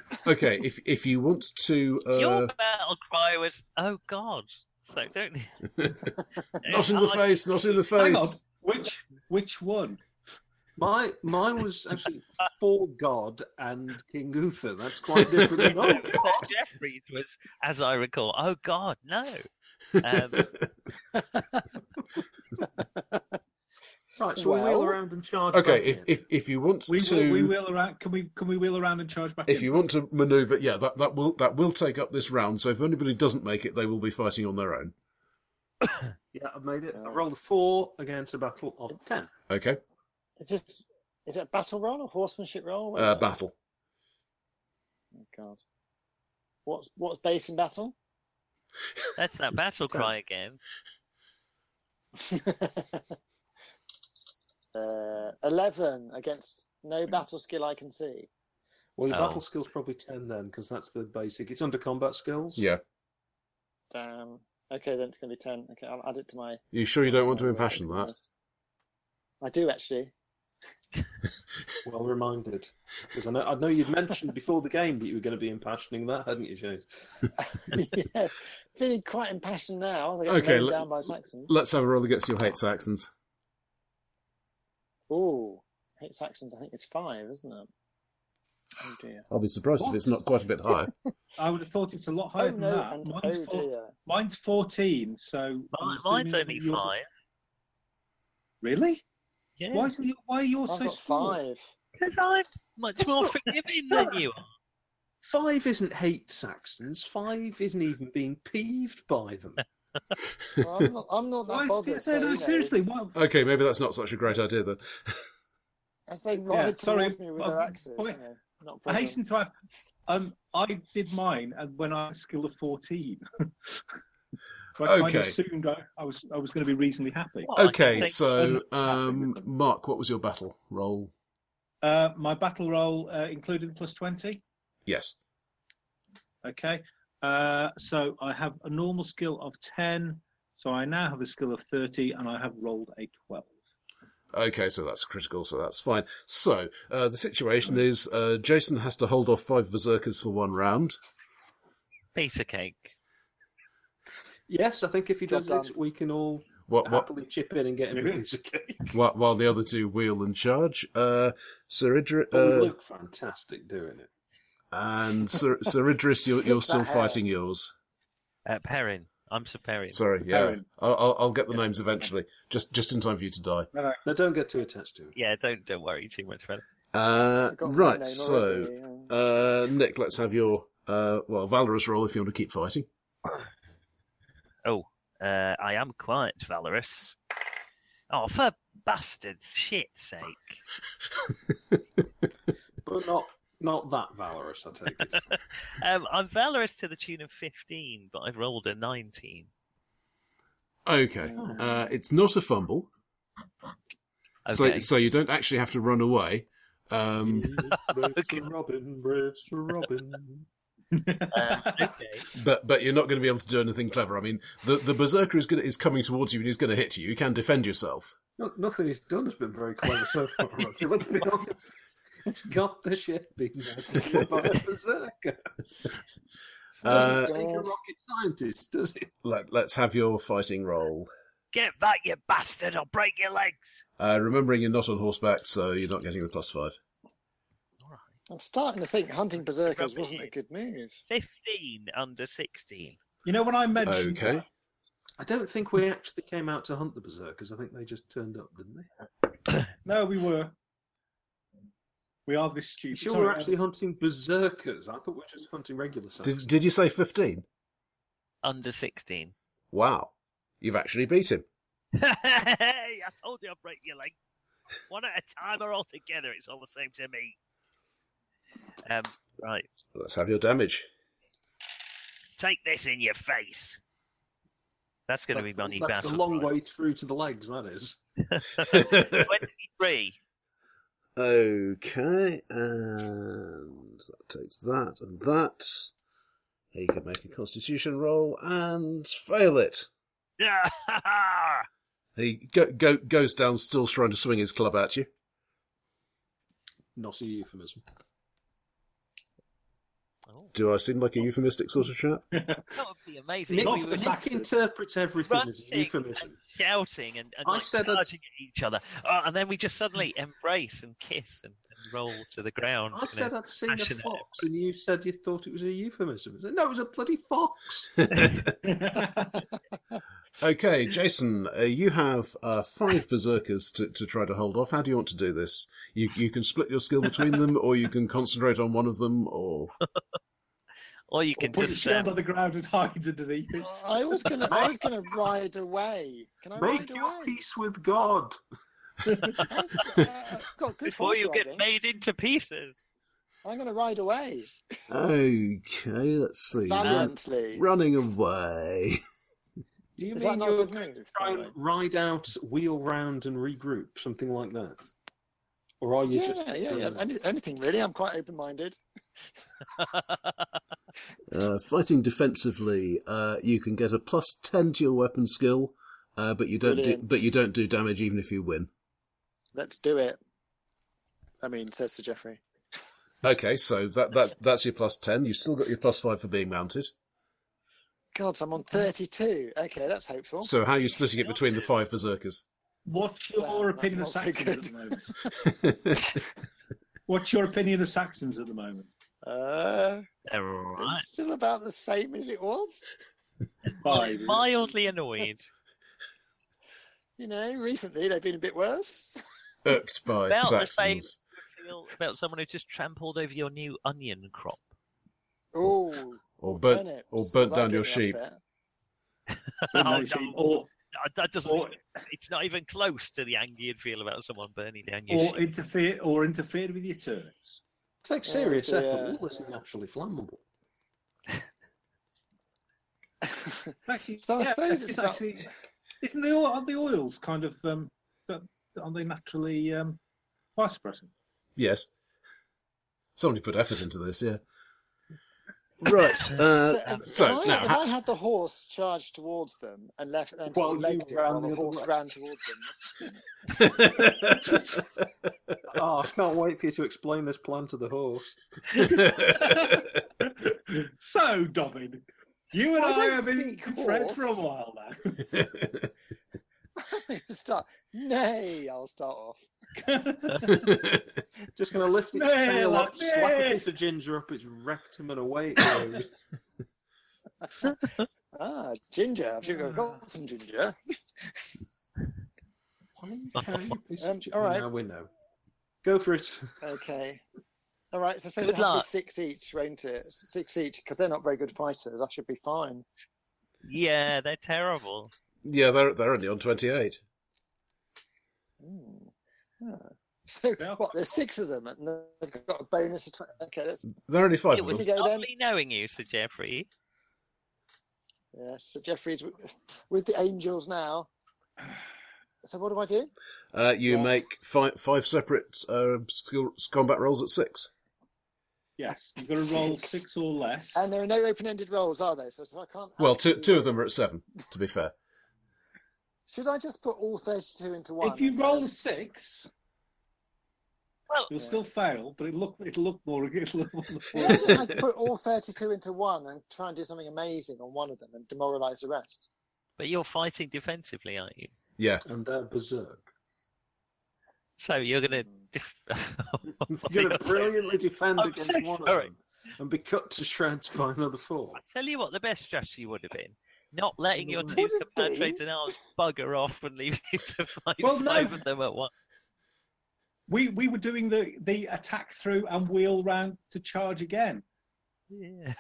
okay. If if you want to, Your uh, battle cry was, "Oh God!" So don't. not in the face, not in the Hang on, face. which which one? My mine was actually for God and King Uther. That's quite different. than- oh, So Jeffries was, as I recall, "Oh God, no!" Um, right, so we Well- wheel around and charge. Okay. back If in. if if you want We to, will, we wheel around. Can we can we wheel around and charge back? If in? you want to manoeuvre, yeah, that, that will that will take up this round. So if anybody doesn't make it, they will be fighting on their own. yeah, I've made it. I rolled a four against a battle of ten. Okay, Is this. Is it a battle roll or horsemanship roll? What is uh, it? battle. Oh, God. What's, what's base in battle? that's that battle cry again. uh, 11 against no battle skill I can see. Well, your Oh. battle skill's probably ten then, because that's the basic. It's under combat skills. Yeah, Damn. Okay, then it's going to be 10. Okay, I'll add it to my. you sure you don't want to my impassion ranking that? list. I do actually. Well reminded, because I know I know you'd mentioned before the game that you were going to be impassioning that, hadn't you, James? yes. Feeling quite impassioned now. as I got Okay, okay, let- down by Saxons. Let's have a roll against your hate Saxons. Ooh, hate Saxons, I think it's five, isn't it? Oh dear. I'll be surprised if What? it's not quite a bit higher. I would have thought it's a lot higher Oh than no, that. and mine's, oh four- dear. mine's fourteen. So I'm Mine- Mine's assuming only yours- five. Really? Yeah, Why is it, why are yours I've so got small? five. because I'm much That's more not- forgiving than you are. Five isn't hate Saxons. Five isn't even being peeved by them. Well, I'm not, I'm not Why that is bothered. it, no, So, no, you know, seriously, why, Okay, maybe that's not such a great idea then. As they Yeah, ride sorry, towards me with but- their axes, but- you know, not a I problem. hasten to add, um, I did mine and when I had a skill of 14. so I kind Okay. of assumed I, I was I was going to be reasonably happy. Well, Oh, I can Okay, take- so um, Mark, what was your battle roll? Uh, my battle roll uh, included plus 20. Yes. Okay. Uh, so I have a normal skill of 10. So I now have a skill of 30 and I have rolled a 12. Okay, so that's critical, so that's fine. So, uh, the situation is uh, Jason has to hold off five berserkers for one round. Piece of cake. Yes, I think if he Job does done. it, we can all What, Mm-hmm. what, happily chip in and get him a piece of cake. while, while the other two wheel and charge. Uh, Sir Idris Oh, uh, look fantastic doing it. and Sir, Sir Idris, you're, you're still fighting yours. Uh, Perrin. I'm Sir Perrin. Sorry, yeah, Perrin. I'll, I'll, I'll get the names eventually. Just just in time for you to die. No, don't get too attached to him. Yeah, don't don't worry too much about it. Uh, Forgotten my right, name so already, yeah. uh, Nick, let's have your uh, well valorous roll if you want to keep fighting. Oh, uh, I am quite valorous. Oh, for bastards' shit's sake. But not not that valorous, I take it. Um, I'm valorous to the tune of 15, but I've rolled a 19. Okay, uh, it's not a fumble, so Okay. so you don't actually have to run away. Um, Sir Robin, brave Sir Robin. Um, okay. but but you're not going to be able to do anything clever. I mean, the, the berserker is going is coming towards you and he's going to hit you. You can defend yourself. No, nothing he's done has been very clever so far, Roger. Let's be honest. He's got the shit being out by a berserker. Uh, Doesn't take a rocket scientist, does it? let, let's have your fighting roll. Get back, you bastard! I'll break your legs. Uh, remembering you're not on horseback, so you're not getting the plus five. I'm starting to think hunting berserkers wasn't a Rubbish. good move. 15 under 16. You know when I mentioned Okay. that, I don't think we actually came out to hunt the berserkers. I think they just turned up, didn't they? No, we were. We are this You stupid. sure Sorry, we're actually hunting berserkers? I thought we were just hunting regular Did, scientists. did you say 15? Under 16. Wow. You've actually beat him. hey, I told you I'd break your legs. One at a time or all together, it's all the same to me. Um, right. Let's have your damage. Take this in your face. That's going to be That- money That's battle. a long right? way through to the legs, that is. 23. okay, and that takes that and that. He can make a constitution roll and fail it. Oh, He go, go, goes down, still trying to swing his club at you. Not a euphemism. Oh, Do I seem like a euphemistic sort of chap? that would be amazing. Nick, if we Nick were interprets everything as a Running euphemism. shouting and, and I like, said I'd- charging at each other. Oh, and then we just suddenly embrace and kiss and, and roll to the ground. I in a said I'd seen a passionate- fox, and you said you thought it was a euphemism. I said, no, it was a bloody fox. Okay, Jason, uh, you have uh, five berserkers to, to try to hold off. How do you want to do this? You you can split your skill between them, or you can concentrate on one of them, or Or you can Put your just. shield um, on the ground and hide underneath it. I was gonna, I was gonna ride away. Can I Make ride your away? peace with God. I was gonna- uh, I've got good before horse you get riding. made into pieces. I'm gonna ride away okay, let's see. valiantly. Running away. Do you Is mean that not a you're good going to move? try and ride out, wheel round, and regroup, something like that? Or are you Yeah, just. yeah, yeah. Any, anything really? I'm quite open-minded. Uh, fighting defensively, uh, you can get a plus ten to your weapon skill, uh, but you don't do, Brilliant. but you don't do damage even if you win. Let's do it. I mean, says Sir Geoffrey. Okay, so that, that that's your plus ten. You've still got your plus five for being mounted. God, I'm on 32. Okay, that's hopeful. So how are you splitting it between the five berserkers? What's Well, your that's opinion of not so Saxons good. at the moment? What's your opinion of Saxons at the moment? Uh, They're it's alright. still about the same as it was. Five. is it? Mildly annoyed. You know, recently they've been a bit worse. Irked by About the same. Saxons. Feel about someone who just trampled over your new onion crop. Oh, or burnt turnips. or burnt Well, down that your gets sheep. upset. Or no Oh, sheep, no. Or, Uh, That doesn't. or, It's not even close to the anger you'd feel about someone burning down your or shit. interfere or interfere with your turnips. Take Oh, serious dear. effort. All this is naturally flammable. Actually, So I suppose it's about- actually isn't the oil aren't the oils kind of um but aren't they naturally um fire suppressant? Yes. Somebody put effort into this, yeah. Right. Uh, have so I, now, have ha- I had the horse charge towards them and left and While you legged it ran while the the other horse way. ran towards them? Oh, I can't wait for you to explain this plan to the horse. so, Dobbin, you and I I, don't have been speak friends for a horse. while now. You start. Nay, I'll start off. Just going to lift its Nay, tail up, lad, slap a nay. piece of ginger up its rectum and away it goes. Ah, ginger. I've got- I've Ah. got some ginger. Why you carrying a piece of Um, gi- all right. Now we know. Go for it. Okay. All right. So I suppose Good it has to be luck. six each, won't it? Six each because they're not very good fighters. I should be fine. Yeah, they're terrible. yeah, they're they're only on twenty eight. Mm. Ah. So what? There's six of them, and they've got a bonus. Of tw- okay, that's They're only five It of was them. you go then. lovely knowing you, Sir Geoffrey. yeah. So Jeffrey's with, with the angels now. So what do I do? Uh, you make five five separate uh, skill combat rolls at six. Yes, you've got to roll Six. six or less. And there are no open-ended rolls, are there? So, so I can't. Well, two actually two of roll. them are at seven. To be fair, Should I just put all thirty-two into one? if you roll a six, Well, you'll Yeah. still fail, but it'll look it'll look more it'll look more. Why don't I put all thirty-two into one and try and do something amazing on one of them and demoralise the rest? but you're fighting defensively, aren't you? yeah. And they're berserk. So you're going to. Mm. Def- You're going to brilliantly defend I'm against so one sorry. of them and be cut to shreds by another four. I tell you what, the best strategy would have been not letting your Mm. Would two it be? compatriots and ours bugger off and leave you to fight Well, no. five of them at once. we we were doing the the attack through and wheel round to charge again. Yeah.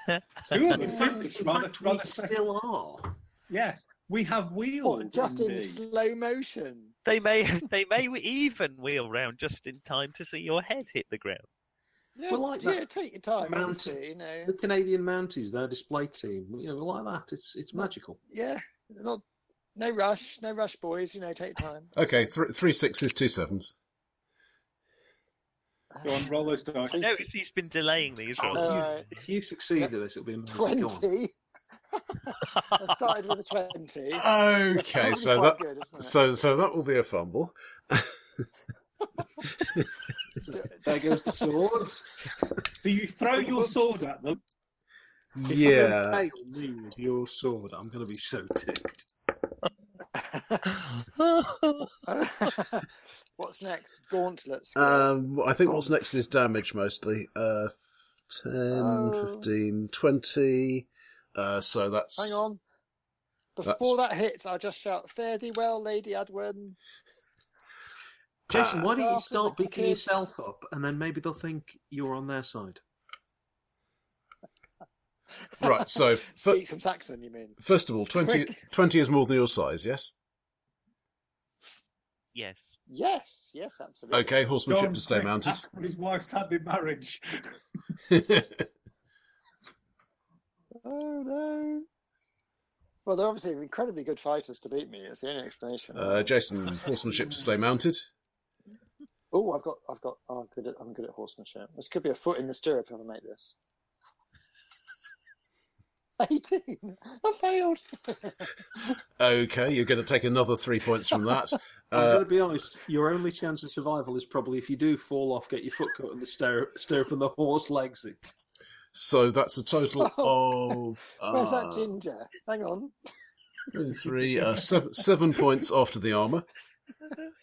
Two of In us, fact, in it's rather- fact, we rather- still are. Yes, we have wheels. What, just in indeed. slow motion. They may they may even wheel round just in time to see your head hit the ground. Yeah, We're like yeah. that Take your time, mountain- honestly. You know. The Canadian Mounties, their display team, you know, like that. It's it's magical. Yeah. Not. No rush. No rush, boys. You know, take your time. Okay, th- three sixes, two sevens. Go on, roll those dice. I notice he's been delaying these. rolls. Alright. If you succeed at this, it'll be amazing. Go on. Twenty. I started with a twenty. That's Okay, probably so that quite good, isn't it? so so that will be a fumble. There goes the sword. So you throw your sword at them. If you don't Yeah, impale me with your sword, I'm going to be so ticked. Oh. What's next? Gauntlet. skill. um, I think what's next is damage mostly. Uh, f- 10, Oh. 15, 20. Uh, so that's Hang on. Before that hits, I'll just shout, Fare thee well, Lady Adwin. Jason, why don't you After start the picking kids. yourself up, and then maybe they'll think you're on their side. right. So fir- Speak some Saxon, you mean? first of all, 20, Quick. 20 is more than your size. Yes. Yes. Yes, yes, absolutely. Okay, horsemanship John to stay Crick mounted. Asked for his wife's hand in marriage. Oh, no. Well, they're obviously incredibly good fighters to beat me. It's the only explanation. uh, Jason, horsemanship to stay mounted. oh, I've got, I've got, oh, I'm good at, I'm good at horsemanship. This could be a foot in the stirrup if I make this. 18. I failed. Okay, you're going to take another three points from that. I'm Uh, going to be honest. Your only chance of survival is probably if you do fall off, get your foot caught in the stirrup, stirrup and the horse legs it. so that's a total of Oh. Where's that uh, ginger? Hang on. three, uh, seven, seven points after the armor.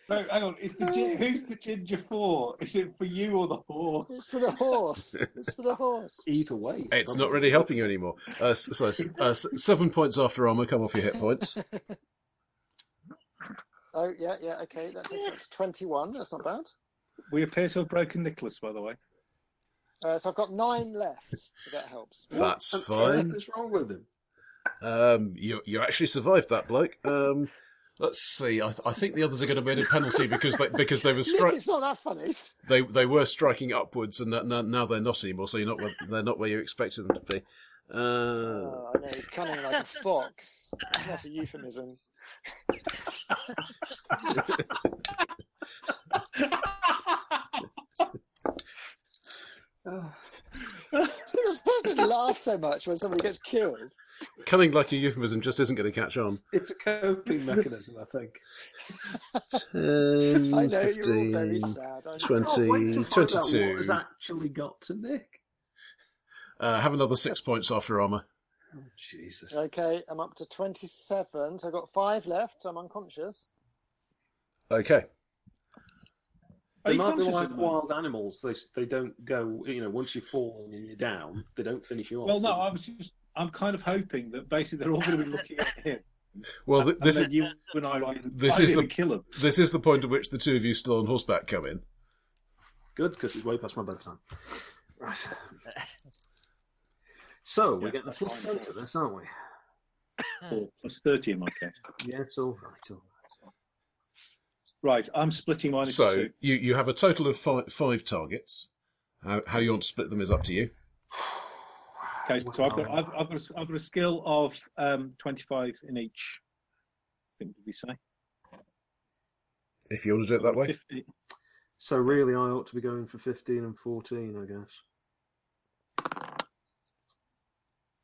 So hang on, is the gin, who's the ginger for? Is it for you or the horse? It's for the horse. It's for the horse. Either way, It's not probably- really helping you anymore. Uh, s- so s- uh, s- seven points after armor. Come off your hit points. Oh, yeah, yeah, okay. That's, that's 21. That's not bad. We appear to have broken Nicholas, by the way. Uh, so I've got nine left. If that helps. That's What on earth fine. is wrong with him? Um, you you actually survived that, bloke. Um, let's see. I, th- I think the others are going to be in a penalty because they because they were Nick, stri- it's not that funny. they they were striking upwards, and that- now, now they're not anymore. So you're not where, they're not where you expected them to be. Uh, Oh, I know, cunning like a fox. It's not a euphemism. So you're supposed to laugh so much when somebody gets killed. Cunning like a euphemism just isn't going to catch on. It's a coping mechanism, I think. 10, I know you're all 15, very sad. I know. 20, Can't wait to find out what 22. has actually got to Nick. Uh, have another six points after armour. Oh, Jesus. Okay, I'm up to 27, so I've got five left. I'm unconscious. Okay. Are They you might be conscious at like the moment? wild animals. They they don't go. You know, once you fall and you're down, they don't finish you off. Well, no, I was just. I'm kind of hoping that basically they're all going to be looking at him. Well, th- this, and then you and I like, this I'm is gonna the- kill him. this is the point at which the two of you still on horseback come in. Good, because it's way past my bedtime. Right. So we're Yes, getting a that's plus fine. ten to this, aren't we? Or plus thirty in my case. Yes, all right, all right. Right, I'm splitting mine into So two. you, you have a total of five, five targets. How, how you want to split them is up to you. Okay, so I've got I've, I've got a, I've got a skill of um, twenty-five in each. I think did we say If you want to do it that way. 50. So really, I ought to be going for fifteen and fourteen, I guess.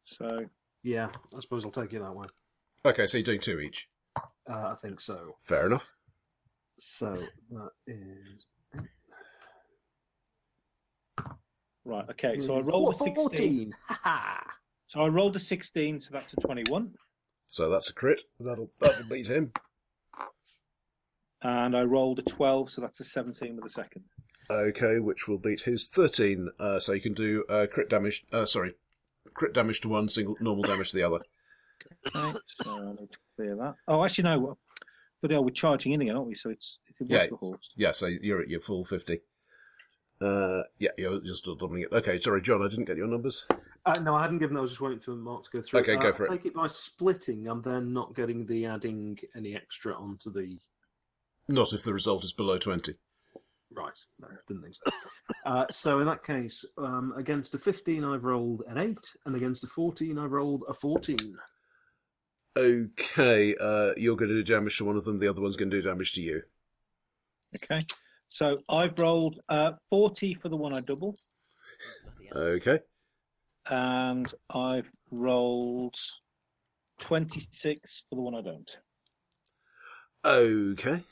So Yeah, I suppose I'll take it that way. Okay, so you're doing two each. Uh, I think so. Fair enough. So that is right, okay. So Mm. I rolled a sixteen. Ha ha. So I rolled a sixteen. So that's a twenty-one, So that's a crit. That'll, that'll beat him. and I rolled a twelve. So that's a seventeen with a second. Okay, which will beat his 13. Uh, so you can do uh, crit damage. Uh, sorry, crit damage to one, single normal damage to the other. Okay, so I need to clear that. Oh, actually no. But yeah, we're charging in again, aren't we? So it's it was Yeah. the horse. Yeah, so you're at your full 50. Uh, yeah, you're, you're still doubling it. Okay, sorry, John, I didn't get your numbers. Uh, no, I hadn't given. that, I was just waiting for Mark to go through. Okay, Uh, go for I it. Take it by splitting. I'm then not getting the adding any extra onto the Not if the result is below 20. Right. No, didn't think so. Uh, so in that case, um, against a 15, I've rolled an 8, and against a 14, I've rolled a 14. Okay, uh, you're going to do damage to one of them, the other one's going to do damage to you. Okay. So I've rolled uh, forty for the one I double. Okay. and I've rolled 26 for the one I don't. Okay.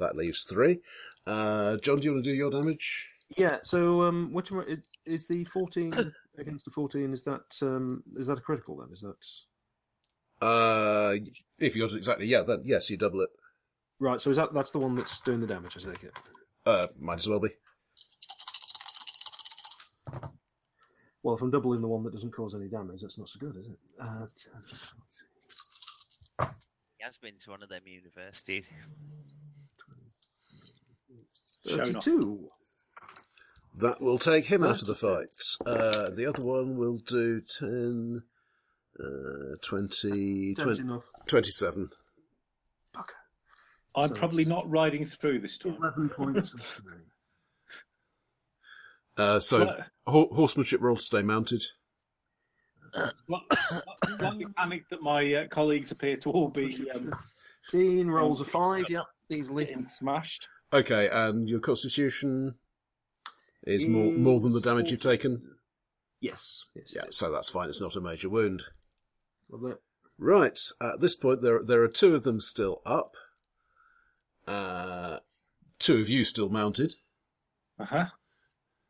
That leaves three. Uh, John, do you want to do your damage? Yeah, so um, which one is- is the 14 against a 14? Is that um, is that a critical then? Is that Uh, if you want it exactly, yeah, then yes, you double it. right? So is that that's the one that's doing the damage? I take it. Uh, might as well be. Well, if I'm doubling the one that doesn't cause any damage, that's not so good, is it? Uh, t- He has been to one of them universities. 32. That will take him out of the fight. Uh, the other one will do 10, uh, 20, Damage 20 enough. 27. Fuck. I'm So probably not riding through this time. 11 points. of damage. Uh, so, Sli- ho- horsemanship roll to stay mounted. sli- Slightly panicked that my uh, colleagues appear to all be um, 15 rolls a 5, yeah, easily. getting smashed. Okay, and your constitution is more, more than the damage you've taken? Yes. yes Yeah, so that's fine. It's not a major wound. Love that. Right. At this point, there there are two of them still up. Uh, two of you still mounted. Uh huh.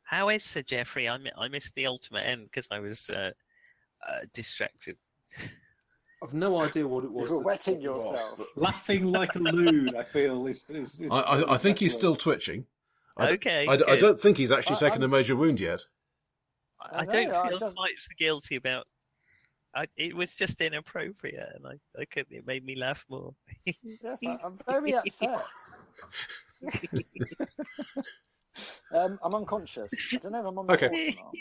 How is Sir Geoffrey? I, mi- I missed the ultimate end because I was uh, uh, distracted. I've no idea what it was. You're that- wetting yourself. Laughing like a loon, I feel. Is, is, is I I, I think he's still twitching. I d- Okay, I, d- I good. don't think he's actually I- taken I'm- a major wound yet. I, I I know, don't I feel just- quite so guilty about. I, it was just inappropriate, and I, I couldn't. It made me laugh more. Yes, I, I'm very upset. um, I'm unconscious. I don't know if I'm on the Okay. horse or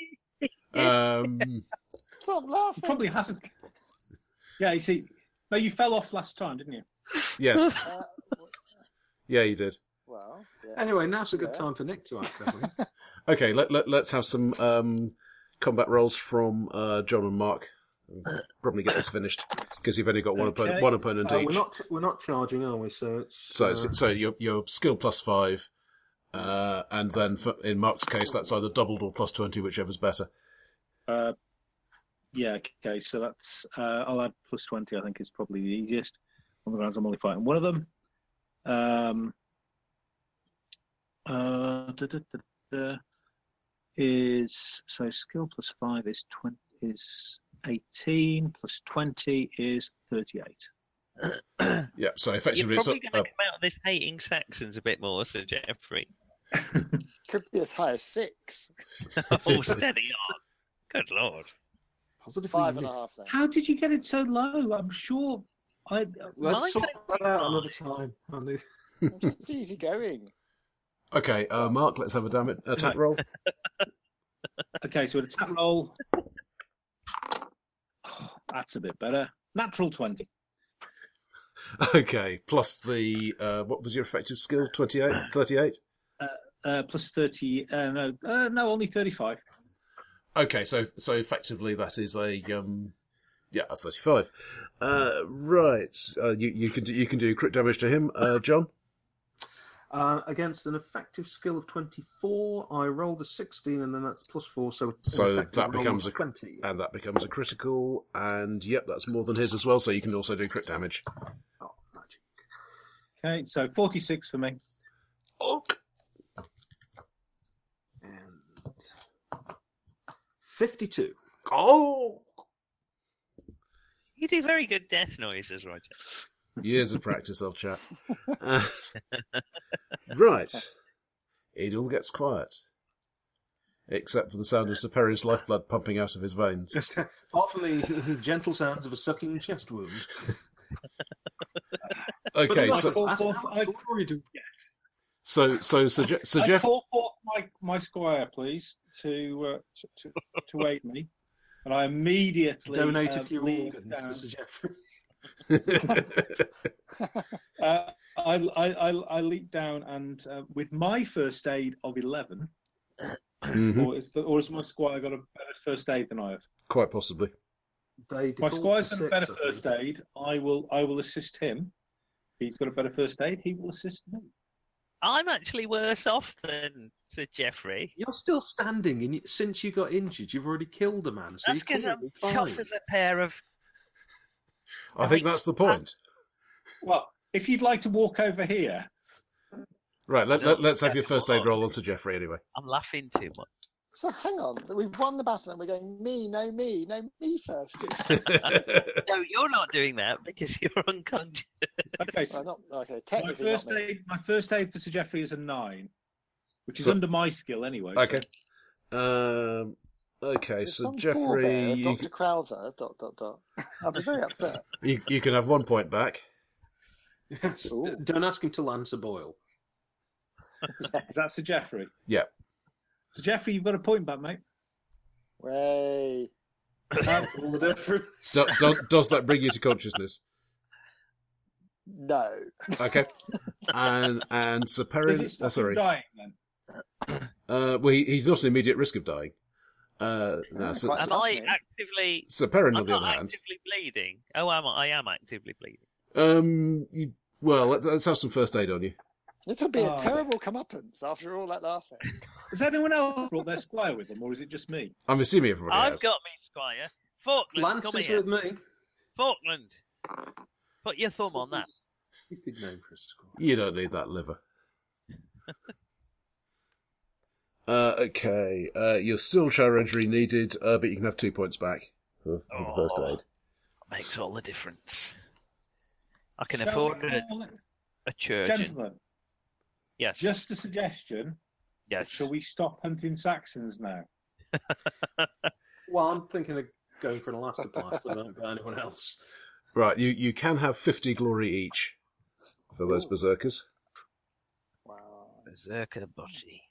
not. Um, Stop He laughing. probably hasn't. Yeah, you see. No, you fell off last time, didn't you? yes. Uh, Yeah, you did. well, yeah. Anyway, now's a good Yeah. time for Nick to act, Uh, I think. Okay. Let let us have some um, combat rolls from uh, John and Mark. Probably get this finished because you've only got one opponent. Okay. One opponent Uh, each. we're not we're not charging, are we? So it's So uh, so your your skill plus five, Uh, and then for, in Mark's case, that's either doubled or plus 20, whichever's better. Uh, yeah, okay, so that's. Uh, I'll add plus 20, I think is probably the easiest. On the grounds, I'm only fighting one of them. Um, uh, da, da, da, da, is. So skill plus 5 is 20, is 18, plus 20 is 38. Yeah, so effectively You're it's uh, probably up- going to up- come out of this hating Saxons a bit more, Sir Geoffrey. Could be as high as six. oh, steady on. Good lord. Positively Five and a unique. half then. How did you get it so low? I'm sure. I Let's Why sort don't that we out not? another time. Andy. Just easy going. Okay, uh, Mark, let's have a damn it, attack roll. Okay, so an attack roll. Oh, that's a bit better. Natural 20. okay, plus the, uh, what was your effective skill? 28? 38? Uh, plus 30. Uh, no, uh, no, only 35. Okay, so so effectively that is a um, yeah, a thirty-five. Uh, right, uh, you you can do, you can do crit damage to him, uh, John. Uh, against an effective skill of 24, I rolled a 16, and then that's plus 4, so an So effective that roll becomes of a uh, cr- 20. And that becomes a critical, and yep, that's more than his as well. So you can also do crit damage. Oh, magic. Okay, so 46 for me. And 52. Oh, You do very good death noises, Roger. years of practice, old chap. Uh, right, it all gets quiet, except for the sound of Superior's lifeblood pumping out of his veins. Just, apart from the, the gentle sounds of a sucking chest wound. But Okay, not so all- so- how much glory do we get? so so so, Je- so Jeff. I call forth my, my squire, please, to, uh, to, to to aid me, and I immediately Donate uh, a few um, lean organs to down. Sir Geoffrey. Uh, I, I, I, I leap down and uh, with my first aid of 11, Mm-hmm. Mhm, or, is the, or has my squire got a better first aid than I have? Quite possibly. They My default squire's to got six, I a better think. first aid. I will I will assist him. He's got a better first aid. He will assist me. I'm actually worse off than Sir Geoffrey. You're still standing, and you- since you got injured, you've already killed a man. So That's you're because I'm clearly tough fine. as a pair of. I think that's the point. Well, if you'd like to walk over here, Right, let, No, let, us have your that's first not aid roll on. on Sir Geoffrey anyway. I'm laughing too much. So hang on, we've won the battle and we're going me, no me, no me first. No, you're not doing that because you're unconscious. okay. So Well, not, okay, my technically first not me. aid my first aid for Sir Geoffrey is a nine, which is So- under my skill anyway. so- okay. Um, okay, There's so some Geoffrey, forebear of you, Dr. Crowther, dot, dot, dot. I'll be very upset. you, you can have one point back. Yes, d- Ooh. Don't ask him to lance a boil. Is that Sir Geoffrey? Yeah. Sir Geoffrey, you've got a point back, mate. Way. That will all the difference. Do, do, does that bring you to consciousness? No. Okay. And and Sir Does Perrin, it stop uh, him sorry, dying then? uh, well, he, he's not at immediate risk of dying. Uh, no, Oh, Sir, Sir, Am quite sad. I Lovely. actively? Sir Perrin, on I'm the not other hand, actively bleeding. Oh, am I? I am actively bleeding. um, you, well, let, us have some first aid on you. This would be Oh. a terrible comeuppance after all that laughing. Has anyone else brought their squire with them, or is it just me? I'm assuming everybody I've has. got me, Squire. Falkland, Lance come is here. with me. Falkland. Put your thumb on that. Stupid name for a squire. You don't need that liver. uh, okay, uh, you're still shower injury needed, uh, but you can have two points back for, for the first Oh. aid. Makes all the difference. I can Shall we afford a, call it? a church. Gentlemen, yes. just a suggestion. yes. Shall we stop hunting Saxons now? Well, I'm thinking of going for an elastoplast. I don't buy anyone else. Right, you, you can have 50 glory each for those berserkers. Wow. Berserker body.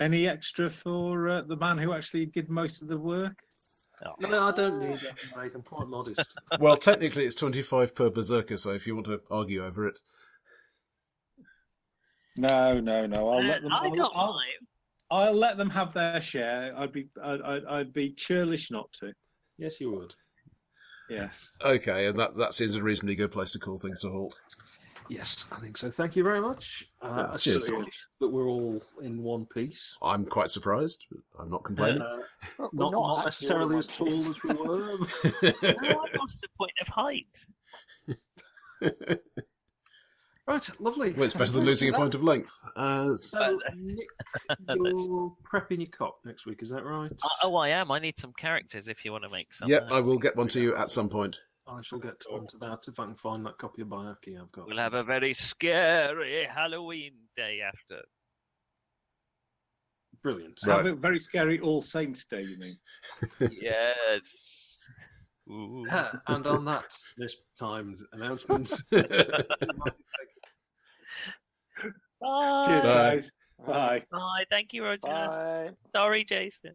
Any extra for uh, the man who actually did most of the work? Oh, No, I don't need that, mate. I'm quite modest. well, technically it's 25 per berserker, so if you want to argue over it. No, no, no. I'll let them. Uh, I I'll, don't I'll, mind. I'll let them have their share. I'd be, I'd, I'd, I'd be churlish not to. Yes, you would. Yes. Okay, and that, that seems a reasonably good place to call things to halt. Yes, I think so. Thank you very much. Uh, Yeah, assuming cheers. that we're all in one piece. I'm quite surprised. but I'm not complaining. Uh, Well, we're not, not actually all necessarily in as tall one piece. as we were. Well, I lost the point of height. right, lovely. well, it's better than losing a point of length. Uh, s- So, Nick, you're prepping your cop next week, is that right? Uh, oh, I am. I need some characters if you want to make some. yeah, I will get one to you at some point. I shall get onto that if I can find that copy of Biaki I've got. We'll have a very scary Halloween day after. Brilliant. Right. Have a very scary All Saints Day, you mean? yes. Ooh. Uh, and on that, this time's announcements. Bye. Cheers, Bye. guys. Bye. Uh, Bye. Thank you, Roger. Bye. Sorry, Jason.